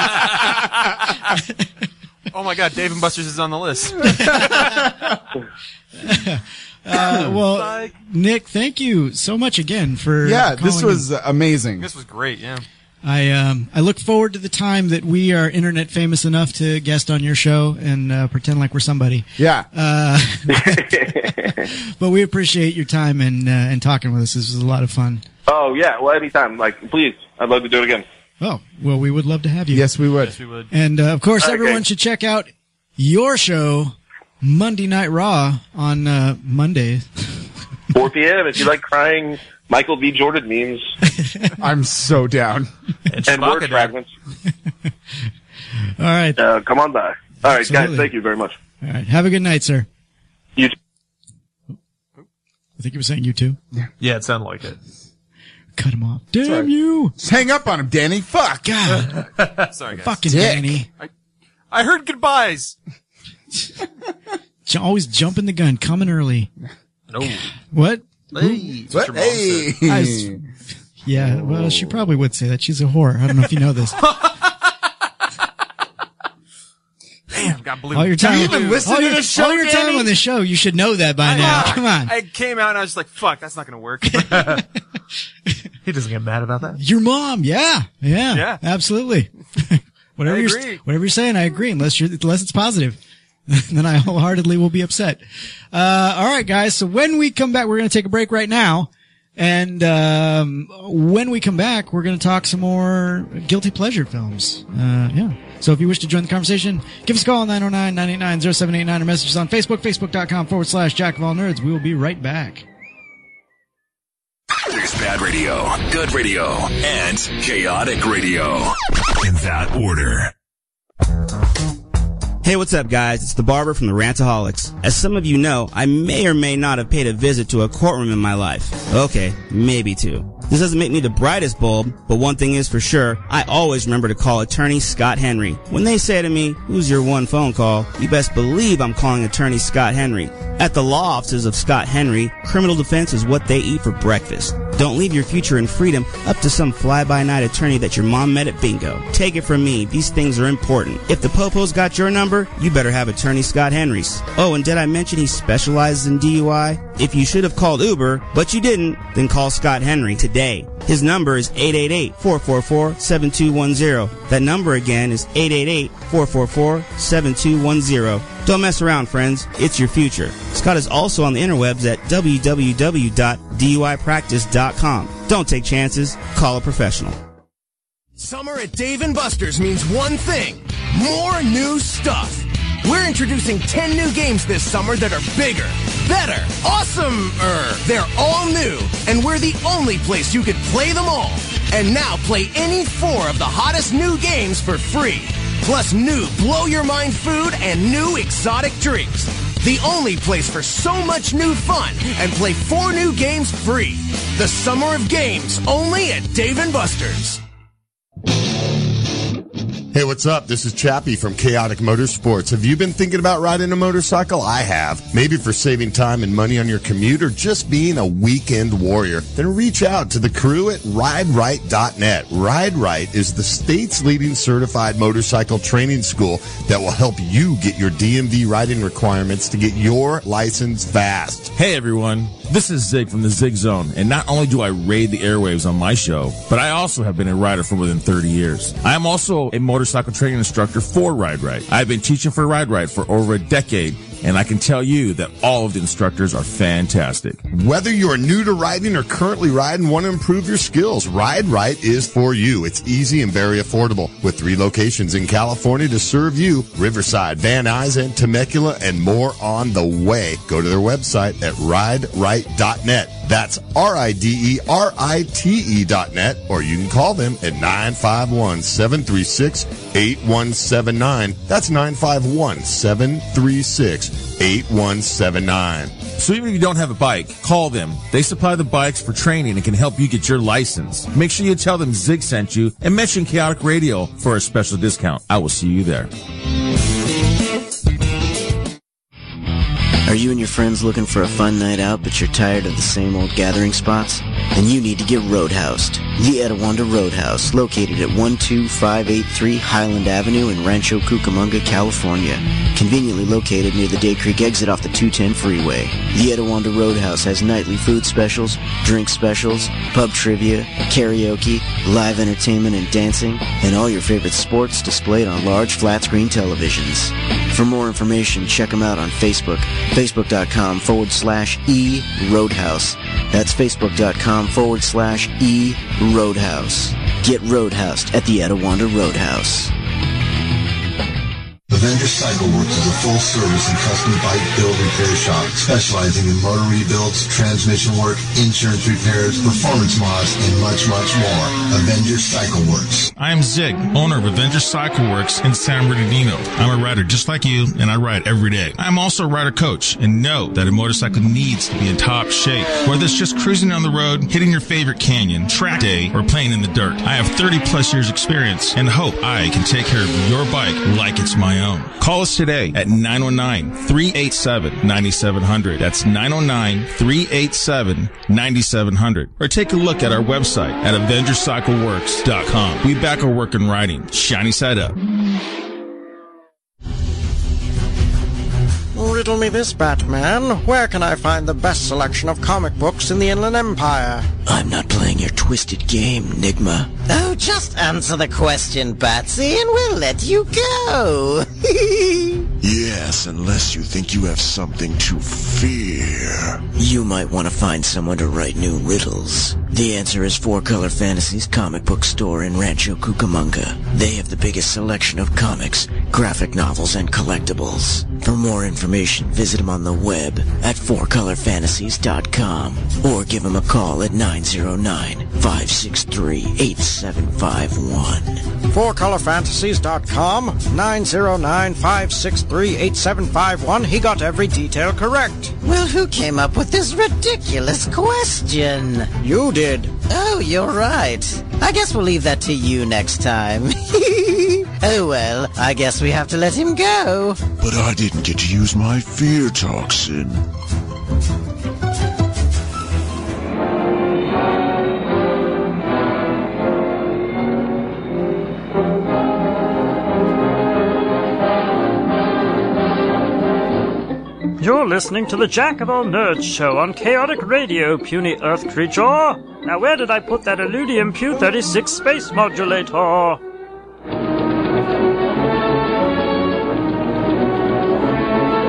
[SPEAKER 17] this green.
[SPEAKER 10] Oh my God, Dave and Buster's is on the list.
[SPEAKER 7] Uh, well, Nick, thank you so much again for
[SPEAKER 8] Yeah, this
[SPEAKER 7] calling
[SPEAKER 8] was
[SPEAKER 7] in.
[SPEAKER 8] amazing.
[SPEAKER 10] This was great. Yeah.
[SPEAKER 7] I um, I look forward to the time that we are internet famous enough to guest on your show and uh, pretend like we're somebody.
[SPEAKER 8] Yeah.
[SPEAKER 7] Uh, but we appreciate your time and uh, and talking with us. This was a lot of fun.
[SPEAKER 17] Oh yeah, well anytime. Like please, I'd love to do it again.
[SPEAKER 7] Oh well, we would love to have you.
[SPEAKER 8] Yes, we would.
[SPEAKER 10] we would.
[SPEAKER 7] And uh, of course,
[SPEAKER 17] Okay.
[SPEAKER 7] everyone should check out your show Monday Night Raw on uh, Monday.
[SPEAKER 17] 4 p.m. If you like crying Michael B. Jordan memes
[SPEAKER 8] I'm so down.
[SPEAKER 17] and word fragments,
[SPEAKER 7] All right,
[SPEAKER 17] uh, come on by. All right,
[SPEAKER 7] Absolutely.
[SPEAKER 17] guys, thank you very much.
[SPEAKER 7] all right. Have a good night, sir.
[SPEAKER 17] You-
[SPEAKER 7] I think you were saying you too.
[SPEAKER 9] Yeah, it sounded like it.
[SPEAKER 7] Cut him off. Damn you!
[SPEAKER 8] hang up on him, Danny. Fuck.
[SPEAKER 7] God.
[SPEAKER 10] Sorry, guys.
[SPEAKER 7] Fucking Danny.
[SPEAKER 10] I, I heard goodbyes.
[SPEAKER 7] J- Always jumping the gun, coming early.
[SPEAKER 10] No.
[SPEAKER 7] What?
[SPEAKER 10] Hey,
[SPEAKER 7] Who-
[SPEAKER 10] Mr. Hey.
[SPEAKER 7] I s- yeah, well, she probably would say that. She's a whore. I don't know if you know this.
[SPEAKER 10] Damn, got blue.
[SPEAKER 7] All your time, all your, all your time
[SPEAKER 10] Danny?
[SPEAKER 7] on the show, you should know that by now.
[SPEAKER 10] Fuck.
[SPEAKER 7] Come on.
[SPEAKER 10] I came out and I was just like, "Fuck, that's not going to work."
[SPEAKER 9] he doesn't get mad about that.
[SPEAKER 7] Your mom, yeah, yeah,
[SPEAKER 9] Yeah.
[SPEAKER 7] absolutely. whatever
[SPEAKER 9] I
[SPEAKER 7] you're
[SPEAKER 9] agree.
[SPEAKER 7] whatever you're saying, I agree. Unless you're unless it's positive, then I wholeheartedly will be upset. Uh, all right, guys. So when we come back, we're going to take a break right now, and um, when we come back, we're going to talk some more guilty pleasure films. Uh, yeah. So if you wish to join the conversation, give us a call 909-989-0789 or message us on Facebook, facebook.com forward slash jack of all nerds. We will be right back.
[SPEAKER 11] There's bad radio, good radio, and chaotic radio. In that order.
[SPEAKER 13] Hey, what's up, guys? It's the barber from the Rantaholics. As some of you know, I may or may not have paid a visit to a courtroom in my life. Okay, maybe two. This doesn't make me the brightest bulb, but one thing is for sure, I always remember to call attorney Scott Henry. When they say to me, who's your one phone call, you best believe I'm calling attorney Scott Henry. At the law offices of Scott Henry, criminal defense is what they eat for breakfast. Don't leave your future and freedom up to some fly-by-night attorney that your mom met at bingo. Take it from me, these things are important. If the popo's got your number, you better have attorney Scott Henry's. Oh, and did I mention he specializes in DUI? If you should have called Uber, but you didn't, then call Scott Henry today. His number is 888-444-7210. That number again is 888-444-7210. Don't mess around, friends. It's your future. Scott is also on the interwebs at www.duipractice.com. Don't take chances. Call a professional.
[SPEAKER 18] Summer at Dave and Buster's means one thing more new stuff. We're introducing 10 new games this summer that are bigger, better, awesomer. They're all new, and we're the only place you could play them all. And now play any four of the hottest new games for free. Plus new blow your mind food and new exotic drinks. The only place for so much new fun and play four new games free. The summer of games only at Dave and Buster's.
[SPEAKER 19] Hey, what's up? This is Chappie from Chaotic Motorsports. Have you been thinking about riding a motorcycle? I have. Maybe for saving time and money on your commute or just being a weekend warrior. Then reach out to the crew at RideRight.net. Ride Right is the state's leading certified motorcycle training school that will help you get your DMV riding requirements to get your license fast.
[SPEAKER 20] Hey everyone, this is Zig from the Zig Zone, and not only do I raid the airwaves on my show, but I also have been a rider for more than 30 years. I am also a motorcycle training instructor for Ride Right. I've been teaching for Ride Right for over a decade, and I can tell you that all of the instructors are fantastic.
[SPEAKER 19] Whether you are new to riding or currently riding, want to improve your skills, Ride Right is for you. It's easy and very affordable with three locations in California to serve you Riverside, Van Nuys, and Temecula, and more on the way. Go to their website at rideright.net. That's R I D E R I T E dot net, or you can call them at 951 736 8179. That's 951 736 8179.
[SPEAKER 20] So even if you don't have a bike, call them. They supply the bikes for training and can help you get your license. Make sure you tell them Zig sent you and mention Chaotic Radio for a special discount. I will see you there.
[SPEAKER 18] Are you and your friends looking for a fun night out, but you're tired of the same old gathering spots? Then you need to get roadhoused.
[SPEAKER 16] The Etowanda Roadhouse, located at 12583 Highland Avenue in Rancho Cucamonga, California. Conveniently located near the Day Creek exit off the 210 freeway. The Etowanda Roadhouse has nightly food specials, drink specials, pub trivia, karaoke, live entertainment and dancing, and all your favorite sports displayed on large flat screen televisions. For more information, check them out on Facebook, facebook.com forward slash e roadhouse. That's facebook.com forward slash e roadhouse. Get roadhoused at the Etowanda Roadhouse.
[SPEAKER 21] The vendor cycle works is a full-service and custom bike build repair shop specializing in motor rebuilds, transmission work, insurance repairs, performance mods, and much, much more. Avenger Cycle Works.
[SPEAKER 22] I am Zig, owner of Avenger Cycle Works in San Bernardino. I'm a rider just like you, and I ride every day. I'm also a rider coach and know that a motorcycle needs to be in top shape. Whether it's just cruising down the road, hitting your favorite canyon, track day, or playing in the dirt, I have 30 plus years experience and hope I can take care of your bike like it's my own. Call us today at 909-387-9700. That's 909-387-9700. Or take a look at our website at AvengerCycleWorks.com. We back our work and riding, shiny side up.
[SPEAKER 23] Riddle me this, Batman. Where can I find the best selection of comic books in the Inland Empire?
[SPEAKER 16] I'm not playing your twisted game, Nigma.
[SPEAKER 2] Oh, just answer the question, Batsy, and we'll let you go.
[SPEAKER 21] Yes, unless you think you have something to fear.
[SPEAKER 16] You might want to find someone to write new riddles. The answer is Four Color Fantasies comic book store in Rancho Cucamonga. They have the biggest selection of comics, graphic novels, and collectibles. For more information, visit them on the web at fourcolorfantasies.com or give them a call at 909-563-8751.
[SPEAKER 23] FourColorFantasies.com, 909-563-8751. He got every detail correct.
[SPEAKER 2] well, who came up with this ridiculous question?
[SPEAKER 23] You did.
[SPEAKER 2] Oh, you're right. I guess we'll leave that to you next time. oh well, I guess we have to let him go.
[SPEAKER 21] But I didn't get to use my fear toxin.
[SPEAKER 24] You're listening to the Jack of All Nerds show on Chaotic Radio, puny Earth creature. Now, where did I put that Illudium Pew 36 space modulator?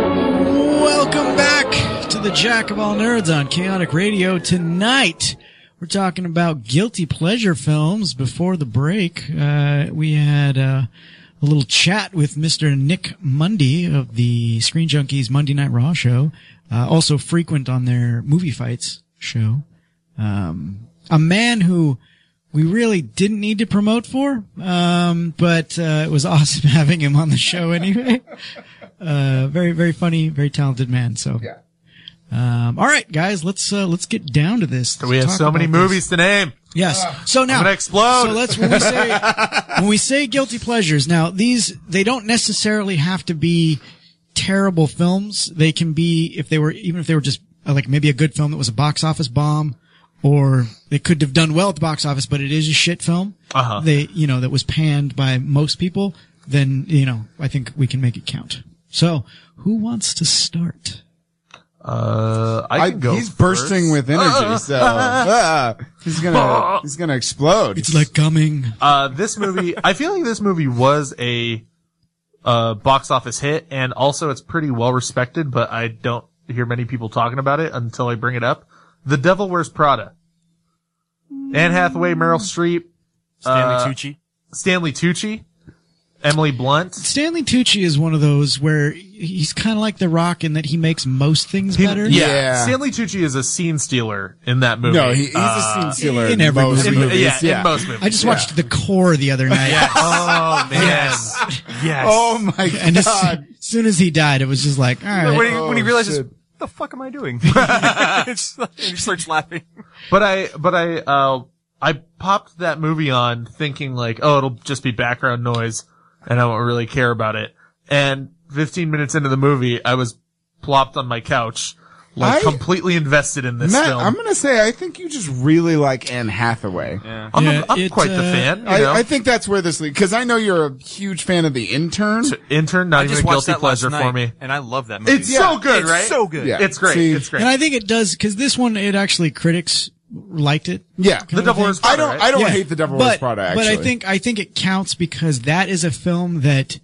[SPEAKER 7] Welcome back to the Jack of All Nerds on Chaotic Radio. Tonight, we're talking about guilty pleasure films. Before the break, uh, we had uh, a little chat with Mr. Nick Mundy of the Screen Junkies Monday Night Raw show, uh, also frequent on their movie fights show. Um, a man who we really didn't need to promote for, um, but uh, it was awesome having him on the show anyway. Uh, very, very funny, very talented man. So, yeah. Um, all right, guys, let's uh, let's get down to this.
[SPEAKER 9] We
[SPEAKER 7] Let's
[SPEAKER 9] have
[SPEAKER 7] talk
[SPEAKER 9] so many
[SPEAKER 7] about this.
[SPEAKER 9] movies to name.
[SPEAKER 7] Yes. So now
[SPEAKER 9] Uh, I'm gonna explode.
[SPEAKER 7] So let's when we say when we say guilty pleasures. Now these they don't necessarily have to be terrible films. They can be if they were even if they were just uh, like maybe a good film that was a box office bomb, or they could have done well at the box office, but it is a shit film.
[SPEAKER 9] Uh-huh.
[SPEAKER 7] They you know that was panned by most people. Then you know I think we can make it count. So who wants to start?
[SPEAKER 9] Uh, I, can go
[SPEAKER 8] He's bursting with energy, so ah, he's gonna he's gonna explode.
[SPEAKER 7] It's like coming.
[SPEAKER 9] Uh, this movie, I feel like this movie was a uh, box office hit, and also it's pretty well respected, but I don't hear many people talking about it until I bring it up. The Devil Wears Prada. Anne Hathaway, Meryl Streep,
[SPEAKER 10] Stanley
[SPEAKER 9] uh,
[SPEAKER 10] Tucci.
[SPEAKER 9] Stanley Tucci, Emily Blunt.
[SPEAKER 7] Stanley Tucci is one of those where he's kind of like The Rock in that he makes most things better.
[SPEAKER 9] Yeah. Stanley Tucci is a scene stealer in that movie.
[SPEAKER 7] No, he- he's a
[SPEAKER 9] Uh,
[SPEAKER 7] scene stealer In in every most movie. movies,
[SPEAKER 9] Yeah,
[SPEAKER 7] yeah.
[SPEAKER 9] in most movies.
[SPEAKER 7] I just watched The Core the other night.
[SPEAKER 9] Yeah. Oh man. Yes.
[SPEAKER 8] Oh my
[SPEAKER 7] And as soon, soon as he died, it was just like, all right.
[SPEAKER 10] when, he, when he
[SPEAKER 9] Oh,
[SPEAKER 10] realizes, what the fuck am I doing? it's, like- he starts laughing.
[SPEAKER 9] But I, but I, uh, I popped that movie on thinking like, oh, it'll just be background noise and I won't really care about it. And 15 minutes into the movie, I was plopped on my couch like
[SPEAKER 8] I-
[SPEAKER 9] completely invested in this
[SPEAKER 8] Matt,
[SPEAKER 9] film.
[SPEAKER 8] I'm gonna say I think you just really like Anne Hathaway.
[SPEAKER 9] Yeah. I'm a- Yeah, I'm it, quite the uh, fan, you
[SPEAKER 8] I,
[SPEAKER 9] know?
[SPEAKER 8] I think that's where this leads because I know you're a huge fan of the intern.
[SPEAKER 9] Intern, not
[SPEAKER 8] I just
[SPEAKER 9] even a
[SPEAKER 8] watched
[SPEAKER 9] guilty
[SPEAKER 8] that last
[SPEAKER 9] pleasure for
[SPEAKER 8] night,
[SPEAKER 9] me.
[SPEAKER 10] And I love that
[SPEAKER 9] movie. It's so good, right?
[SPEAKER 8] Yeah.
[SPEAKER 9] It's great.
[SPEAKER 8] See,
[SPEAKER 9] it's great.
[SPEAKER 7] And I think it does because this one, it actually critics liked it.
[SPEAKER 8] Yeah,
[SPEAKER 7] kind of thing.
[SPEAKER 8] I don't. I don't
[SPEAKER 7] Yeah.
[SPEAKER 8] hate the Devil
[SPEAKER 7] but,
[SPEAKER 8] Wears Prada. Actually,
[SPEAKER 7] But I think I think it counts because that is a film that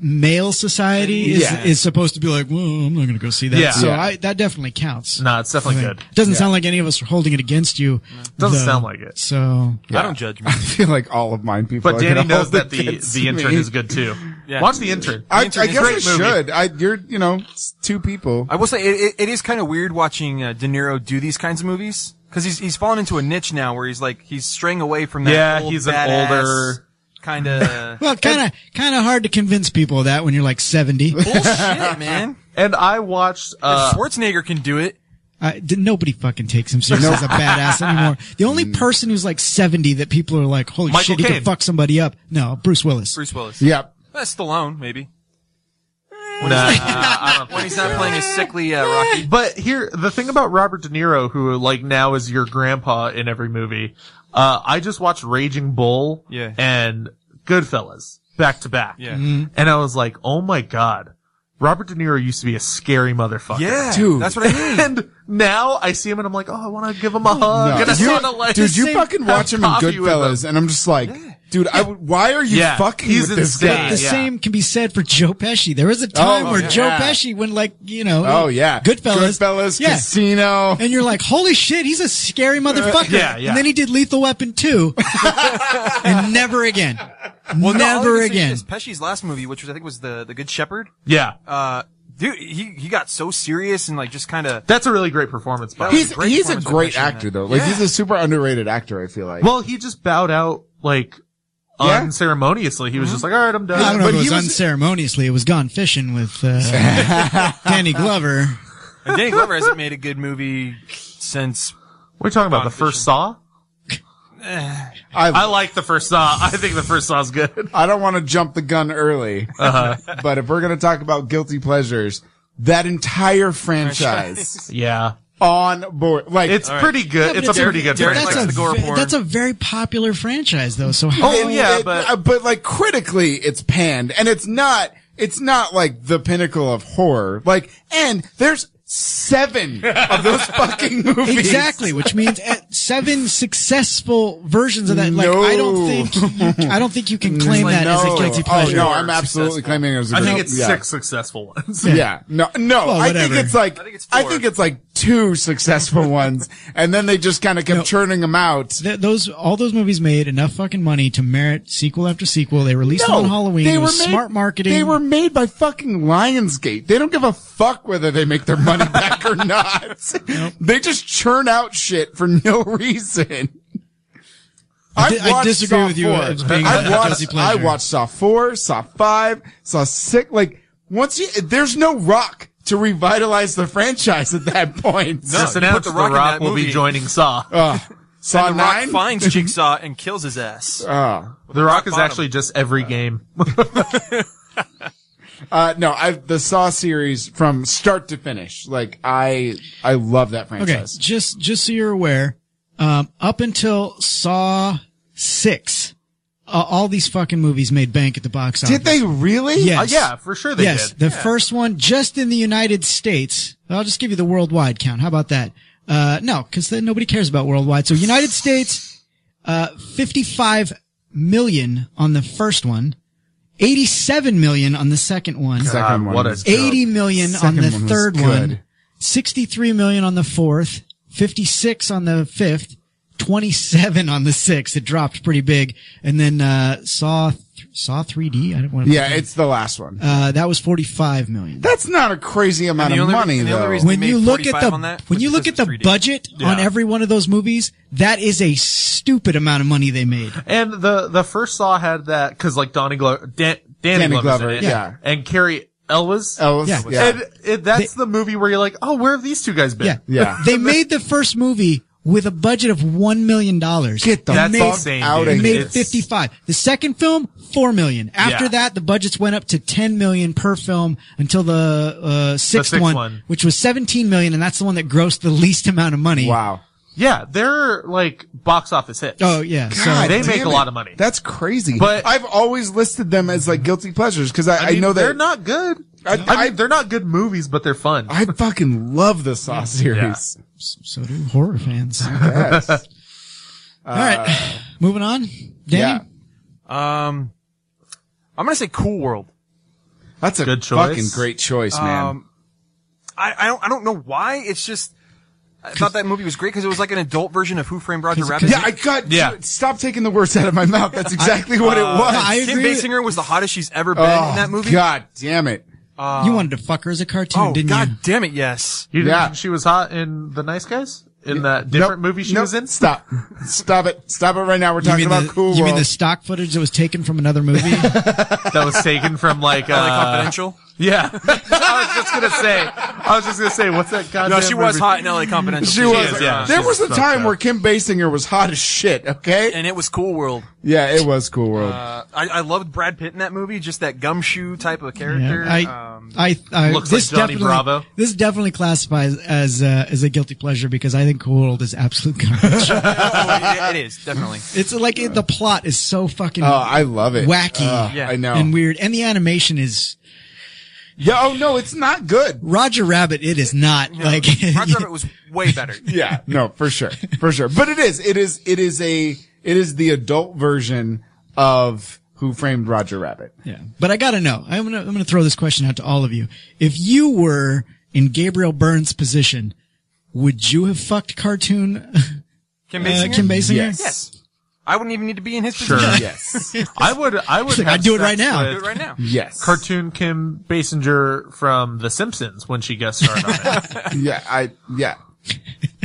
[SPEAKER 7] male society is
[SPEAKER 9] Yeah.
[SPEAKER 7] is supposed to be like, well, I'm not going to go see that.
[SPEAKER 9] Yeah.
[SPEAKER 7] So
[SPEAKER 9] Yeah.
[SPEAKER 7] I, that definitely counts.
[SPEAKER 9] No, it's definitely
[SPEAKER 7] I think.
[SPEAKER 9] good.
[SPEAKER 7] It doesn't
[SPEAKER 9] Yeah.
[SPEAKER 7] sound like any of us are holding it against you.
[SPEAKER 9] Doesn't
[SPEAKER 7] though.
[SPEAKER 9] sound like it.
[SPEAKER 7] So
[SPEAKER 9] I don't judge me.
[SPEAKER 8] I feel like all of mine people.
[SPEAKER 9] But
[SPEAKER 8] are gonna
[SPEAKER 9] Danny knows
[SPEAKER 8] hold
[SPEAKER 9] that the
[SPEAKER 8] against
[SPEAKER 9] the intern
[SPEAKER 8] me.
[SPEAKER 9] is good too. Watch the intern.
[SPEAKER 8] I, I
[SPEAKER 10] Intern is
[SPEAKER 8] guess
[SPEAKER 10] a
[SPEAKER 8] I
[SPEAKER 10] great movie.
[SPEAKER 8] should. I, you're, you know, it's two people.
[SPEAKER 10] I will say it, it, it is kind of weird watching uh, De Niro do these kinds of movies because he's he's fallen into a niche now where he's like he's straying away from that.
[SPEAKER 9] Yeah,
[SPEAKER 10] old,
[SPEAKER 9] he's an
[SPEAKER 10] badass
[SPEAKER 9] older-
[SPEAKER 10] kind of.
[SPEAKER 7] Well, kind of kind of hard to convince people of that when you're like 70.
[SPEAKER 10] bullshit, man.
[SPEAKER 9] And I watched.
[SPEAKER 7] uh,
[SPEAKER 10] if Schwarzenegger can do it.
[SPEAKER 7] I, d- nobody fucking takes him seriously
[SPEAKER 10] No.
[SPEAKER 7] as a badass anymore. The only person who's like 70 that people are like, holy
[SPEAKER 10] Michael
[SPEAKER 7] shit, he
[SPEAKER 10] Caine.
[SPEAKER 7] can fuck somebody up. No, Bruce Willis.
[SPEAKER 10] Bruce Willis.
[SPEAKER 8] Yep.
[SPEAKER 10] Uh, Stallone, maybe.
[SPEAKER 9] Nah,
[SPEAKER 10] I don't when he's not playing his sickly uh, Rocky.
[SPEAKER 9] But here, the thing about Robert De Niro, who like now is your grandpa in every movie, uh, I just watched Raging Bull
[SPEAKER 10] Yeah.
[SPEAKER 9] and Goodfellas back to back.
[SPEAKER 10] Yeah.
[SPEAKER 8] Mm-hmm.
[SPEAKER 10] Mhm.
[SPEAKER 9] And I was like, oh my God. Robert De Niro used to be a scary motherfucker.
[SPEAKER 10] Yeah, Dude. that's what I mean.
[SPEAKER 9] and now I see him and I'm like, oh, I want to give him a hug. And I
[SPEAKER 8] you,
[SPEAKER 9] wanna, like,
[SPEAKER 8] dude, you
[SPEAKER 9] sing-
[SPEAKER 8] fucking
[SPEAKER 9] have
[SPEAKER 8] watch him in
[SPEAKER 9] coffee with
[SPEAKER 8] Goodfellas,
[SPEAKER 9] him.
[SPEAKER 8] and I'm just like, dude, I would why are you
[SPEAKER 9] Yeah,
[SPEAKER 8] fucking
[SPEAKER 9] he's
[SPEAKER 8] with this
[SPEAKER 9] insane.
[SPEAKER 8] guy?
[SPEAKER 7] The same can be said for Joe Pesci. There was a time
[SPEAKER 8] Oh,
[SPEAKER 7] where
[SPEAKER 8] yeah.
[SPEAKER 7] Joe Pesci went like, you know,
[SPEAKER 8] Oh, yeah.
[SPEAKER 7] Goodfellas,
[SPEAKER 8] Goodfellas,
[SPEAKER 7] yeah.
[SPEAKER 8] Casino,
[SPEAKER 7] and you're like, holy shit, he's a scary motherfucker.
[SPEAKER 9] yeah, yeah.
[SPEAKER 7] And then he did Lethal Weapon 2, and never again,
[SPEAKER 10] Well, no, all I
[SPEAKER 7] never
[SPEAKER 10] can say
[SPEAKER 7] again.
[SPEAKER 10] Is Pesci's last movie, which was I think was the the Good Shepherd.
[SPEAKER 9] Yeah.
[SPEAKER 10] Uh, dude, he he got so serious and like just kind of.
[SPEAKER 9] That's a really great performance. By him.
[SPEAKER 8] He's he's a great actor though. Like
[SPEAKER 10] Yeah.
[SPEAKER 8] he's a super underrated actor. I feel like.
[SPEAKER 9] Well, he just bowed out like
[SPEAKER 8] Yeah. Mm-hmm.
[SPEAKER 9] unceremoniously. He was just like, all right, I'm done.
[SPEAKER 7] I don't know if it
[SPEAKER 9] But
[SPEAKER 7] was,
[SPEAKER 9] he
[SPEAKER 7] unceremoniously. It was Gone Fishing with uh, Danny Glover.
[SPEAKER 10] And Danny Glover hasn't made a good movie since.
[SPEAKER 9] We're talking about the first Saw.
[SPEAKER 8] I,
[SPEAKER 9] like the first Saw. I think the first Saw's good.
[SPEAKER 8] I don't want to jump the gun early,
[SPEAKER 9] Uh-huh.
[SPEAKER 8] but if we're gonna talk about guilty pleasures, that entire franchise,
[SPEAKER 9] yeah,
[SPEAKER 8] on board. Like
[SPEAKER 9] It's All right. pretty good.
[SPEAKER 7] Yeah, but
[SPEAKER 9] It's a pretty good
[SPEAKER 7] but
[SPEAKER 9] franchise.
[SPEAKER 7] That's a,
[SPEAKER 9] The gore
[SPEAKER 7] ve-
[SPEAKER 9] porn. Oh,
[SPEAKER 7] that's a very popular franchise, though. So how?
[SPEAKER 8] It- it- uh, but like critically, it's panned, and it's not. It's not like the pinnacle of horror. Like, and there's seven of those fucking movies.
[SPEAKER 7] Exactly, which means uh, seven successful versions of that. Like I don't think you, I don't think you can claim that as a guilty pleasure.
[SPEAKER 8] Oh no, I'm absolutely claiming it was. a
[SPEAKER 9] I think
[SPEAKER 8] guilty-
[SPEAKER 9] it's
[SPEAKER 8] yeah.
[SPEAKER 9] six successful ones.
[SPEAKER 8] Yeah. No, no,
[SPEAKER 9] Well,
[SPEAKER 8] I think
[SPEAKER 9] whatever.
[SPEAKER 8] it's like, I think it's, like two successful ones and then they just kind of kept churning them out.
[SPEAKER 7] Th- those all those movies made enough fucking money to merit sequel after sequel. They released
[SPEAKER 8] No,
[SPEAKER 7] them on Halloween.
[SPEAKER 8] they
[SPEAKER 7] It
[SPEAKER 8] were
[SPEAKER 7] was
[SPEAKER 8] made-
[SPEAKER 7] smart marketing.
[SPEAKER 8] They were made by fucking Lionsgate. They don't give a fuck whether they make their money back or not. They just churn out shit for no reason.
[SPEAKER 7] I di-
[SPEAKER 8] I've
[SPEAKER 7] I
[SPEAKER 8] watched
[SPEAKER 7] disagree
[SPEAKER 8] Saw
[SPEAKER 7] with you
[SPEAKER 8] 4.
[SPEAKER 7] as being
[SPEAKER 8] I've
[SPEAKER 7] a guilty
[SPEAKER 8] watched, I
[SPEAKER 7] pleasure.
[SPEAKER 8] watched Saw 4, Saw 5, Saw 6. Like, once you, there's no rock to revitalize the franchise at that point.
[SPEAKER 9] Just announced the Rock, will be joining Saw.
[SPEAKER 8] Uh, Saw
[SPEAKER 10] and the Rock
[SPEAKER 8] nine?
[SPEAKER 10] finds Jigsaw and kills his ass.
[SPEAKER 8] Ah.
[SPEAKER 9] the Rock is
[SPEAKER 10] Bottom.
[SPEAKER 9] actually just every game.
[SPEAKER 8] Uh, no, I the Saw series from start to finish. Like I, I love that
[SPEAKER 7] Okay,
[SPEAKER 8] franchise.
[SPEAKER 7] just just so you're aware, um, up until Saw six, uh, all these fucking movies made bank at the box office.
[SPEAKER 8] Did they really?
[SPEAKER 7] Yes.
[SPEAKER 9] Uh, yeah, for sure they
[SPEAKER 7] yes,
[SPEAKER 9] did.
[SPEAKER 7] the
[SPEAKER 9] Yeah.
[SPEAKER 7] first one just in the United States. I'll just give you the worldwide count. How about that? Uh, no, because then nobody cares about worldwide. So United States, uh, 55 million on the first one. 87 million on the second one.
[SPEAKER 8] God, Second one what a was joke.
[SPEAKER 7] 80 million
[SPEAKER 8] Second
[SPEAKER 7] on the
[SPEAKER 8] one was
[SPEAKER 7] third
[SPEAKER 8] good.
[SPEAKER 7] one. 63 million on the fourth. 56 on the fifth. 27 on the sixth. It dropped pretty big. And then, uh, Saw, th- Saw 3D. I don't want to.
[SPEAKER 8] Yeah, it's the last one.
[SPEAKER 7] Uh, that was 45 million.
[SPEAKER 8] That's not a crazy amount
[SPEAKER 7] the
[SPEAKER 8] of
[SPEAKER 7] only-
[SPEAKER 8] money
[SPEAKER 7] and the only
[SPEAKER 8] though.
[SPEAKER 7] reason When they you made look at 45 the- on that when you look at the budget on
[SPEAKER 9] Yeah.
[SPEAKER 7] every one of those movies, that is a stupid amount of money they made.
[SPEAKER 9] And the the first Saw had that because like Donnie Glover, Dan, Danny,
[SPEAKER 7] Danny
[SPEAKER 9] Glover's
[SPEAKER 7] Glover,
[SPEAKER 9] in it,
[SPEAKER 7] yeah.
[SPEAKER 9] and Carrie Elwes.
[SPEAKER 8] Elwes,
[SPEAKER 7] Yeah. yeah.
[SPEAKER 9] And it, that's the movie where you're like, oh, where have these two guys been?
[SPEAKER 7] Yeah. They made the first movie with a budget of $1 million. Get
[SPEAKER 8] the That's fuck insane, outta dude.
[SPEAKER 7] Made
[SPEAKER 8] here.
[SPEAKER 7] 55. The second film, 4 million. After
[SPEAKER 8] Yeah.
[SPEAKER 7] that, the budgets went up to 10 million per film until the, uh, sixth,
[SPEAKER 9] sixth
[SPEAKER 7] one,
[SPEAKER 9] one.
[SPEAKER 7] which was 17 million. And that's the one that grossed the least amount of money. Wow.
[SPEAKER 9] Yeah, they're like box office hits.
[SPEAKER 7] Oh, yeah, so-
[SPEAKER 8] God
[SPEAKER 9] they
[SPEAKER 8] damn
[SPEAKER 9] make
[SPEAKER 8] it.
[SPEAKER 9] a lot of money.
[SPEAKER 8] That's crazy.
[SPEAKER 9] But-
[SPEAKER 8] But I've always listed them as like guilty pleasures because I, I,
[SPEAKER 9] I mean,
[SPEAKER 8] know that
[SPEAKER 9] they're not good. I, mean, they're not good movies, but they're fun.
[SPEAKER 8] I fucking love the Saw series.
[SPEAKER 7] So do horror fans.
[SPEAKER 8] Yes. Uh,
[SPEAKER 7] All right. Moving on. Danny?
[SPEAKER 10] Um, I'm gonna say Cool World.
[SPEAKER 8] That's a
[SPEAKER 10] Good
[SPEAKER 8] good
[SPEAKER 10] choice.
[SPEAKER 8] fucking great choice, man.
[SPEAKER 10] Um, I, I don't I don't know why. It's just I thought that movie was great because it was like an adult version of Who Framed Roger Rabbit.
[SPEAKER 8] yeah, I got. Yeah. Stop taking the words out of my mouth. That's exactly what it
[SPEAKER 10] Uh,
[SPEAKER 8] was.
[SPEAKER 10] Kim Basinger was the hottest she's ever been
[SPEAKER 8] Oh,
[SPEAKER 10] in that movie.
[SPEAKER 8] God damn it.
[SPEAKER 10] Uh,
[SPEAKER 8] um,
[SPEAKER 7] you wanted to fuck her as a cartoon,
[SPEAKER 10] oh,
[SPEAKER 7] didn't
[SPEAKER 10] God
[SPEAKER 7] you?
[SPEAKER 10] damn it, yes.
[SPEAKER 9] You didn't
[SPEAKER 7] Yeah.
[SPEAKER 9] think she was hot in The Nice Guys? In that different
[SPEAKER 8] Nope,
[SPEAKER 9] movie she
[SPEAKER 8] nope,
[SPEAKER 9] was in?
[SPEAKER 8] Stop. Stop it. Stop it right now. We're talking about
[SPEAKER 7] the,
[SPEAKER 8] Cool
[SPEAKER 7] You mean
[SPEAKER 8] World.
[SPEAKER 7] the stock footage that was taken from another movie?
[SPEAKER 9] That was taken from like, uh,
[SPEAKER 10] LA Confidential?
[SPEAKER 9] Yeah. I was just gonna say, I was just gonna say, what's that goddamn
[SPEAKER 10] No, she was
[SPEAKER 9] movie?
[SPEAKER 10] hot in LA Confidential.
[SPEAKER 8] She was. There was a time where Kim Basinger was hot as shit. Okay.
[SPEAKER 10] And it was Cool World.
[SPEAKER 8] Yeah, it was Cool World.
[SPEAKER 10] Uh, I, I loved Brad Pitt in that movie, just that gumshoe type of character.
[SPEAKER 7] Yeah, I,
[SPEAKER 10] um,
[SPEAKER 7] I, I, this definitely, This definitely classifies as uh, as a guilty pleasure because I think Cool World is absolute garbage.
[SPEAKER 10] Oh, it, it is definitely.
[SPEAKER 7] it's like it, the plot is so fucking.
[SPEAKER 8] Oh, I love it.
[SPEAKER 7] Wacky.
[SPEAKER 8] Ugh, Yeah. I know.
[SPEAKER 7] And weird, and the animation is.
[SPEAKER 8] Yeah. Oh no, it's not good.
[SPEAKER 7] Roger Rabbit. It is not like.
[SPEAKER 10] Roger Rabbit was way better.
[SPEAKER 8] yeah, no, for sure, for sure. But it is, it is, it is a, it is the adult version of Who Framed Roger Rabbit.
[SPEAKER 7] Yeah. But I gotta know. I'm gonna, I'm gonna throw this question out to all of you. If you were in Gabriel Byrne's position, would you have fucked cartoon
[SPEAKER 10] Kim
[SPEAKER 7] Uh,
[SPEAKER 10] Basinger?
[SPEAKER 7] Kim Basinger?
[SPEAKER 10] Yes.
[SPEAKER 7] Yes.
[SPEAKER 10] I wouldn't even need to be in his
[SPEAKER 9] Sure.
[SPEAKER 10] position.
[SPEAKER 8] Yes.
[SPEAKER 9] I would, I would
[SPEAKER 7] I'd
[SPEAKER 9] have
[SPEAKER 7] do it right
[SPEAKER 9] sex
[SPEAKER 7] now.
[SPEAKER 9] with
[SPEAKER 10] Do it right now.
[SPEAKER 8] Yes.
[SPEAKER 9] Cartoon Kim Basinger from The Simpsons when she guest starred on it.
[SPEAKER 8] yeah, I, yeah.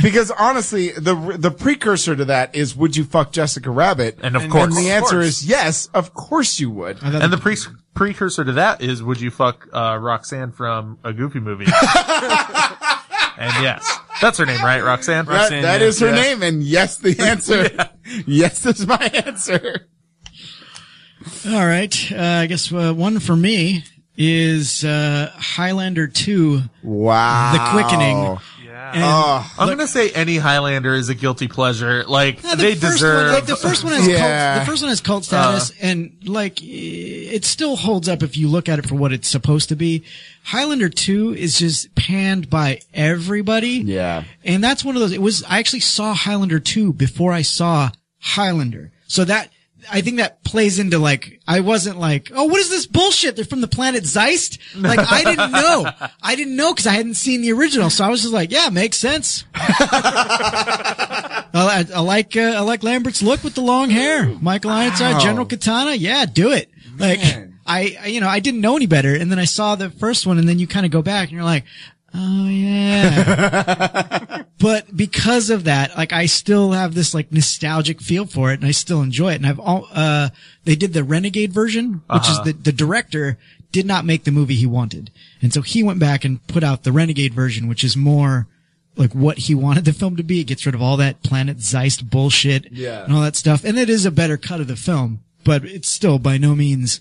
[SPEAKER 8] Because honestly, the the precursor to that is would you fuck Jessica Rabbit?
[SPEAKER 9] And of course.
[SPEAKER 8] the
[SPEAKER 9] Of
[SPEAKER 8] answer
[SPEAKER 9] course.
[SPEAKER 8] is yes, of course you would.
[SPEAKER 9] And the pre- precursor to that is would you fuck uh, Roxanne from a Goofy movie? and yes, that's her name, right? Roxanne.
[SPEAKER 8] That- that is her name, and yes, the answer. Yes is my answer.
[SPEAKER 7] All right. Uh, I guess uh, one for me is uh, Highlander 2.
[SPEAKER 8] Wow.
[SPEAKER 7] The Quickening.
[SPEAKER 9] Yeah.
[SPEAKER 7] And-
[SPEAKER 9] I'm gonna say any Highlander is a guilty pleasure. Like
[SPEAKER 7] Yeah, the
[SPEAKER 9] they
[SPEAKER 7] first
[SPEAKER 9] deserve.
[SPEAKER 7] One, like the first one has cult, the first one has cult status,
[SPEAKER 9] Uh,
[SPEAKER 7] and like i- it still holds up if you look at it for what it's supposed to be. Highlander Two is just panned by everybody.
[SPEAKER 8] Yeah.
[SPEAKER 7] and that's one of those. It was I actually saw Highlander Two before I saw Highlander, so that. I think that plays into like I wasn't like oh what is this bullshit they're from the planet Zeist like I didn't know I didn't know because I hadn't seen the original so I was just like yeah makes sense I, I like uh, I like Lambert's look with the long hair. Michael Ironside,
[SPEAKER 1] Wow.
[SPEAKER 7] General Katana. Yeah, do it. Like I, I, you know, I didn't know any better, and then I saw the first one, and then you kind of go back, and you're like, oh yeah. but because of that, like I still have this like nostalgic feel for it, and I still enjoy it. And I've all uh, they did the Renegade version, which
[SPEAKER 9] Uh-huh.
[SPEAKER 7] is the the director did not make the movie he wanted, and so he went back and put out the Renegade version, which is more like what he wanted the film to be. It gets rid of all that Planet Zeist bullshit
[SPEAKER 1] Yeah.
[SPEAKER 7] and all that stuff. And it is a better cut of the film, but it's still by no means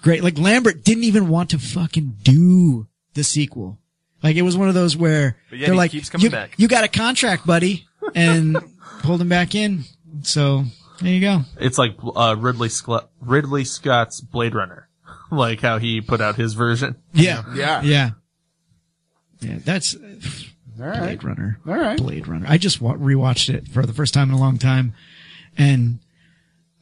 [SPEAKER 7] great. Like Lambert didn't even want to fucking do the sequel. Like it was one of those where
[SPEAKER 10] But yet
[SPEAKER 7] they're
[SPEAKER 10] he
[SPEAKER 7] like,
[SPEAKER 10] keeps coming
[SPEAKER 7] you,
[SPEAKER 10] back."
[SPEAKER 7] you got a contract, buddy, and pulled him back in. So there you go.
[SPEAKER 9] It's like uh, Ridley Scott, Ridley Scott's Blade Runner, like how he put out his version.
[SPEAKER 7] Yeah.
[SPEAKER 8] Yeah.
[SPEAKER 7] Yeah. Yeah. That's
[SPEAKER 8] All right.
[SPEAKER 7] Blade Runner.
[SPEAKER 8] All right.
[SPEAKER 7] Blade Runner. I just wa- rewatched it for the first time in a long time, and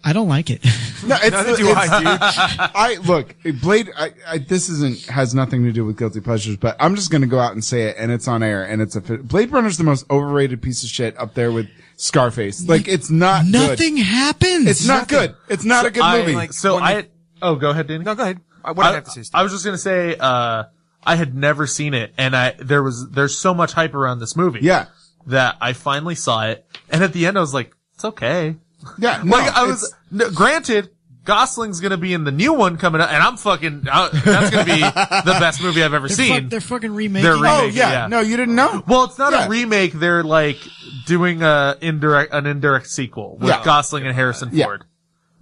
[SPEAKER 7] I don't like it.
[SPEAKER 8] No, it's,
[SPEAKER 7] Neither do
[SPEAKER 8] it's-
[SPEAKER 7] I,
[SPEAKER 8] I look Blade. I, I, this isn't has nothing to do with guilty pleasures, but I'm just gonna go out and say it, and it's on air, and it's a Blade Runner's the most overrated piece of shit up there with Scarface. Like it's not
[SPEAKER 7] Nothing
[SPEAKER 8] Good.
[SPEAKER 7] happens.
[SPEAKER 8] It's not good. It's not a good
[SPEAKER 9] I-
[SPEAKER 8] movie.
[SPEAKER 9] like, so I, oh, go ahead, Danny. No,
[SPEAKER 10] go ahead. Uh, What
[SPEAKER 9] I, I was just gonna say, uh, I had never seen it, and I there was there's so much hype around this movie.
[SPEAKER 8] Yeah.
[SPEAKER 9] That I finally saw it, and at the end I was like, it's okay.
[SPEAKER 8] Yeah.
[SPEAKER 9] like I was no, granted Gosling's gonna be in the new one coming up, and I'm fucking. Uh, that's gonna be the best movie I've ever
[SPEAKER 7] They're,
[SPEAKER 9] seen.
[SPEAKER 7] fuck- they're fucking remaking.
[SPEAKER 9] They're remaking.
[SPEAKER 7] it.
[SPEAKER 9] yeah. no,
[SPEAKER 8] Oh, you didn't know.
[SPEAKER 9] Well, it's not a remake. They're like doing a indirect, an indirect sequel with
[SPEAKER 10] Yeah.
[SPEAKER 9] Gosling and Harrison
[SPEAKER 10] Yeah.
[SPEAKER 9] Ford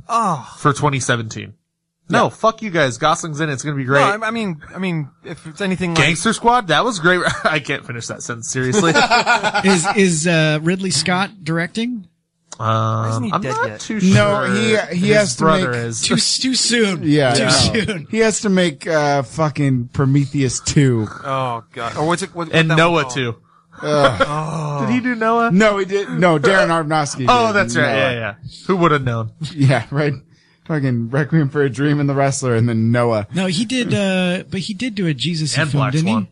[SPEAKER 10] Oh.
[SPEAKER 9] for 2017. No, fuck you guys. Gosling's in. it. It's gonna be great.
[SPEAKER 10] No, I, I mean, I mean, if it's anything like
[SPEAKER 9] Gangster Squad. That was great. I can't finish that sentence seriously.
[SPEAKER 7] is is uh, Ridley Scott directing?
[SPEAKER 9] Um, I'm not too sure.
[SPEAKER 8] No, he he
[SPEAKER 9] His
[SPEAKER 8] has to
[SPEAKER 9] brother
[SPEAKER 8] make
[SPEAKER 9] is.
[SPEAKER 7] Too too soon.
[SPEAKER 8] Yeah,
[SPEAKER 7] too
[SPEAKER 8] yeah.
[SPEAKER 7] soon.
[SPEAKER 8] He has to make uh fucking Prometheus two.
[SPEAKER 10] Oh god. Or what's it? What, what's
[SPEAKER 9] And
[SPEAKER 10] that
[SPEAKER 9] Noah
[SPEAKER 10] one called?
[SPEAKER 9] too.
[SPEAKER 8] Ugh.
[SPEAKER 10] Oh.
[SPEAKER 9] Did he do Noah?
[SPEAKER 8] No, he did. No, Darren Aronofsky.
[SPEAKER 9] Oh,
[SPEAKER 8] did
[SPEAKER 9] that's right. Yeah,
[SPEAKER 8] Noah.
[SPEAKER 9] yeah. Who would have known?
[SPEAKER 8] Yeah, right. Fucking Requiem for a Dream and the Wrestler, and then Noah.
[SPEAKER 7] No, he did. Uh, but he did do a Jesus
[SPEAKER 8] And
[SPEAKER 7] film,
[SPEAKER 8] Black
[SPEAKER 7] didn't
[SPEAKER 8] Swan.
[SPEAKER 7] he?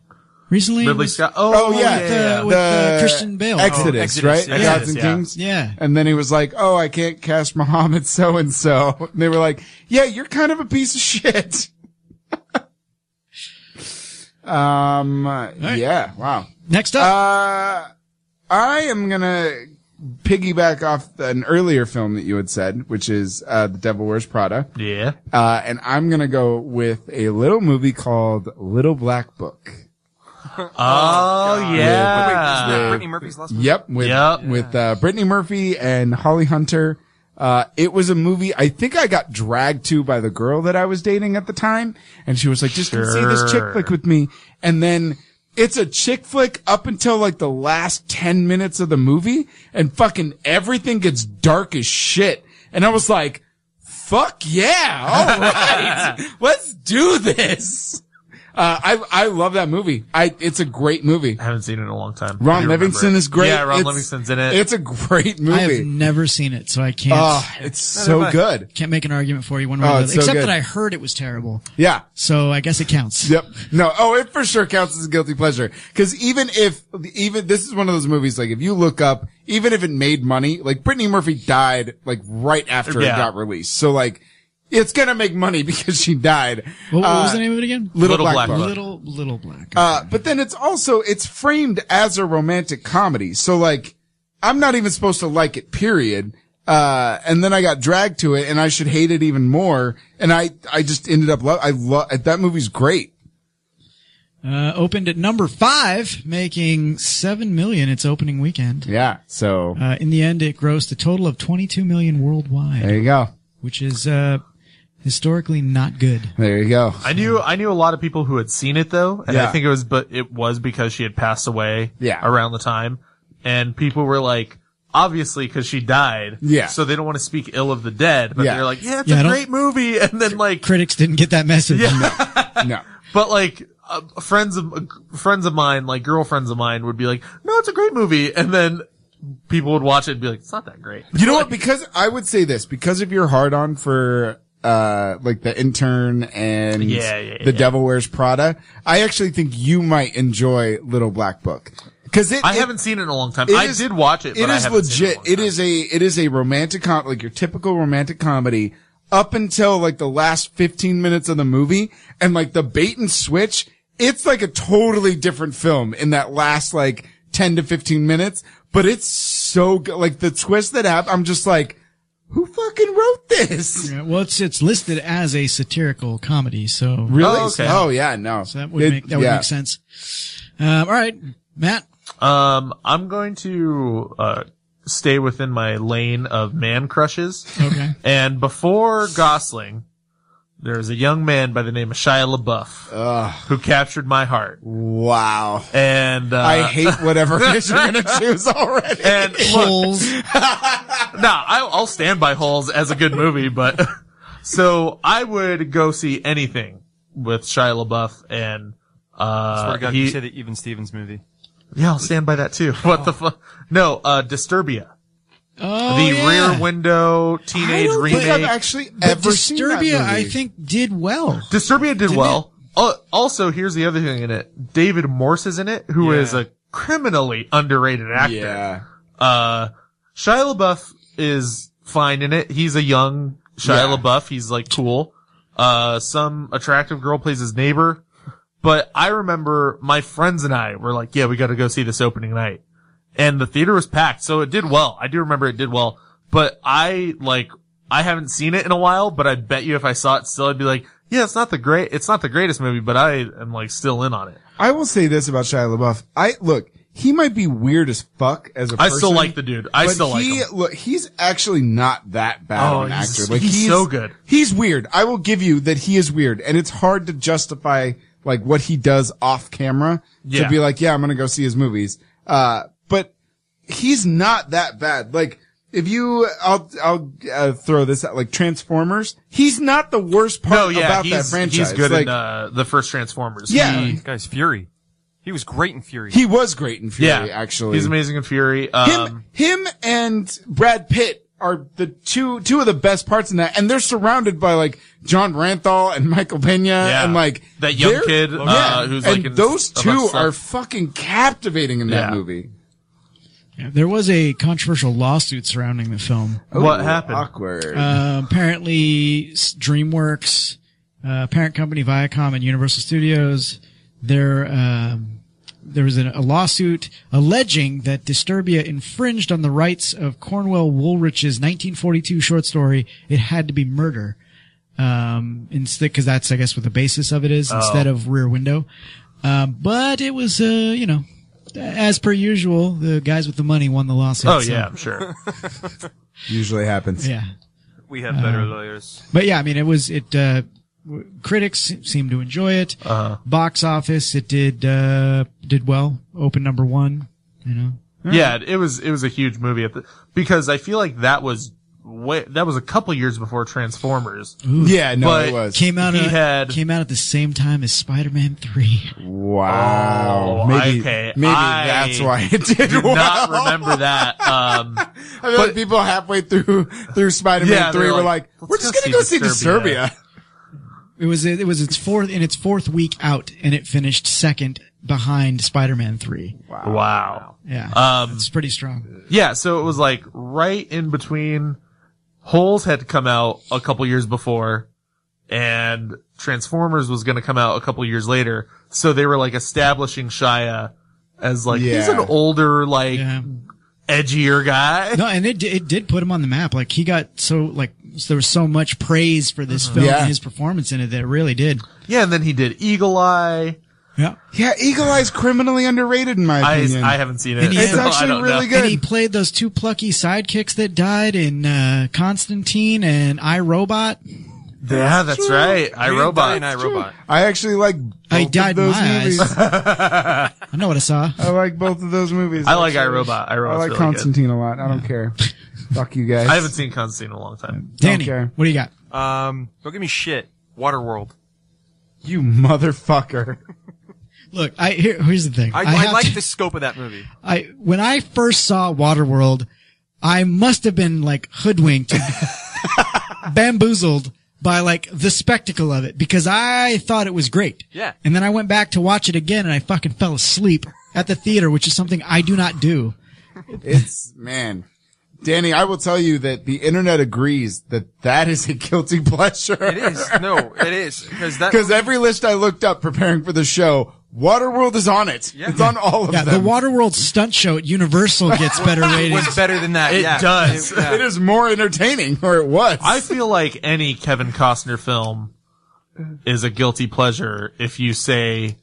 [SPEAKER 7] Recently,
[SPEAKER 8] Ridley
[SPEAKER 7] It was-
[SPEAKER 8] Scott. Oh,
[SPEAKER 7] with
[SPEAKER 8] yeah,
[SPEAKER 7] the,
[SPEAKER 8] yeah, yeah.
[SPEAKER 7] With uh,
[SPEAKER 8] The
[SPEAKER 7] Christian Bale.
[SPEAKER 8] Exodus, right? The Gods and Kings.
[SPEAKER 7] Yeah.
[SPEAKER 8] And then he was like, "Oh, I can't cast Muhammad so and so." They were like, "Yeah, you're kind of a piece of shit." um. uh, Yeah. Wow.
[SPEAKER 7] Next up,
[SPEAKER 8] uh, I am gonna piggyback off an earlier film that you had said, which is uh, "The Devil Wears Prada."
[SPEAKER 9] Yeah.
[SPEAKER 8] Uh, and I'm gonna go with a little movie called Little Black Book.
[SPEAKER 9] Oh,
[SPEAKER 10] yeah. Wait, wait, is that
[SPEAKER 8] With-
[SPEAKER 10] Brittany Murphy's last movie?
[SPEAKER 8] Yep, with with uh, Brittany Murphy and Holly Hunter. Uh, it was a movie I think I got dragged to by the girl that I was dating at the time, and she was like, "Just come see this chick
[SPEAKER 9] Sure.
[SPEAKER 8] flick with me," and then. It's a chick flick up until like the last 10 minutes of the movie and fucking everything gets dark as shit. And I was like, fuck yeah. All right. Let's do this. Uh, I, I love that movie. I, it's a great movie. I
[SPEAKER 9] haven't seen it in a long time. I do
[SPEAKER 8] Ron
[SPEAKER 9] remember
[SPEAKER 8] Livingston
[SPEAKER 9] it.
[SPEAKER 8] is great.
[SPEAKER 9] Yeah, Ron
[SPEAKER 8] It's-
[SPEAKER 9] Livingston's in it.
[SPEAKER 8] It's a great
[SPEAKER 7] I have
[SPEAKER 8] movie.
[SPEAKER 7] never seen it, so I can't.
[SPEAKER 8] Oh, it's so good.
[SPEAKER 7] Can't make an argument for you one way
[SPEAKER 8] Oh,
[SPEAKER 7] or the
[SPEAKER 8] it's
[SPEAKER 7] other,
[SPEAKER 8] so
[SPEAKER 7] except
[SPEAKER 8] good.
[SPEAKER 7] that I heard it was terrible.
[SPEAKER 8] Yeah.
[SPEAKER 7] So I guess it counts.
[SPEAKER 8] Yep. No. Oh, it for sure counts as a guilty pleasure. Cause even if, even, this is one of those movies, like if you look up, even if it made money, like Brittany Murphy died like right after
[SPEAKER 9] Yeah.
[SPEAKER 8] it got released. So like, it's gonna make money because she died.
[SPEAKER 7] What, what was
[SPEAKER 8] Uh,
[SPEAKER 7] the name of it again?
[SPEAKER 8] Little, Black, Book.
[SPEAKER 7] Little Little Black.
[SPEAKER 8] Uh, but then it's also, it's framed as a romantic comedy. So like, I'm not even supposed to like it, period. Uh, and then I got dragged to it and I should hate it even more. And I, I just ended up love, I love, that movie's great.
[SPEAKER 7] Uh, opened at number five, making seven million its opening weekend.
[SPEAKER 8] Yeah. So
[SPEAKER 7] Uh, in the end, it grossed a total of twenty-two million worldwide.
[SPEAKER 8] there you go.
[SPEAKER 7] which is uh, historically not good.
[SPEAKER 8] There you go.
[SPEAKER 9] I knew I knew a lot of people who had seen it though, and I
[SPEAKER 7] Yeah.
[SPEAKER 9] think it was but it was because she had passed away
[SPEAKER 8] Yeah.
[SPEAKER 9] around the time, and people were like, obviously because she died,
[SPEAKER 7] Yeah.
[SPEAKER 9] So they don't want to speak ill of the dead, but
[SPEAKER 7] Yeah.
[SPEAKER 9] they're like, yeah, it's
[SPEAKER 7] Yeah, I
[SPEAKER 9] a
[SPEAKER 7] don't-
[SPEAKER 9] great movie, and then like,
[SPEAKER 7] Critics didn't get that message.
[SPEAKER 8] no,
[SPEAKER 9] but like. Uh, friends of uh, friends of mine, like girlfriends of mine, would be like, "No, it's a great movie," and then people would watch it and be like, "It's not that great."
[SPEAKER 8] You know what? Because I would say this because of your hard on for uh like the intern and
[SPEAKER 9] Yeah, yeah, yeah,
[SPEAKER 8] the
[SPEAKER 9] yeah.
[SPEAKER 8] Devil Wears Prada, I actually think you might enjoy Little Black Book because it.
[SPEAKER 9] I
[SPEAKER 8] it-
[SPEAKER 9] haven't seen it in a long time.
[SPEAKER 8] it
[SPEAKER 9] I
[SPEAKER 8] is-
[SPEAKER 9] did watch it.
[SPEAKER 8] It
[SPEAKER 9] but I
[SPEAKER 8] is
[SPEAKER 9] haven't seen
[SPEAKER 8] legit. it is a it is a romantic com- like your typical romantic comedy up until like the last 15 minutes of the movie and like the bait and switch, it's like a totally different film in that last like 10 to 15 minutes, but it's so good. Like the twist that happened, I'm just like, who fucking wrote this?
[SPEAKER 7] Yeah, well, it's it's listed as a satirical comedy, so
[SPEAKER 8] Really? Oh, okay. Oh, yeah, no.
[SPEAKER 7] So that would
[SPEAKER 8] It-
[SPEAKER 7] make that would
[SPEAKER 8] yeah.
[SPEAKER 7] make sense. Um, all right, Matt.
[SPEAKER 9] Um, I'm going to uh, stay within my lane of man crushes.
[SPEAKER 7] Okay.
[SPEAKER 9] And before Gosling, there was a young man by the name of Shia LaBeouf who captured my heart.
[SPEAKER 8] Wow.
[SPEAKER 9] And uh,
[SPEAKER 8] I hate whatever it is you're gonna choose already.
[SPEAKER 9] And holes. no, I, I'll stand by holes as a good movie, but so I would go see anything with Shia LaBeouf and. Uh,
[SPEAKER 10] I swear to God,
[SPEAKER 9] he-
[SPEAKER 10] you say the Even Stevens movie.
[SPEAKER 9] yeah, I'll stand by that too. What the fuck? No, uh, Disturbia.
[SPEAKER 7] Oh,
[SPEAKER 9] the
[SPEAKER 7] yeah.
[SPEAKER 9] Rear Window teenage remake.
[SPEAKER 7] But Disturbia, I think did well.
[SPEAKER 9] Disturbia did well. Uh, also, here's the other thing in it. David Morse is in it, who is a criminally underrated actor.
[SPEAKER 8] Yeah.
[SPEAKER 9] Uh, Shia LaBeouf is fine in it. He's a young Shia
[SPEAKER 10] Yeah.
[SPEAKER 9] LaBeouf. He's like cool. Uh, some attractive girl plays his neighbor. But I remember my friends and I were like, yeah, we got to go see this opening night. And the theater was packed. So it did well. I do remember it did well, but I like I haven't seen it in a while, but I bet you if I saw it still, I'd be like, yeah, it's not the great, it's not the greatest movie, but I am like still in on it.
[SPEAKER 8] I will say this about Shia LaBeouf. I look, he might be weird as fuck as a
[SPEAKER 9] I
[SPEAKER 8] person.
[SPEAKER 9] still like the dude. I
[SPEAKER 8] but
[SPEAKER 9] still like
[SPEAKER 8] he,
[SPEAKER 9] him.
[SPEAKER 8] Look, he's actually not that bad
[SPEAKER 9] Oh,
[SPEAKER 8] of an
[SPEAKER 9] he's-
[SPEAKER 8] actor. Like
[SPEAKER 9] he's so good.
[SPEAKER 8] He's weird. I will give you that he is weird, and it's hard to justify like what he does off camera
[SPEAKER 9] Yeah.
[SPEAKER 8] to be like, yeah, I'm gonna go see his movies. Uh, but he's not that bad. Like. If you, I'll, I'll uh, throw this out, like Transformers, he's not the worst part
[SPEAKER 9] No, yeah,
[SPEAKER 8] about
[SPEAKER 9] he's,
[SPEAKER 8] that franchise.
[SPEAKER 9] he's good
[SPEAKER 8] like,
[SPEAKER 9] in uh, the first Transformers.
[SPEAKER 8] Yeah.
[SPEAKER 9] He-
[SPEAKER 10] Guys, Fury. He was great in Fury.
[SPEAKER 8] He was great in Fury,
[SPEAKER 9] yeah,
[SPEAKER 8] actually.
[SPEAKER 9] he's amazing in Fury. Um,
[SPEAKER 8] him, him and Brad Pitt are the two, two of the best parts in that. And they're surrounded by like John Ranthal and Michael Pena and like
[SPEAKER 9] That young
[SPEAKER 8] they're-
[SPEAKER 9] kid, uh, who's, like,
[SPEAKER 8] and
[SPEAKER 9] in
[SPEAKER 8] those
[SPEAKER 9] a bunch
[SPEAKER 8] two
[SPEAKER 9] of stuff.
[SPEAKER 8] are fucking captivating in that
[SPEAKER 9] Yeah.
[SPEAKER 8] movie.
[SPEAKER 7] Yeah, there was a controversial lawsuit surrounding the film.
[SPEAKER 9] What happened?
[SPEAKER 8] Awkward.
[SPEAKER 7] Uh, apparently, s- DreamWorks, uh, parent company Viacom and Universal Studios, there um, there was an, a lawsuit alleging that Disturbia infringed on the rights of Cornwell Woolrich's 1942 short story. It had to be murder, um, instead because that's I guess what the basis of it is
[SPEAKER 1] Oh.
[SPEAKER 7] instead of Rear Window. Um, but it was, uh, you know, as per usual, the guys with the money won the lawsuit.
[SPEAKER 9] oh
[SPEAKER 7] so-
[SPEAKER 9] yeah, I'm sure.
[SPEAKER 8] Usually happens.
[SPEAKER 7] Yeah.
[SPEAKER 10] We have better
[SPEAKER 7] Uh,
[SPEAKER 10] lawyers.
[SPEAKER 7] But yeah, I mean, it was it. Uh, w- critics seemed to enjoy it.
[SPEAKER 9] Uh-huh.
[SPEAKER 7] Box office, it did uh, did well. Open number one. You know.
[SPEAKER 9] Yeah, it was it was a huge movie at the, because I feel like that was way, that was a couple years before Transformers. But
[SPEAKER 7] Came out.
[SPEAKER 9] He
[SPEAKER 7] at,
[SPEAKER 9] had
[SPEAKER 7] came out at the same time as Spider Man Three.
[SPEAKER 8] Wow.
[SPEAKER 9] Oh,
[SPEAKER 8] maybe
[SPEAKER 9] okay.
[SPEAKER 8] maybe
[SPEAKER 9] I
[SPEAKER 8] that's why it did,
[SPEAKER 9] did
[SPEAKER 8] well.
[SPEAKER 9] not remember that. Um,
[SPEAKER 8] I feel like people halfway through through Spider Man
[SPEAKER 9] Yeah, they
[SPEAKER 8] three
[SPEAKER 9] were
[SPEAKER 8] were
[SPEAKER 9] like,
[SPEAKER 8] like, "We're
[SPEAKER 9] "Let's
[SPEAKER 8] just
[SPEAKER 9] go
[SPEAKER 8] gonna go
[SPEAKER 9] see
[SPEAKER 8] see
[SPEAKER 9] Disturbia."
[SPEAKER 8] Disturbia."
[SPEAKER 7] It was it was its fourth in its fourth week out, and it finished second behind Spider Man Three.
[SPEAKER 9] wow.
[SPEAKER 7] Yeah.
[SPEAKER 9] Um,
[SPEAKER 7] it's pretty strong.
[SPEAKER 9] Yeah, so it was like right in between. Holes had come out a couple years before, and Transformers was going to come out a couple years later. So they were like establishing Shia as like he's an
[SPEAKER 7] Yeah.
[SPEAKER 9] older, like edgier guy.
[SPEAKER 7] No, and it di- it did put him on the map. Like he got so like there was so much praise for this film
[SPEAKER 9] Mm-hmm. Yeah.
[SPEAKER 7] and his performance in it that it really did.
[SPEAKER 9] Yeah, and then he did Eagle Eye.
[SPEAKER 7] Yeah,
[SPEAKER 8] yeah. Eagle Eye's criminally underrated in my
[SPEAKER 9] I,
[SPEAKER 8] opinion.
[SPEAKER 9] I haven't seen it.
[SPEAKER 8] And he- It's
[SPEAKER 9] so I
[SPEAKER 8] actually
[SPEAKER 9] don't
[SPEAKER 8] really
[SPEAKER 9] know.
[SPEAKER 7] And he played those two plucky sidekicks that died in uh, Constantine and iRobot.
[SPEAKER 9] Yeah, that's right. I Robot.
[SPEAKER 8] I actually like.
[SPEAKER 7] I
[SPEAKER 8] both of
[SPEAKER 7] died in
[SPEAKER 8] those
[SPEAKER 7] my
[SPEAKER 8] movies.
[SPEAKER 7] eyes. I know what I saw.
[SPEAKER 8] I like both of those movies.
[SPEAKER 9] I like
[SPEAKER 8] actually.
[SPEAKER 9] iRobot. iRobot's
[SPEAKER 8] I like
[SPEAKER 9] really good.
[SPEAKER 8] Constantine a lot. I don't care. Fuck you guys.
[SPEAKER 9] I haven't seen Constantine in a long time.
[SPEAKER 7] Danny, what do you got?
[SPEAKER 10] Um, don't give me shit. Waterworld.
[SPEAKER 8] You motherfucker.
[SPEAKER 7] Look, I here, here's the thing.
[SPEAKER 10] I,
[SPEAKER 7] have
[SPEAKER 10] I,
[SPEAKER 7] to-
[SPEAKER 10] like the scope of that movie.
[SPEAKER 7] I when I first saw Waterworld, I must have been like hoodwinked, bamboozled by like the spectacle of it because I thought it was great.
[SPEAKER 10] Yeah.
[SPEAKER 7] And then I went back to watch it again and I fucking fell asleep at the theater, which is something I do not do.
[SPEAKER 8] It's man, Danny. I will tell you that the internet agrees that that is a guilty pleasure.
[SPEAKER 10] It is. No, it is. Because that.
[SPEAKER 8] Because every list I looked up preparing for the show, Waterworld is on it. It's on all of
[SPEAKER 7] Yeah,
[SPEAKER 8] them.
[SPEAKER 7] the Waterworld stunt show at Universal gets better ratings.
[SPEAKER 10] better than that.
[SPEAKER 9] It
[SPEAKER 10] yeah.
[SPEAKER 9] does.
[SPEAKER 10] It- yeah.
[SPEAKER 8] it is more entertaining, or it was.
[SPEAKER 9] I feel like any Kevin Costner film is a guilty pleasure if you say,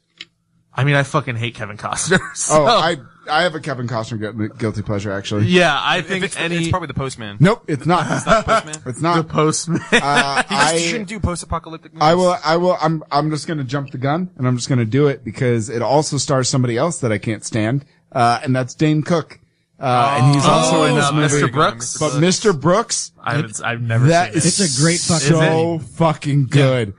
[SPEAKER 9] I mean, I fucking hate Kevin Costner. so-
[SPEAKER 8] oh, I I have a Kevin Costner gu- guilty pleasure actually.
[SPEAKER 9] yeah, I think
[SPEAKER 10] it's,
[SPEAKER 9] any.
[SPEAKER 10] it's probably the Postman.
[SPEAKER 8] Nope, it's not. it's not
[SPEAKER 10] Postman.
[SPEAKER 8] It's not
[SPEAKER 9] the Postman.
[SPEAKER 8] Uh,
[SPEAKER 10] You just
[SPEAKER 8] I-
[SPEAKER 10] shouldn't do post-apocalyptic movies.
[SPEAKER 8] I will. I will. I'm. I'm just gonna jump the gun, and I'm just gonna do it because it also stars somebody else that I can't stand, uh, and that's Dane Cook. Uh, and he's
[SPEAKER 9] Oh,
[SPEAKER 8] also in
[SPEAKER 9] and,
[SPEAKER 8] this
[SPEAKER 9] uh,
[SPEAKER 8] movie.
[SPEAKER 9] Mr. Brooks?
[SPEAKER 8] But Mr. Brooks,
[SPEAKER 9] I haven't- I've never seen
[SPEAKER 8] That
[SPEAKER 9] it.
[SPEAKER 8] is
[SPEAKER 9] It's a great fucking
[SPEAKER 8] so
[SPEAKER 9] movie.
[SPEAKER 8] fucking good.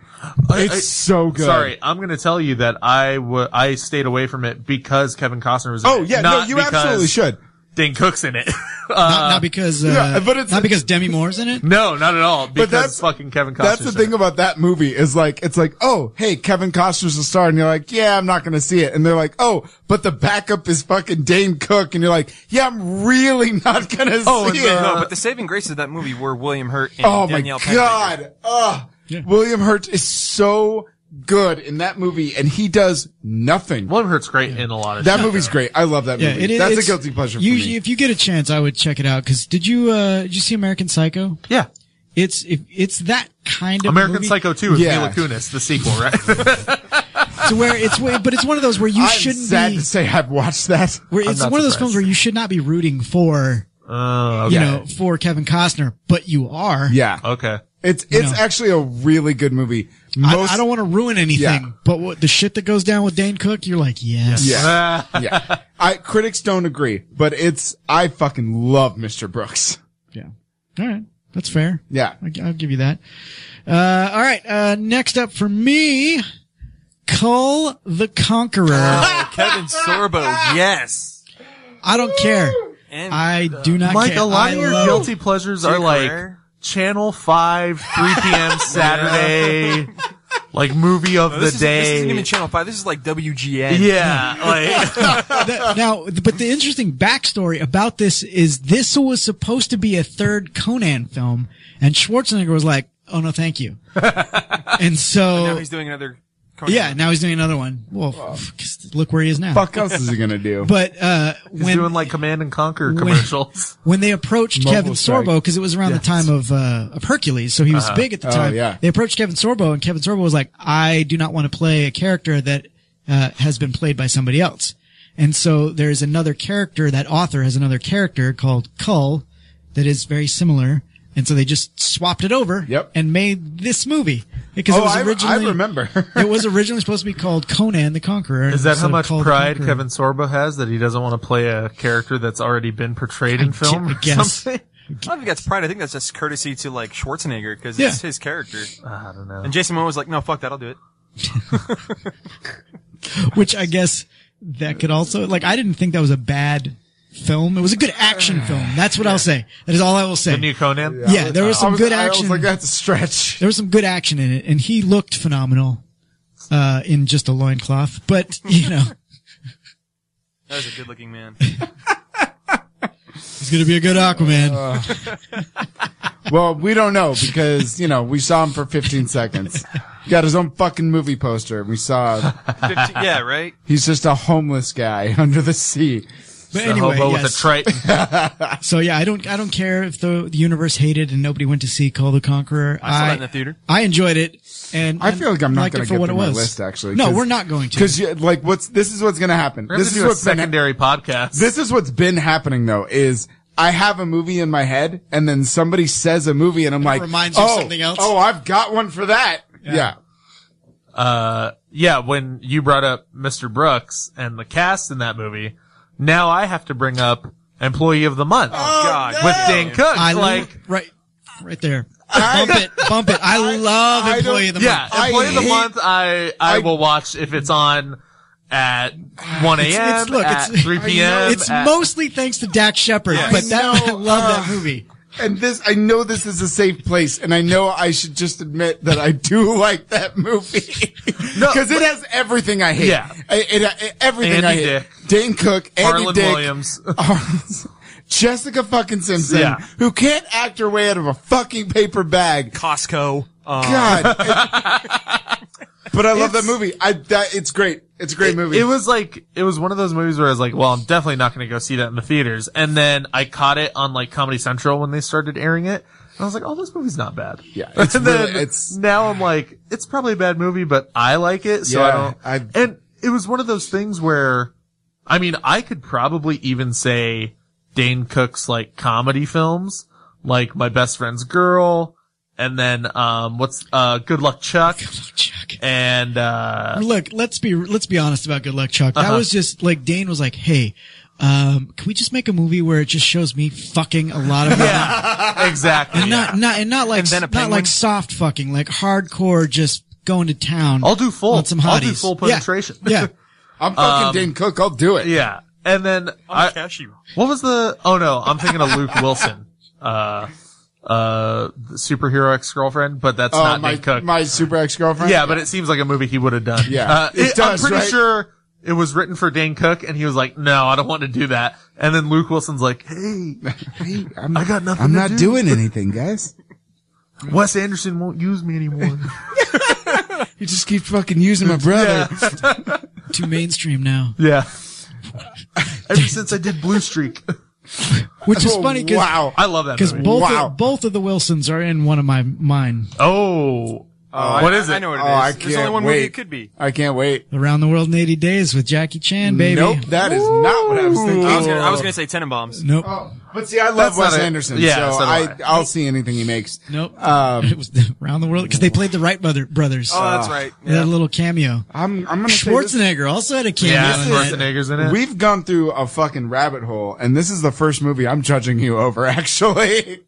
[SPEAKER 8] It's
[SPEAKER 9] I-
[SPEAKER 8] so good.
[SPEAKER 9] Sorry, I'm going to tell you that I wa- I stayed away from it because Kevin Costner was. in
[SPEAKER 8] Oh,
[SPEAKER 9] it,
[SPEAKER 8] yeah, no,
[SPEAKER 9] not
[SPEAKER 8] you
[SPEAKER 9] because
[SPEAKER 8] absolutely should.
[SPEAKER 9] Dane Cook's in it. Uh,
[SPEAKER 7] not, not because uh,
[SPEAKER 8] Yeah, but it's-
[SPEAKER 7] not because Demi Moore's in it.
[SPEAKER 9] no, not at all. Because
[SPEAKER 8] that's-
[SPEAKER 9] fucking Kevin Costner.
[SPEAKER 8] That's the thing about that movie is like, it's like, oh, hey, Kevin Costner's a star. And you're like, yeah, I'm not going to see it. And they're like, oh, but the backup is fucking Dane Cook. And you're like, yeah, I'm really not going to
[SPEAKER 10] Oh,
[SPEAKER 8] see
[SPEAKER 10] and the-
[SPEAKER 8] it.
[SPEAKER 10] no, but the saving graces of that movie were William Hurt and
[SPEAKER 8] oh my
[SPEAKER 10] Danielle Patrick.
[SPEAKER 8] God. Ugh. William Hurt is so good in that movie and he does nothing.
[SPEAKER 9] William Hurt's great in a lot of
[SPEAKER 8] That
[SPEAKER 9] shit.
[SPEAKER 8] movie's great. I love that
[SPEAKER 7] Yeah,
[SPEAKER 8] movie.
[SPEAKER 7] it is.
[SPEAKER 8] That's a
[SPEAKER 7] it's-
[SPEAKER 8] guilty pleasure for
[SPEAKER 7] you-
[SPEAKER 8] me.
[SPEAKER 7] If you get a chance, I would check it out. Because did you uh, did you see American Psycho?
[SPEAKER 9] Yeah.
[SPEAKER 7] It's if it's that kind of
[SPEAKER 9] American
[SPEAKER 7] movie-
[SPEAKER 9] Psycho 2 is Mila Kunis, the sequel, right?
[SPEAKER 7] to where it's where- but it's one of those where you
[SPEAKER 8] I'm
[SPEAKER 7] shouldn't
[SPEAKER 8] sad
[SPEAKER 7] be
[SPEAKER 8] to say I've watched that.
[SPEAKER 7] where it's one of those films where you should not be rooting for
[SPEAKER 9] Oh,
[SPEAKER 7] you know for Kevin Costner, but you are.
[SPEAKER 8] Yeah.
[SPEAKER 9] Okay.
[SPEAKER 8] It's
[SPEAKER 7] You
[SPEAKER 8] it's
[SPEAKER 7] know.
[SPEAKER 8] actually a really good movie.
[SPEAKER 7] I-
[SPEAKER 8] Most
[SPEAKER 7] I, don't want to ruin anything,
[SPEAKER 8] Yeah.
[SPEAKER 7] but what the shit that goes down with Dane Cook, you're like, yes,
[SPEAKER 8] Yeah. yeah. I critics don't agree, but it's I fucking love Mr. Brooks.
[SPEAKER 7] All right, that's fair.
[SPEAKER 8] Yeah.
[SPEAKER 7] I, will give you that. Uh, all right, uh, next up for me, Cull the Conqueror.
[SPEAKER 10] Kevin Sorbo, yes.
[SPEAKER 7] I don't care.
[SPEAKER 10] And,
[SPEAKER 7] I do not
[SPEAKER 9] Mike,
[SPEAKER 7] care.
[SPEAKER 9] a lot
[SPEAKER 7] I
[SPEAKER 9] of your
[SPEAKER 7] love-
[SPEAKER 9] guilty pleasures are like Channel 5, 3 p.m. Saturday, like movie of the
[SPEAKER 10] this is, This
[SPEAKER 9] day.
[SPEAKER 10] isn't even Channel 5. This is like WGN.
[SPEAKER 9] Yeah, like-
[SPEAKER 7] That- now, but the interesting backstory about this is this was supposed to be a third Conan film, and Schwarzenegger was like, "Oh no, thank you." and so
[SPEAKER 10] now he's doing another Conan.
[SPEAKER 7] yeah, now he's doing another one. Well,
[SPEAKER 8] Oh.
[SPEAKER 7] f- 'cause look where he is now.
[SPEAKER 9] Fuck else is he
[SPEAKER 8] gonna do?
[SPEAKER 7] But uh,
[SPEAKER 9] He's
[SPEAKER 7] when
[SPEAKER 9] doing like Command and Conquer
[SPEAKER 7] when-
[SPEAKER 9] commercials.
[SPEAKER 7] when they approached
[SPEAKER 9] Mobile
[SPEAKER 7] Kevin
[SPEAKER 9] strike.
[SPEAKER 7] Sorbo, because it was around the time of uh, of Hercules, so he was
[SPEAKER 9] Uh-huh.
[SPEAKER 7] big at the
[SPEAKER 9] Oh,
[SPEAKER 7] time.
[SPEAKER 9] yeah.
[SPEAKER 7] They approached Kevin Sorbo, and Kevin Sorbo was like, "I do not want to play a character that uh, has been played by somebody else." And so there's another character that author has another character called Cull that is very similar, and so they just swapped it over and made this movie because
[SPEAKER 8] Oh,
[SPEAKER 7] it was
[SPEAKER 8] I- I
[SPEAKER 7] originally
[SPEAKER 8] remember.
[SPEAKER 7] it was originally supposed to be called Conan the Conqueror.
[SPEAKER 9] Is that
[SPEAKER 7] instead
[SPEAKER 9] how
[SPEAKER 7] of
[SPEAKER 9] much
[SPEAKER 7] Cull the
[SPEAKER 9] pride
[SPEAKER 7] Conqueror.
[SPEAKER 9] Kevin Sorbo has that he doesn't want to play a character that's already been portrayed in film? or something?
[SPEAKER 10] I don't think that's pride. I think that's just courtesy to like Schwarzenegger because
[SPEAKER 9] Yeah.
[SPEAKER 10] it's his character.
[SPEAKER 9] Uh, I don't know.
[SPEAKER 10] And Jason Momoa was like, "No, fuck that. I'll do it."
[SPEAKER 7] which I guess that could also like I didn't think that was a bad film. It was a good
[SPEAKER 8] Uh,
[SPEAKER 7] action film. That's what I'll say. That is all I will say.
[SPEAKER 9] The new Conan?
[SPEAKER 7] Yeah, there was some
[SPEAKER 8] I was-
[SPEAKER 7] good
[SPEAKER 8] I was
[SPEAKER 7] action.
[SPEAKER 8] like, that's a stretch.
[SPEAKER 7] There was some good action in it, and he looked phenomenal uh, in just a loincloth. But you know,
[SPEAKER 10] That was a good-looking man.
[SPEAKER 7] he's gonna be a good Aquaman.
[SPEAKER 8] well, we don't know because, you know, we saw him for 15 seconds. He got his own fucking movie poster. We saw.
[SPEAKER 10] 15 yeah, right?
[SPEAKER 8] He's just a homeless guy under the sea.
[SPEAKER 7] But anyway, yes. so yeah, I don't I don't care if the, the universe hated and nobody went to see Call the Conqueror.
[SPEAKER 8] I saw that in the
[SPEAKER 10] theater.
[SPEAKER 7] I enjoyed it, and
[SPEAKER 8] I feel like I'm
[SPEAKER 7] and
[SPEAKER 8] not
[SPEAKER 7] liked it
[SPEAKER 8] going
[SPEAKER 7] for
[SPEAKER 8] to get
[SPEAKER 7] what
[SPEAKER 8] to
[SPEAKER 7] it
[SPEAKER 8] my
[SPEAKER 7] was.
[SPEAKER 8] list actually.
[SPEAKER 7] No, we're not going to.
[SPEAKER 8] Because like, what's this is what's going to happen.
[SPEAKER 9] We're
[SPEAKER 8] This
[SPEAKER 9] gonna
[SPEAKER 8] is
[SPEAKER 9] do a
[SPEAKER 8] what's been-
[SPEAKER 9] secondary podcast.
[SPEAKER 8] This is what's been happening though. Is I have a movie in my head, and then somebody says a movie, and I'm like,
[SPEAKER 9] reminds you
[SPEAKER 8] oh,
[SPEAKER 9] of something else?
[SPEAKER 8] Oh, I've got one for that. Yeah.
[SPEAKER 9] uh, yeah, when you brought up Mr. Brooks and the cast in that movie, now I have to bring up Employee of the Month. Oh, God. With Dane Cook.
[SPEAKER 7] I lo-
[SPEAKER 9] like,
[SPEAKER 7] right, right there. Bump it, bump it. I, love employee of the
[SPEAKER 9] yeah,
[SPEAKER 7] month.
[SPEAKER 9] Employee of the Month I, I, will watch if it's on at 1 a.m.,
[SPEAKER 7] It's- it's- look,
[SPEAKER 9] at
[SPEAKER 7] it's-
[SPEAKER 9] 3
[SPEAKER 7] I know-
[SPEAKER 9] p.m.
[SPEAKER 7] It's
[SPEAKER 9] at-
[SPEAKER 7] mostly thanks to Dak Shepard,
[SPEAKER 8] I
[SPEAKER 7] but that, I love that
[SPEAKER 8] uh,
[SPEAKER 7] movie.
[SPEAKER 8] And this, I know this is a safe place, and I know I should just admit that I do like that movie because it has everything I hate.
[SPEAKER 9] Yeah.
[SPEAKER 8] I- it, it- everything
[SPEAKER 9] Andy
[SPEAKER 8] I hate.
[SPEAKER 9] Dick.
[SPEAKER 8] Dane Cook, Andy
[SPEAKER 9] Harlan
[SPEAKER 8] Dick,
[SPEAKER 9] Williams.
[SPEAKER 8] Jessica fucking Simpson,
[SPEAKER 9] Yeah.
[SPEAKER 8] who can't act her way out of a fucking paper bag.
[SPEAKER 10] Costco.
[SPEAKER 9] Uh,
[SPEAKER 8] God. but I love that movie. I that it's great. It's a great movie.
[SPEAKER 9] It was like it was one of those movies where I was like, "Well, I'm definitely not going to go see that in the theaters." And then I caught it on like Comedy Central when they started airing it, and I was like, "Oh, this movie's not bad."
[SPEAKER 8] Yeah, it's
[SPEAKER 9] and then
[SPEAKER 8] really- it's-
[SPEAKER 9] now I'm like, it's probably a bad movie, but I like it, so
[SPEAKER 8] Yeah,
[SPEAKER 9] I don't. and it was one of those things where, I mean, I could probably even say Dane Cook's like comedy films, like My Best Friend's Girl. And then, um, what's, uh, Good Luck Chuck. Good
[SPEAKER 7] Luck Chuck.
[SPEAKER 9] And, uh,
[SPEAKER 7] Look, let's be let's be honest about Good Luck Chuck. That
[SPEAKER 9] Uh-huh.
[SPEAKER 7] was just like Dane was like, "Hey, um, can we just make a movie where it just shows me fucking a lot of women?"
[SPEAKER 9] exactly.
[SPEAKER 7] and not not and not like
[SPEAKER 9] And then a
[SPEAKER 7] not
[SPEAKER 9] penguin?
[SPEAKER 7] like soft fucking, like hardcore, just going to town.
[SPEAKER 9] I'll do full.
[SPEAKER 7] on some hotties.
[SPEAKER 9] I'll do full
[SPEAKER 7] Yeah.
[SPEAKER 9] penetration.
[SPEAKER 7] Yeah,
[SPEAKER 8] I'm fucking Dane Cook. I'll do it.
[SPEAKER 9] Um, Yeah. And then i What was the? Oh no, I'm thinking of Luke Wilson, uh, uh, the superhero ex girlfriend, but that's
[SPEAKER 8] Oh,
[SPEAKER 9] not
[SPEAKER 8] my
[SPEAKER 9] Dane Cook.
[SPEAKER 8] my super ex girlfriend.
[SPEAKER 9] yeah, but it seems like a movie he would have done.
[SPEAKER 8] Yeah.
[SPEAKER 9] Uh,
[SPEAKER 8] It
[SPEAKER 9] it- I'm
[SPEAKER 8] does,
[SPEAKER 9] pretty
[SPEAKER 8] right?
[SPEAKER 9] sure it was written for Dane Cook, and he was like, "No, I don't want to do that." And then Luke Wilson's like, "Hey, hey,
[SPEAKER 8] I'm,
[SPEAKER 9] I got nothing.
[SPEAKER 8] I'm
[SPEAKER 9] to
[SPEAKER 8] not
[SPEAKER 9] do.
[SPEAKER 8] doing anything, guys.
[SPEAKER 9] Wes Anderson won't use me anymore."
[SPEAKER 8] You just keep fucking using my brother.
[SPEAKER 7] too mainstream now.
[SPEAKER 9] Yeah. Ever since I did Blue Streak.
[SPEAKER 7] Which
[SPEAKER 8] Oh,
[SPEAKER 7] is funny because
[SPEAKER 9] Wow. I love that
[SPEAKER 7] because
[SPEAKER 9] movie.
[SPEAKER 7] both
[SPEAKER 9] Wow.
[SPEAKER 7] of, both of the Wilsons are in one of my mine.
[SPEAKER 9] Oh.
[SPEAKER 8] Oh,
[SPEAKER 9] what
[SPEAKER 8] I-
[SPEAKER 9] is it?
[SPEAKER 8] I know what it Oh, is. I There's only can't one movie it wait. could
[SPEAKER 9] be.
[SPEAKER 8] I can't wait.
[SPEAKER 7] Around the World in 80 Days with Jackie Chan, baby.
[SPEAKER 8] Nope, that is not what I was thinking.
[SPEAKER 10] I was Oh, gonna, I was gonna say Tenenbaums.
[SPEAKER 7] Nope.
[SPEAKER 8] But see, I love
[SPEAKER 10] That's
[SPEAKER 8] Wes
[SPEAKER 10] not a-
[SPEAKER 8] Anderson,
[SPEAKER 10] yeah,
[SPEAKER 8] so,
[SPEAKER 10] so do
[SPEAKER 8] I,
[SPEAKER 10] I.
[SPEAKER 8] I'll see anything he makes.
[SPEAKER 7] Nope.
[SPEAKER 8] Um,
[SPEAKER 7] it was Around the World because they played the Wright brother, brothers.
[SPEAKER 8] Oh, that's right,
[SPEAKER 7] They had a little cameo.
[SPEAKER 8] I'm I'm gonna say this-
[SPEAKER 7] Schwarzenegger also had a cameo. in that.
[SPEAKER 8] We've gone through a fucking rabbit hole, and this is the first movie I'm judging you over. Actually,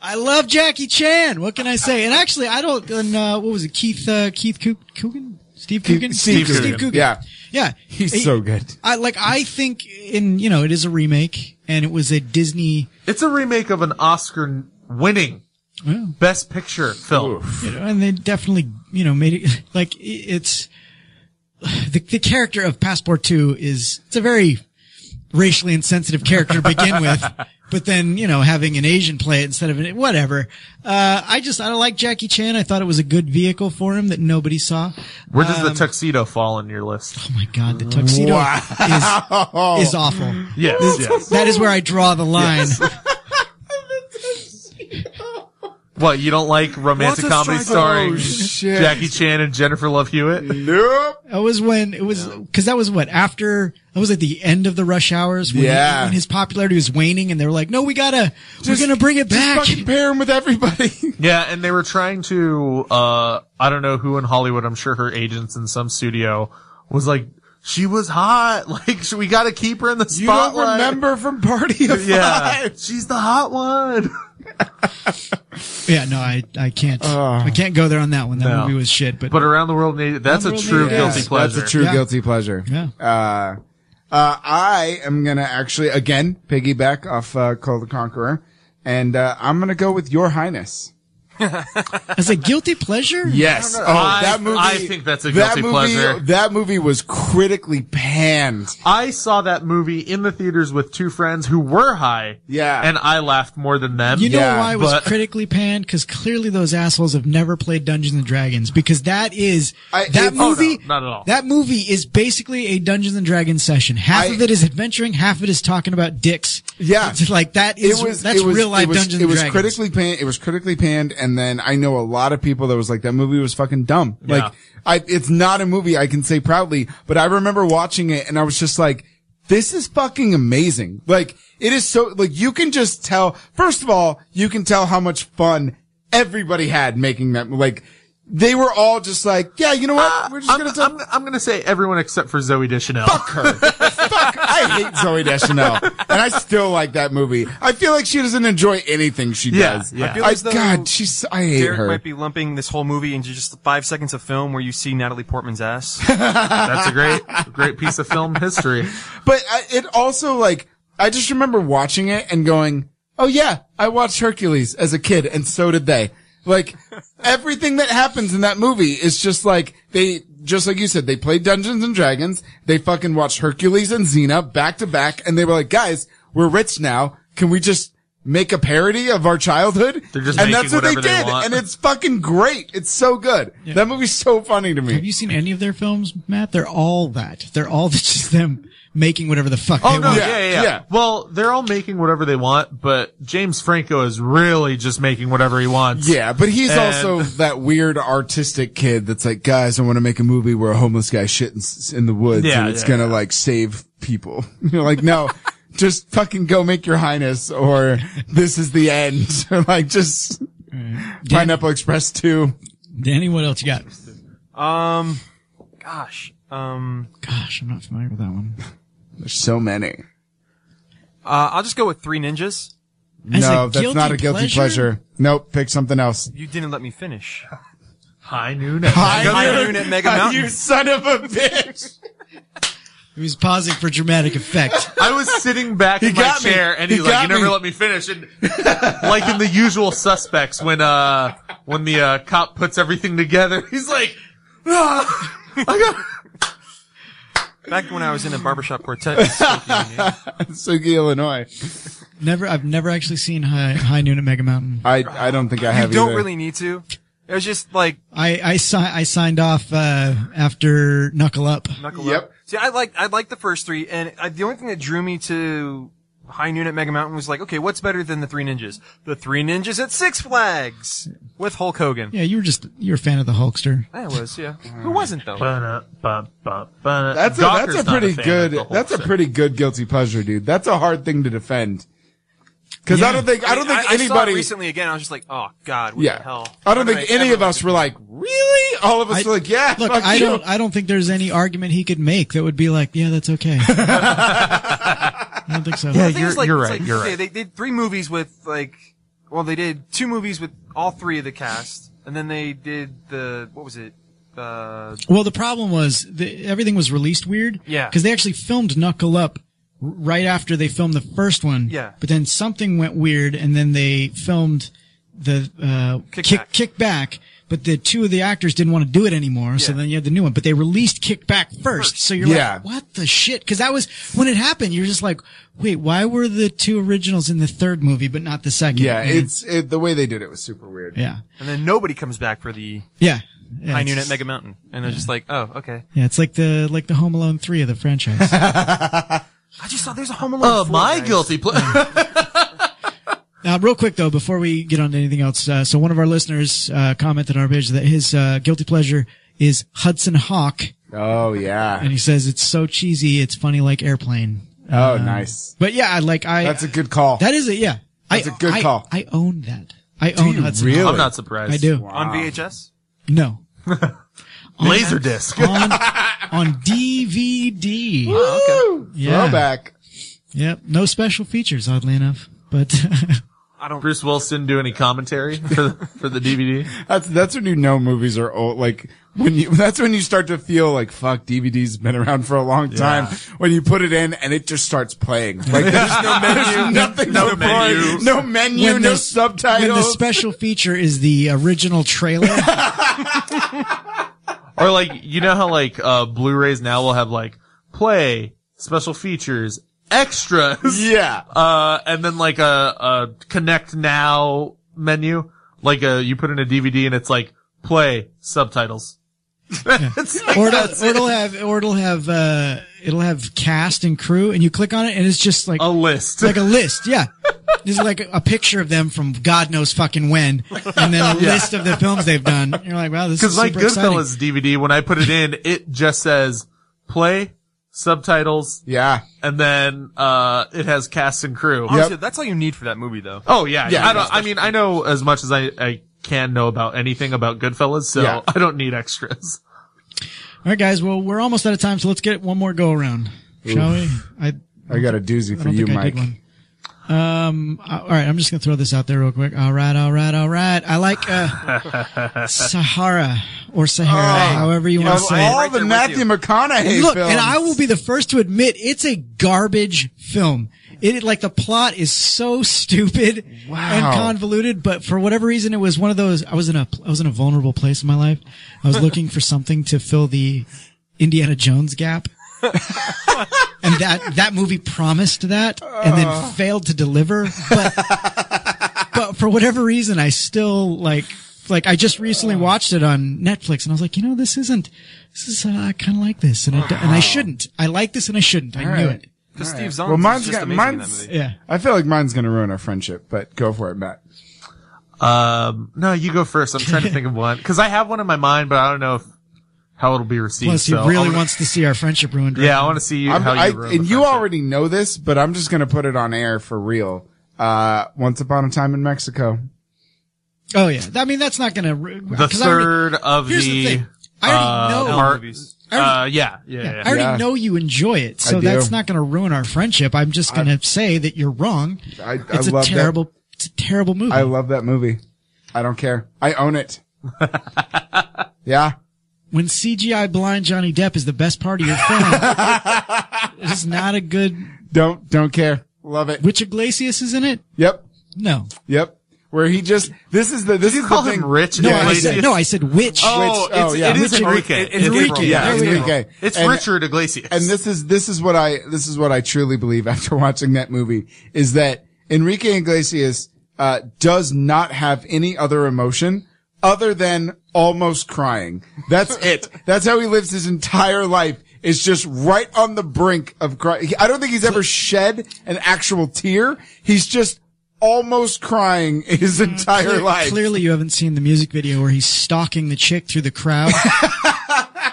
[SPEAKER 7] I love Jackie Chan. What can I say? And actually, I don't. And, uh, what was it? Keith uh, Keith Coo- Coogan, Steve
[SPEAKER 8] Keith-
[SPEAKER 7] Coogan,
[SPEAKER 8] Steve Coogan. Yeah.
[SPEAKER 7] yeah.
[SPEAKER 8] He's
[SPEAKER 7] He-
[SPEAKER 8] so good.
[SPEAKER 7] I like. I think in you know it is a remake, and it was a Disney.
[SPEAKER 9] It's a remake of an Oscar winning Best Picture film.
[SPEAKER 7] You know, and they definitely you know made it like i- it's the the character of Passport Two is it's a very racially insensitive character to begin with. But then, you know, having an Asian play it instead of an, whatever. Uh, I just, I don't like Jackie Chan. I thought it was a good vehicle for him that nobody saw.
[SPEAKER 9] Where does the
[SPEAKER 7] Um,
[SPEAKER 9] tuxedo fall in your list? Oh
[SPEAKER 7] my god, the tuxedo
[SPEAKER 9] Wow.
[SPEAKER 7] is, is awful.
[SPEAKER 9] Yes,
[SPEAKER 7] This-
[SPEAKER 9] yes.
[SPEAKER 7] That is where I draw the line.
[SPEAKER 9] What, you don't like
[SPEAKER 7] What's
[SPEAKER 9] romantic
[SPEAKER 7] a
[SPEAKER 9] comedy
[SPEAKER 7] strike-
[SPEAKER 9] starring
[SPEAKER 7] Oh, shit.
[SPEAKER 9] Jackie Chan and Jennifer Love Hewitt?
[SPEAKER 8] Nope.
[SPEAKER 7] That was when it was because that was what after that was at the end of the rush hours. When he-
[SPEAKER 8] Yeah.
[SPEAKER 7] when his popularity was waning, and they were like, "No, we gotta,
[SPEAKER 8] Just-
[SPEAKER 7] we're gonna bring it
[SPEAKER 8] just
[SPEAKER 7] back."
[SPEAKER 8] fucking pair him with everybody.
[SPEAKER 9] Yeah, and they were trying to, uh, I don't know who in Hollywood, I'm sure her agents in some studio was like, she was hot. Like, sh- we gotta keep her in the
[SPEAKER 8] you don't
[SPEAKER 9] spotlight.
[SPEAKER 8] remember from Party of
[SPEAKER 9] Yeah.
[SPEAKER 8] Five?
[SPEAKER 9] She's the hot one.
[SPEAKER 7] Yeah, no, I, I can't, I can't go there on that one. That
[SPEAKER 9] No.
[SPEAKER 7] movie was shit. But
[SPEAKER 9] But around the world, Nate, that's a
[SPEAKER 7] Around the World
[SPEAKER 9] true
[SPEAKER 7] Nate,
[SPEAKER 9] guilty
[SPEAKER 7] yes.
[SPEAKER 9] pleasure.
[SPEAKER 8] That's a true guilty pleasure.
[SPEAKER 7] Yeah.
[SPEAKER 8] Uh, uh, I am gonna actually again piggyback off uh, Call the Conqueror, and uh, I'm gonna go with Your Highness.
[SPEAKER 7] as a guilty pleasure,
[SPEAKER 8] Yes. Oh,
[SPEAKER 9] I-
[SPEAKER 8] that movie.
[SPEAKER 9] I think that's a
[SPEAKER 8] that
[SPEAKER 9] guilty
[SPEAKER 8] movie,
[SPEAKER 9] pleasure.
[SPEAKER 8] That movie was critically panned.
[SPEAKER 9] I saw that movie in the theaters with two friends who were high.
[SPEAKER 8] Yeah.
[SPEAKER 9] And I laughed more than them.
[SPEAKER 7] You know why it was
[SPEAKER 9] but-
[SPEAKER 7] critically panned? Because clearly those assholes have never played Dungeons and Dragons. Because that is
[SPEAKER 8] I-
[SPEAKER 7] that
[SPEAKER 8] it- oh, no,
[SPEAKER 7] movie.
[SPEAKER 9] not at all.
[SPEAKER 7] That movie is basically a Dungeons and Dragons session. Half
[SPEAKER 8] I-
[SPEAKER 7] of it is adventuring. Half of it is talking about dicks.
[SPEAKER 8] Yeah.
[SPEAKER 7] It's like that is that's real life
[SPEAKER 8] it was,
[SPEAKER 7] Dungeons
[SPEAKER 8] It was
[SPEAKER 7] and Dragons.
[SPEAKER 8] critically panned. It was critically panned, and then I know a lot of people that was like that movie was fucking dumb.
[SPEAKER 9] Yeah.
[SPEAKER 8] Like, I it's not a movie I can say proudly, but I remember watching it and I was just like, this is fucking amazing. Like, it is so like you can just tell. First of all, you can tell how much fun everybody had making that. Like, they were all just like, yeah, you know what? We're just gonna.
[SPEAKER 9] Uh, I'm, I'm gonna say everyone except for Zoe Deschanel. Fuck
[SPEAKER 8] her. I hate Zoe Deschanel, and I still like that movie. I feel like she doesn't enjoy anything she
[SPEAKER 9] Yeah,
[SPEAKER 8] does.
[SPEAKER 9] yeah. I
[SPEAKER 8] I
[SPEAKER 9] feel
[SPEAKER 10] as though
[SPEAKER 8] God, she's I hate
[SPEAKER 10] Derek
[SPEAKER 8] her.
[SPEAKER 10] might be lumping this whole movie into just five seconds of film where you see Natalie Portman's ass.
[SPEAKER 9] That's a great, great piece of film history.
[SPEAKER 8] But I, it also like I just remember watching it and going, "Oh yeah, I watched Hercules as a kid, and so did they." Like everything that happens in that movie is just like they, just like you said, they played Dungeons and Dragons. They fucking watched Hercules and Xena back to back, and they were like, "Guys, we're rich now. Can we just?" Make a parody of our childhood,
[SPEAKER 9] They're just
[SPEAKER 8] and
[SPEAKER 9] making
[SPEAKER 8] that's what they
[SPEAKER 9] whatever they
[SPEAKER 8] did,
[SPEAKER 9] want.
[SPEAKER 8] and it's fucking great. It's so good. That movie's so funny to me.
[SPEAKER 7] Have you seen any of their films, Matt? They're all that. They're all just them making whatever the fuck.
[SPEAKER 9] Oh
[SPEAKER 7] they
[SPEAKER 9] no,
[SPEAKER 7] want.
[SPEAKER 9] yeah yeah, yeah, Well, they're all making whatever they want, but James Franco is really just making whatever he wants.
[SPEAKER 8] Yeah, but he's
[SPEAKER 9] And-
[SPEAKER 8] also that weird artistic kid that's like, guys, I want to make a movie where a homeless guy shits in the woods
[SPEAKER 9] Yeah,
[SPEAKER 8] and it's
[SPEAKER 9] yeah,
[SPEAKER 8] gonna like save people. You're like, no, just fucking go make your highness or this is the end. Or like just Pineapple Express 2.
[SPEAKER 7] Danny, what else you got?
[SPEAKER 10] Um, gosh, um,
[SPEAKER 7] Gosh, I'm not familiar with that one.
[SPEAKER 8] There's so many.
[SPEAKER 10] uh, I'll just go with Three Ninjas.
[SPEAKER 8] no, that's not a guilty pleasure? Nope, pick something else.
[SPEAKER 10] You didn't let me finish.
[SPEAKER 9] High noon at
[SPEAKER 10] High,
[SPEAKER 9] Mega Mountain.
[SPEAKER 10] noon at Mega Mountain.
[SPEAKER 8] You son of a bitch.
[SPEAKER 7] He was pausing for dramatic effect.
[SPEAKER 9] I was sitting back
[SPEAKER 7] He
[SPEAKER 9] in my
[SPEAKER 7] got me.
[SPEAKER 9] chair, and
[SPEAKER 7] He
[SPEAKER 9] he's like,
[SPEAKER 7] got
[SPEAKER 9] "You never
[SPEAKER 7] me."
[SPEAKER 9] let me finish." And like in the usual suspects, when uh when the uh, cop puts everything together, he's like, "Ah, I got."
[SPEAKER 10] Back when I was in a barbershop quartet. in Skokie, Indiana.
[SPEAKER 8] Sugi, Illinois.
[SPEAKER 7] Never, I've never actually seen High, High Noon at Mega Mountain.
[SPEAKER 8] I, I don't think I have
[SPEAKER 10] you don't
[SPEAKER 8] either.
[SPEAKER 10] really need to. It was just like
[SPEAKER 7] I I, si- I signed off uh, after Knuckle Up.
[SPEAKER 10] knuckle up. See, I like I like the first three, and I, the only thing that drew me to High Noon at Mega Mountain was like, okay, what's better than the Three Ninjas? The Three Ninjas at Six Flags with Hulk Hogan.
[SPEAKER 7] Yeah, you were just you're a fan of the Hulkster.
[SPEAKER 10] That was yeah. Who wasn't though?
[SPEAKER 9] uh,
[SPEAKER 8] That's a, that's a pretty good. That's a pretty good guilty pleasure, dude. That's a hard thing to defend. Because I don't think I don't think
[SPEAKER 10] I, I saw
[SPEAKER 8] anybody.
[SPEAKER 10] it recently again. I was just like, oh god, what
[SPEAKER 8] yeah,
[SPEAKER 10] the hell?
[SPEAKER 8] I don't
[SPEAKER 10] Why
[SPEAKER 8] think
[SPEAKER 10] did
[SPEAKER 8] any
[SPEAKER 10] ever-
[SPEAKER 8] of us were like really. All of us were like, yeah.
[SPEAKER 7] Look,
[SPEAKER 8] fuck
[SPEAKER 7] I
[SPEAKER 8] you.
[SPEAKER 7] don't. I don't think there's any argument he could make that would be like, yeah, that's okay. I don't think so.
[SPEAKER 10] I think it's like- it's like, okay, They did three movies with like, well, they did two movies with all three of the cast, and then they did the what was it? Uh,
[SPEAKER 7] Well, the problem was the, everything was released weird.
[SPEAKER 10] Yeah.
[SPEAKER 7] Because they actually filmed Knuckle Up r- right after they filmed the first one.
[SPEAKER 10] Yeah.
[SPEAKER 7] But then something went weird, and then they filmed the uh,
[SPEAKER 10] Kick
[SPEAKER 7] kick Kick Back. But the two of the actors didn't want to do it anymore, so then you had the new one. But they released Kick Back first, so you're
[SPEAKER 8] Yeah.
[SPEAKER 7] like, "What the shit?" Because that was when it happened. You're just like, "Wait, why were the two originals in the third movie but not the second?
[SPEAKER 8] Yeah,
[SPEAKER 7] And-
[SPEAKER 8] it's it, the way they did it was super weird.
[SPEAKER 7] Yeah.
[SPEAKER 10] and then nobody comes back for the
[SPEAKER 7] Yeah. Yeah,
[SPEAKER 10] High
[SPEAKER 7] it's
[SPEAKER 10] Noon at
[SPEAKER 7] just-
[SPEAKER 10] Mega Mountain, and they're
[SPEAKER 7] yeah.
[SPEAKER 10] just like, oh, okay.
[SPEAKER 7] yeah, it's like the like the Home Alone three of the franchise.
[SPEAKER 10] I just saw there's a Home Alone.
[SPEAKER 9] Uh,
[SPEAKER 8] Oh,
[SPEAKER 10] four,
[SPEAKER 9] my
[SPEAKER 10] guys.
[SPEAKER 9] guilty pleasure.
[SPEAKER 7] Now, real quick though, before we get on to anything else, uh, so one of our listeners uh, commented on our page that his uh, guilty pleasure is Hudson Hawk,
[SPEAKER 8] Oh yeah.
[SPEAKER 7] and he says it's so cheesy, it's funny like airplane.
[SPEAKER 8] Oh,
[SPEAKER 7] Um,
[SPEAKER 8] nice.
[SPEAKER 7] But yeah, I like I.
[SPEAKER 8] That's a good call.
[SPEAKER 7] That is it. Yeah,
[SPEAKER 8] That's
[SPEAKER 7] a
[SPEAKER 8] a good call.
[SPEAKER 7] I own that. I
[SPEAKER 8] Do
[SPEAKER 10] Oh,
[SPEAKER 7] own
[SPEAKER 8] you
[SPEAKER 7] Hudson.
[SPEAKER 8] really?
[SPEAKER 7] Hawk.
[SPEAKER 8] I'm not surprised.
[SPEAKER 7] I do.
[SPEAKER 10] on VHS.
[SPEAKER 7] No.
[SPEAKER 9] Laserdisc.
[SPEAKER 7] on, on DVD.
[SPEAKER 8] Woo! Throwback.
[SPEAKER 7] Yep. No special features, oddly enough, but.
[SPEAKER 10] I don't.
[SPEAKER 9] Bruce Wilson do any commentary for the, for the DVD?
[SPEAKER 8] That's that's when you know movies are old. Like when you that's when you start to feel like fuck DVD's been around for a long time.
[SPEAKER 9] Yeah.
[SPEAKER 8] When you put it in and it just starts playing. Like there's no menu, nothing, no, menu, no menu,
[SPEAKER 7] When
[SPEAKER 8] no
[SPEAKER 7] the-
[SPEAKER 8] subtitles.
[SPEAKER 7] When the special feature is the original trailer.
[SPEAKER 9] Or like, you know how like, uh, Blu-rays now will have like, play, special features, extras.
[SPEAKER 8] Yeah.
[SPEAKER 9] Uh, and then like a, a connect now menu. Like a, you put in a DVD and it's like, play, subtitles.
[SPEAKER 7] or, it'll, or it'll have or it'll have uh, it'll have cast and crew, and you click on it, and it's just like
[SPEAKER 9] a list,
[SPEAKER 7] like a list. Yeah, there's like a, picture of them from God knows fucking when, and then a
[SPEAKER 9] Yeah.
[SPEAKER 7] list of the films they've done. You're like, wow, this
[SPEAKER 9] Cause
[SPEAKER 7] is
[SPEAKER 9] my
[SPEAKER 7] super
[SPEAKER 9] Goodfellas
[SPEAKER 7] exciting.
[SPEAKER 9] DVD, when I put it in, it just says, play, subtitles.
[SPEAKER 8] Yeah.
[SPEAKER 9] And then, uh, it has cast and crew.
[SPEAKER 10] Honestly, that's all you need for that movie, though.
[SPEAKER 9] Oh yeah,
[SPEAKER 10] Yeah,
[SPEAKER 9] I don't.
[SPEAKER 10] yeah.
[SPEAKER 9] I mean, I know as much as I, I can know about anything about Goodfellas, so
[SPEAKER 7] Yeah.
[SPEAKER 9] I don't need extras.
[SPEAKER 7] All right, guys. Well, we're almost out of time, so let's get one more go around, shall
[SPEAKER 8] Oof.
[SPEAKER 7] we? I
[SPEAKER 8] I got a doozy
[SPEAKER 7] I
[SPEAKER 8] for
[SPEAKER 7] don't
[SPEAKER 8] you,
[SPEAKER 7] think I
[SPEAKER 8] Mike.
[SPEAKER 7] did one. Um. uh, All right. I'm just gonna throw this out there real quick. All right. All right. All right. I like uh, Sahara or Sahara,
[SPEAKER 8] Oh.
[SPEAKER 7] however you want
[SPEAKER 8] Of
[SPEAKER 7] to say it.
[SPEAKER 8] all the Matthew McConaughey
[SPEAKER 7] Look,
[SPEAKER 8] films.
[SPEAKER 7] and I will be the first to admit it's a garbage film. It like the plot is so stupid and convoluted, but for whatever reason, it was one of those. I was in a I was in a vulnerable place in my life. I was looking for something to fill the Indiana Jones gap, and that that movie promised that and
[SPEAKER 8] Oh.
[SPEAKER 7] then failed to deliver. But but for whatever reason, I still like like I just recently watched it on Netflix, and I was like, you know, this isn't this is uh, I kind of like this, and I, do- and I shouldn't. I like this, and I shouldn't. I
[SPEAKER 8] All
[SPEAKER 7] knew
[SPEAKER 8] right.
[SPEAKER 7] it.
[SPEAKER 10] Because
[SPEAKER 8] All
[SPEAKER 10] Steve Zahn
[SPEAKER 8] Well, mine's
[SPEAKER 10] just
[SPEAKER 8] got
[SPEAKER 10] amazing in
[SPEAKER 8] mine's.
[SPEAKER 10] that movie.
[SPEAKER 7] Yeah.
[SPEAKER 8] I feel like mine's gonna ruin our friendship, but go for it, Matt.
[SPEAKER 9] Um, no, you go first. I'm trying to think of one because I have one in my mind, but I don't know if, how it'll be received.
[SPEAKER 7] Plus, he
[SPEAKER 9] so
[SPEAKER 7] really
[SPEAKER 9] I'm gonna-
[SPEAKER 7] wants to see our friendship ruined.
[SPEAKER 9] Yeah, I want to see you,
[SPEAKER 8] I'm-
[SPEAKER 9] how you
[SPEAKER 8] I-
[SPEAKER 9] ruin
[SPEAKER 8] and you already know this, but I'm just gonna put it on air for real. Uh, Once upon a time in Mexico.
[SPEAKER 7] Oh yeah, I mean that's not gonna ru-
[SPEAKER 9] the
[SPEAKER 7] 'cause I already-
[SPEAKER 9] third of
[SPEAKER 7] here's the
[SPEAKER 9] the.
[SPEAKER 7] thing. I already
[SPEAKER 9] uh,
[SPEAKER 7] know-
[SPEAKER 9] Mar-
[SPEAKER 7] I already-
[SPEAKER 9] uh, yeah, yeah, yeah.
[SPEAKER 7] I already know you enjoy it,
[SPEAKER 9] I
[SPEAKER 7] so
[SPEAKER 9] do.
[SPEAKER 7] that's not going to ruin our friendship. I'm just going to say that you're wrong.
[SPEAKER 8] I, I
[SPEAKER 7] it's a
[SPEAKER 8] love that-
[SPEAKER 7] terrible, it's a terrible movie.
[SPEAKER 8] I love that movie. I don't care. I own it. yeah.
[SPEAKER 7] when CGI blind Johnny Depp is the best part of your film, it's not a good.
[SPEAKER 8] Don't don't care. Love it.
[SPEAKER 7] Which Iglesias is in it?
[SPEAKER 8] Yep.
[SPEAKER 7] No.
[SPEAKER 8] Yep. Where he just this is the this is
[SPEAKER 9] call
[SPEAKER 8] the
[SPEAKER 9] him
[SPEAKER 8] thing.
[SPEAKER 9] Rich
[SPEAKER 7] No, I said no. I said which.
[SPEAKER 8] Which- oh, yeah.
[SPEAKER 9] it is
[SPEAKER 8] Which-
[SPEAKER 9] Enrique.
[SPEAKER 8] it- it's Enrique.
[SPEAKER 9] Gabriel.
[SPEAKER 8] Yeah,
[SPEAKER 9] There
[SPEAKER 7] Oh,
[SPEAKER 9] we go.
[SPEAKER 8] Enrique.
[SPEAKER 9] It's
[SPEAKER 8] And-
[SPEAKER 9] Richard Iglesias.
[SPEAKER 8] And this is this is what I this is what I truly believe after watching that movie is that Enrique Iglesias uh, does not have any other emotion other than almost crying. That's it. That's how he lives his entire life is just right on the brink of crying. I don't think he's ever shed an actual tear. He's just almost crying his entire
[SPEAKER 7] Mm-hmm. Cle-
[SPEAKER 8] life.
[SPEAKER 7] Clearly, you haven't seen the music video where he's stalking the chick through the crowd,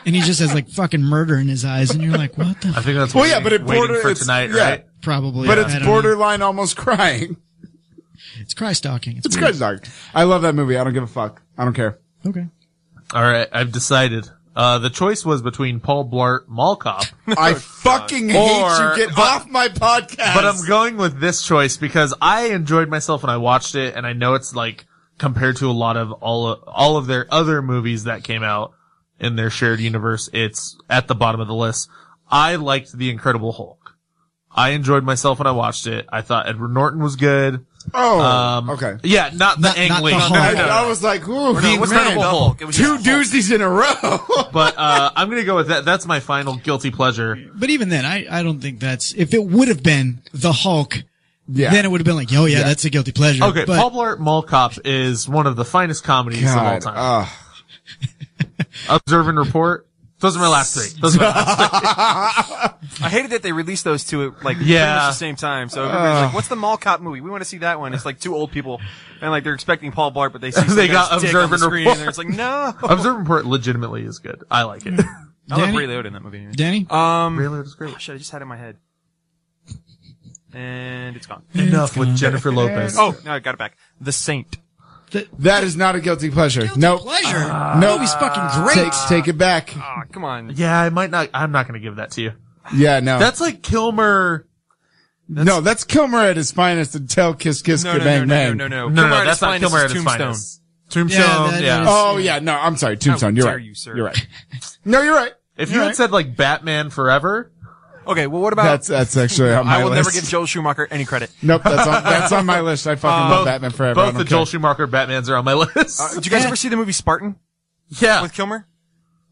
[SPEAKER 7] and he just has like fucking murder in his eyes, and you're like, what the?
[SPEAKER 9] I think that's
[SPEAKER 8] Well,
[SPEAKER 9] waiting,
[SPEAKER 8] yeah, but it
[SPEAKER 9] waiting
[SPEAKER 8] border-
[SPEAKER 9] for
[SPEAKER 8] it's-
[SPEAKER 9] tonight,
[SPEAKER 8] yeah.
[SPEAKER 9] right?
[SPEAKER 7] Probably,
[SPEAKER 8] but
[SPEAKER 7] yeah. I
[SPEAKER 8] it's
[SPEAKER 7] don't know.
[SPEAKER 8] borderline almost crying.
[SPEAKER 7] It's cry stalking.
[SPEAKER 8] It's
[SPEAKER 7] weird.
[SPEAKER 8] good dark. I love that movie. I don't give a fuck. I don't care.
[SPEAKER 7] Okay.
[SPEAKER 9] All right, I've decided. Uh, the choice was between Paul Blart Mall Cop.
[SPEAKER 8] I fucking
[SPEAKER 9] Oh, Or-
[SPEAKER 8] hate you. Get off my podcast.
[SPEAKER 9] But I'm going with this choice because I enjoyed myself when I watched it, and I know it's like compared to a lot of all of, all of their other movies that came out in their shared universe, it's at the bottom of the list. I liked The Incredible Hulk. I enjoyed myself when I watched it. I thought Edward Norton was good. Um,
[SPEAKER 8] Oh, okay.
[SPEAKER 9] Yeah, not the Ang Lee. No, no, no, no.
[SPEAKER 8] I, I was like, ooh,
[SPEAKER 9] The Incredible Hulk. It was
[SPEAKER 8] two doozies in a row.
[SPEAKER 9] but uh, I'm gonna go with that. That's my final guilty pleasure.
[SPEAKER 7] But even then, I, I don't think that's. If it would have been the Hulk,
[SPEAKER 9] Yeah.
[SPEAKER 7] then it would have been like, oh yeah,
[SPEAKER 9] Yeah.
[SPEAKER 7] that's a guilty pleasure.
[SPEAKER 9] Okay,
[SPEAKER 7] but
[SPEAKER 9] Paul Blart Mall Cop is one of the finest comedies of all
[SPEAKER 7] God,
[SPEAKER 9] time.
[SPEAKER 8] ah.
[SPEAKER 9] Observe and report. Those are my last three. Those are my last three.
[SPEAKER 10] I hated that they released those two at like pretty
[SPEAKER 9] Yeah.
[SPEAKER 10] much the same time. So everybody's like, "What's the mall cop movie? We want to see that one." It's like two old people, and like they're expecting Paul Blart, but they see some
[SPEAKER 9] they
[SPEAKER 10] guy's
[SPEAKER 9] got
[SPEAKER 10] dick
[SPEAKER 9] observe
[SPEAKER 10] on the
[SPEAKER 9] and
[SPEAKER 10] screen,
[SPEAKER 9] report.
[SPEAKER 10] and it's like, "No."
[SPEAKER 9] Observe and report legitimately is good. I like it.
[SPEAKER 10] I love Ray Liotta in that movie. anyway.
[SPEAKER 9] Danny?
[SPEAKER 10] um,
[SPEAKER 9] Ray Liotta's great.
[SPEAKER 10] Shit, I just had it in my head, and it's gone.
[SPEAKER 9] Enough with Jennifer Lopez.
[SPEAKER 10] Oh, no, I got it back. The Saint.
[SPEAKER 8] that is not a guilty pleasure. No
[SPEAKER 10] pleasure?
[SPEAKER 8] No,
[SPEAKER 10] That movie's fucking great.
[SPEAKER 8] Take, take it back.
[SPEAKER 10] Oh, come on.
[SPEAKER 9] Yeah, I might not. I'm not gonna give that to you.
[SPEAKER 8] Yeah, no.
[SPEAKER 9] That's like Kilmer.
[SPEAKER 8] no, that's Kilmer at his finest until Kiss Kiss
[SPEAKER 10] No,
[SPEAKER 8] Ka
[SPEAKER 10] no,
[SPEAKER 8] Bang
[SPEAKER 10] no, no,
[SPEAKER 8] Bang.
[SPEAKER 10] no, no, no.
[SPEAKER 9] No, no,
[SPEAKER 10] Kilmer at
[SPEAKER 9] that's
[SPEAKER 10] his
[SPEAKER 9] not
[SPEAKER 10] finest
[SPEAKER 9] Kilmer
[SPEAKER 10] is
[SPEAKER 9] at his
[SPEAKER 10] Tombstone.
[SPEAKER 9] finest. Tombstone. Yeah.
[SPEAKER 8] Oh yeah, no, I'm sorry, Tombstone. You're
[SPEAKER 9] dare
[SPEAKER 8] right.
[SPEAKER 9] you, sir.
[SPEAKER 8] You're right. No, you're right.
[SPEAKER 9] If you
[SPEAKER 8] You're
[SPEAKER 9] had
[SPEAKER 8] right.
[SPEAKER 9] said like Batman Forever.
[SPEAKER 10] Okay, well, what about?
[SPEAKER 8] That's- uh, that's actually on
[SPEAKER 10] I
[SPEAKER 8] my
[SPEAKER 10] will never
[SPEAKER 8] list.
[SPEAKER 10] give Joel Schumacher any credit.
[SPEAKER 8] Nope, that's on, that's on my list. I fucking
[SPEAKER 10] Uh,
[SPEAKER 8] love
[SPEAKER 9] Um,
[SPEAKER 10] both-
[SPEAKER 8] Batman Forever. I
[SPEAKER 9] Both
[SPEAKER 8] don't
[SPEAKER 9] the
[SPEAKER 8] care.
[SPEAKER 9] Joel Schumacher Batmans are on my list.
[SPEAKER 10] Uh, did you guys ever see the movie Spartan?
[SPEAKER 9] Yeah,
[SPEAKER 10] with Kilmer.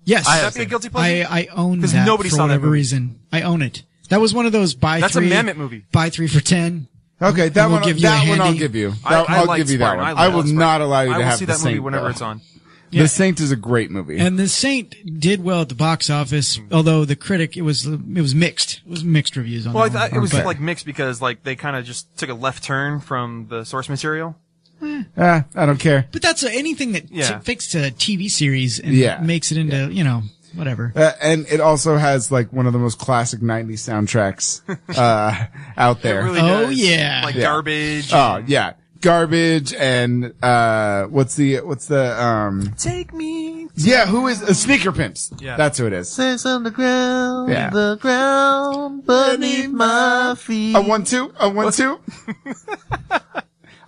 [SPEAKER 7] yes,
[SPEAKER 10] Would that be a guilty pleasure?
[SPEAKER 7] I, I own
[SPEAKER 10] 'Cause
[SPEAKER 7] that
[SPEAKER 10] nobody
[SPEAKER 7] for
[SPEAKER 10] saw that
[SPEAKER 7] whatever
[SPEAKER 10] movie.
[SPEAKER 7] reason. I own it. That was one of those buy
[SPEAKER 10] That's a
[SPEAKER 7] three.
[SPEAKER 10] Mamet movie.
[SPEAKER 7] Buy three for ten.
[SPEAKER 8] Okay, that
[SPEAKER 7] We'll
[SPEAKER 8] one.
[SPEAKER 7] give you
[SPEAKER 8] that
[SPEAKER 7] a
[SPEAKER 8] one I'll
[SPEAKER 7] handy.
[SPEAKER 8] give you.
[SPEAKER 10] I-
[SPEAKER 8] That-
[SPEAKER 10] I
[SPEAKER 8] I'll
[SPEAKER 10] like
[SPEAKER 8] give you that
[SPEAKER 10] Spartan.
[SPEAKER 8] one.
[SPEAKER 10] I
[SPEAKER 8] I,
[SPEAKER 10] like
[SPEAKER 8] will
[SPEAKER 10] Spartan.
[SPEAKER 8] not allow you
[SPEAKER 10] I
[SPEAKER 8] to
[SPEAKER 10] will
[SPEAKER 8] have
[SPEAKER 10] see
[SPEAKER 8] the
[SPEAKER 10] that movie
[SPEAKER 8] Saint,
[SPEAKER 10] whenever
[SPEAKER 8] though.
[SPEAKER 10] it's on.
[SPEAKER 7] Yeah.
[SPEAKER 8] The Saint is a great movie.
[SPEAKER 7] And The Saint did well at the box office, although the critic it was it was mixed. It was mixed reviews on
[SPEAKER 10] Well, I
[SPEAKER 7] that
[SPEAKER 10] thought
[SPEAKER 7] one.
[SPEAKER 10] it was
[SPEAKER 7] But-
[SPEAKER 10] like mixed because like they kind of just took a left turn from the source material.
[SPEAKER 8] ah, I don't care.
[SPEAKER 7] But that's uh, anything that
[SPEAKER 10] Yeah.
[SPEAKER 7] t- fixed a TV series and
[SPEAKER 8] Yeah.
[SPEAKER 7] makes it into you know whatever.
[SPEAKER 8] Uh, and it also has like one of the most classic '90s soundtracks uh, out there.
[SPEAKER 7] really Oh, does. yeah. Like
[SPEAKER 10] Garbage
[SPEAKER 8] Oh yeah, garbage and uh, what's the what's the um?
[SPEAKER 10] Take me.
[SPEAKER 8] Yeah, who is uh, Sneaker Pimps?
[SPEAKER 10] Yeah.
[SPEAKER 8] that's who it is.
[SPEAKER 9] Says on the ground,
[SPEAKER 8] Yeah.
[SPEAKER 9] the ground beneath my feet.
[SPEAKER 8] A one two, a one two.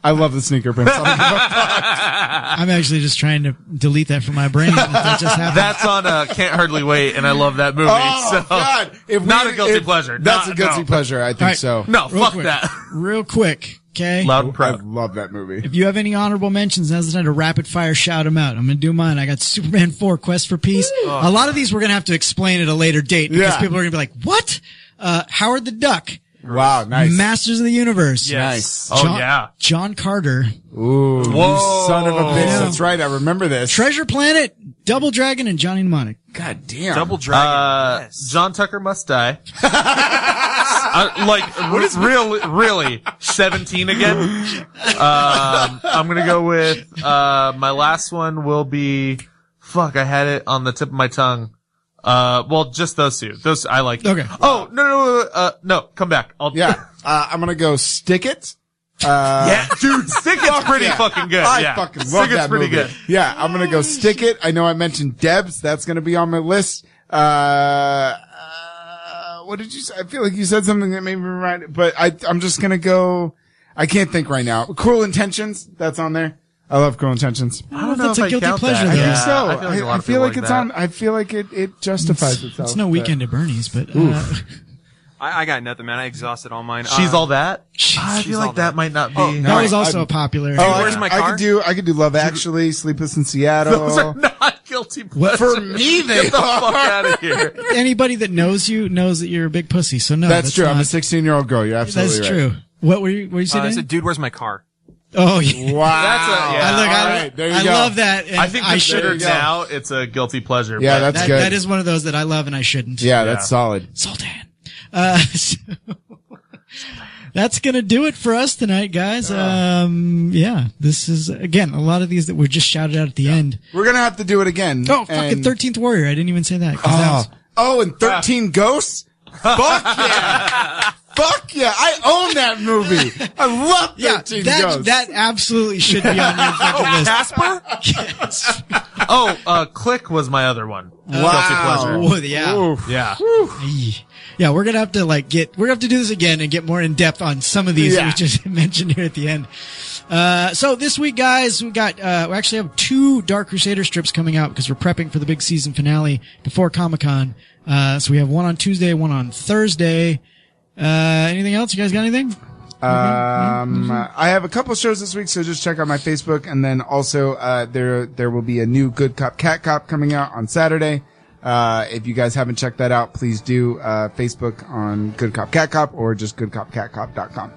[SPEAKER 8] I love the Sneaker Pimps. I don't give a
[SPEAKER 7] I'm actually just trying to delete that from my brain. that just happened.
[SPEAKER 9] That's on uh, Can't Hardly Wait, and I love that movie.
[SPEAKER 7] Oh,
[SPEAKER 9] so.
[SPEAKER 8] God. If
[SPEAKER 9] not
[SPEAKER 8] we-
[SPEAKER 9] a guilty
[SPEAKER 8] if-
[SPEAKER 9] pleasure.
[SPEAKER 8] That's
[SPEAKER 9] Not-
[SPEAKER 8] a guilty
[SPEAKER 9] no.
[SPEAKER 8] pleasure. I think
[SPEAKER 7] All right.
[SPEAKER 8] so.
[SPEAKER 9] No,
[SPEAKER 7] Real
[SPEAKER 9] fuck
[SPEAKER 7] quick.
[SPEAKER 9] that.
[SPEAKER 7] Reil quick, okay.
[SPEAKER 9] Loud and proud.
[SPEAKER 8] I love that movie.
[SPEAKER 7] If you have any honorable mentions, now's the time to rapid fire shout them out. I'm gonna do mine. I got Superman 4, Quest for Peace. A lot of these we're gonna have to explain at a later date because
[SPEAKER 8] Yeah.
[SPEAKER 7] people are gonna be like, "What? Uh, Howard the Duck?
[SPEAKER 8] Wow, nice.
[SPEAKER 7] Masters of the Universe?
[SPEAKER 8] Yes. Nice.
[SPEAKER 7] John,
[SPEAKER 8] Oh, yeah.
[SPEAKER 7] John Carter. Whoa.
[SPEAKER 8] Ooh, you son of a bitch.
[SPEAKER 7] Yeah.
[SPEAKER 8] That's right. I remember this.
[SPEAKER 7] Treasure Planet, Double Dragon, and Johnny Mnemonic.
[SPEAKER 8] God
[SPEAKER 7] damn.
[SPEAKER 9] Double Dragon. Uh, John Tucker must die. Uh, like, what is really, really seventeen again? Um, I'm gonna go with uh, my last one will be fuck. I had it on the tip of my tongue. Uh, well, just those two. Those I like.
[SPEAKER 8] Okay.
[SPEAKER 9] Oh no no no, uh, no come back. I'll
[SPEAKER 8] Yeah. Uh, I'm gonna go stick it. Uh,
[SPEAKER 9] yeah, dude, stick it's
[SPEAKER 8] fuck
[SPEAKER 9] pretty
[SPEAKER 8] yeah.
[SPEAKER 9] fucking good.
[SPEAKER 8] I
[SPEAKER 9] yeah.
[SPEAKER 8] fucking love
[SPEAKER 9] Stick
[SPEAKER 8] that
[SPEAKER 9] it's pretty
[SPEAKER 8] movie.
[SPEAKER 9] good.
[SPEAKER 8] Yeah, I'm gonna go stick it. I know I mentioned Debs. That's gonna be on my list. Uh, uh, what did you? say? I feel like you said something that made me remind. But I, I'm just gonna go. I can't think right now. Cruel Intentions. That's on there. I love Cruel Intentions.
[SPEAKER 7] I don't know that's if a I guilty count pleasure, that.
[SPEAKER 8] I
[SPEAKER 7] though.
[SPEAKER 8] think so.
[SPEAKER 7] Yeah, I feel
[SPEAKER 8] I
[SPEAKER 7] like a
[SPEAKER 8] feel like,
[SPEAKER 7] lot of
[SPEAKER 8] feel
[SPEAKER 7] people
[SPEAKER 8] like
[SPEAKER 7] like
[SPEAKER 8] it's
[SPEAKER 7] that.
[SPEAKER 8] on. I feel like it. It justifies
[SPEAKER 7] It's,
[SPEAKER 8] itself.
[SPEAKER 7] it's no
[SPEAKER 8] but-
[SPEAKER 7] weekend at Bernie's, but uh,
[SPEAKER 8] Oof.
[SPEAKER 10] I, I got nothing, man. I exhausted all mine.
[SPEAKER 9] She's
[SPEAKER 10] Uh,
[SPEAKER 9] all that. I
[SPEAKER 10] She's
[SPEAKER 9] feel like
[SPEAKER 10] All
[SPEAKER 9] that. might not be.
[SPEAKER 10] Oh,
[SPEAKER 7] that was also a popular.
[SPEAKER 8] Oh, I, I could do. I could do Love Actually, Sleepless in Seattle.
[SPEAKER 9] Those are not guilty
[SPEAKER 8] What?
[SPEAKER 9] pleasures.
[SPEAKER 8] For me, they
[SPEAKER 9] Get the fuck
[SPEAKER 8] are.
[SPEAKER 9] out of here.
[SPEAKER 7] Anybody that knows you knows that you're a big pussy. So no,
[SPEAKER 8] that's, true. I'm a
[SPEAKER 7] not-
[SPEAKER 8] 16 year old girl. You're absolutely
[SPEAKER 7] That's
[SPEAKER 8] right.
[SPEAKER 7] true. What were you? What were you
[SPEAKER 10] Uh, I
[SPEAKER 7] saying?
[SPEAKER 10] said, dude, where's my car?
[SPEAKER 7] Oh yeah.
[SPEAKER 8] Wow.
[SPEAKER 9] That's a, yeah.
[SPEAKER 7] I look, I, I love that. And
[SPEAKER 9] I think
[SPEAKER 7] I should
[SPEAKER 9] considered now it's a guilty pleasure.
[SPEAKER 8] Yeah,
[SPEAKER 9] but-
[SPEAKER 8] that's
[SPEAKER 7] that,
[SPEAKER 8] good.
[SPEAKER 7] That is one of those that I love and I shouldn't.
[SPEAKER 8] Yeah, that's solid.
[SPEAKER 7] Sultan. Uh, so that's gonna do it for us tonight, guys. Um, yeah, this is again a lot of these that were just shouted out at the end.
[SPEAKER 8] We're gonna have to do it again.
[SPEAKER 7] Oh, fucking
[SPEAKER 8] And-
[SPEAKER 7] Thirteenth Warrior! I didn't even say that. 'cause that
[SPEAKER 8] Oh,
[SPEAKER 7] was-
[SPEAKER 8] oh, and thirteen ghosts. Fuck yeah! Fuck yeah! I own that movie. I love thirteen
[SPEAKER 7] that
[SPEAKER 8] ghosts.
[SPEAKER 7] that absolutely should be on your fucking list.
[SPEAKER 9] Casper? oh, uh, Click was my other one. Guilty
[SPEAKER 7] Whoa,
[SPEAKER 9] pleasure.
[SPEAKER 7] yeah.
[SPEAKER 9] Yeah.
[SPEAKER 7] Eey. Yeah, we're gonna have to like get we're gonna have to do this again and get more in depth on some of these that we
[SPEAKER 1] Yeah.
[SPEAKER 7] just mentioned here at the end. Uh, so this week, guys, we got uh, we actually have two Dark Crusader strips coming out because we're prepping for the big season finale before Comic Con. Uh, so we have one on Tuesday, one on Thursday. Uh, anything else? You guys got anything?
[SPEAKER 8] Um,
[SPEAKER 7] Mm-hmm.
[SPEAKER 8] I have a couple shows this week, so just check out my Facebook, and then also uh, there there will be a new Good Cop Cat Cop coming out on Saturday. Uh, if you guys haven't checked that out, please do uh, Facebook on Good Cop Cat Cop or just goodcopcatcop.com.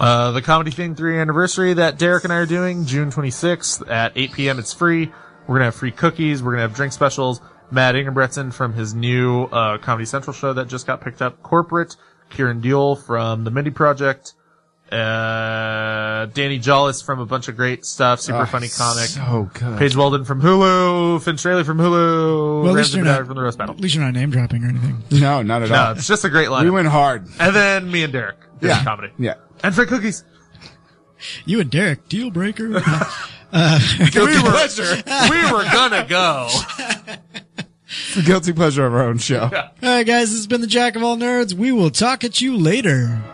[SPEAKER 9] Uh, the Comedy Thing 3 anniversary that Derek and I are doing, June 26th at 8 p.m. It's free. We're going to have free cookies. We're going to have drink specials. Matt Ingebretson from his new uh, Comedy Central show that just got picked up. Corporate. Kieran Duell from The Mindy Project. Uh, Danny Jollis from a bunch of great stuff. Super
[SPEAKER 8] Oh,
[SPEAKER 9] funny comic.
[SPEAKER 8] so good.
[SPEAKER 9] Paige Walden from Hulu. Finn Straley from Hulu.
[SPEAKER 7] Well, at least
[SPEAKER 9] Ramsey
[SPEAKER 7] you're
[SPEAKER 9] Bernard
[SPEAKER 7] not
[SPEAKER 9] from The Roast Battle.
[SPEAKER 7] at least you're not name dropping or anything.
[SPEAKER 8] No, not at
[SPEAKER 9] No,
[SPEAKER 8] all.
[SPEAKER 9] it's just a great lineup.
[SPEAKER 8] We went hard.
[SPEAKER 9] And then me and Derek doing
[SPEAKER 8] Yeah.
[SPEAKER 9] comedy.
[SPEAKER 8] Yeah.
[SPEAKER 9] And free cookies.
[SPEAKER 7] You and Derek, deal breaker. uh,
[SPEAKER 9] we were, we were gonna go.
[SPEAKER 8] It's the guilty pleasure of our own show.
[SPEAKER 7] All right, guys, this has been the Jack of All Nerds. We will talk at you later.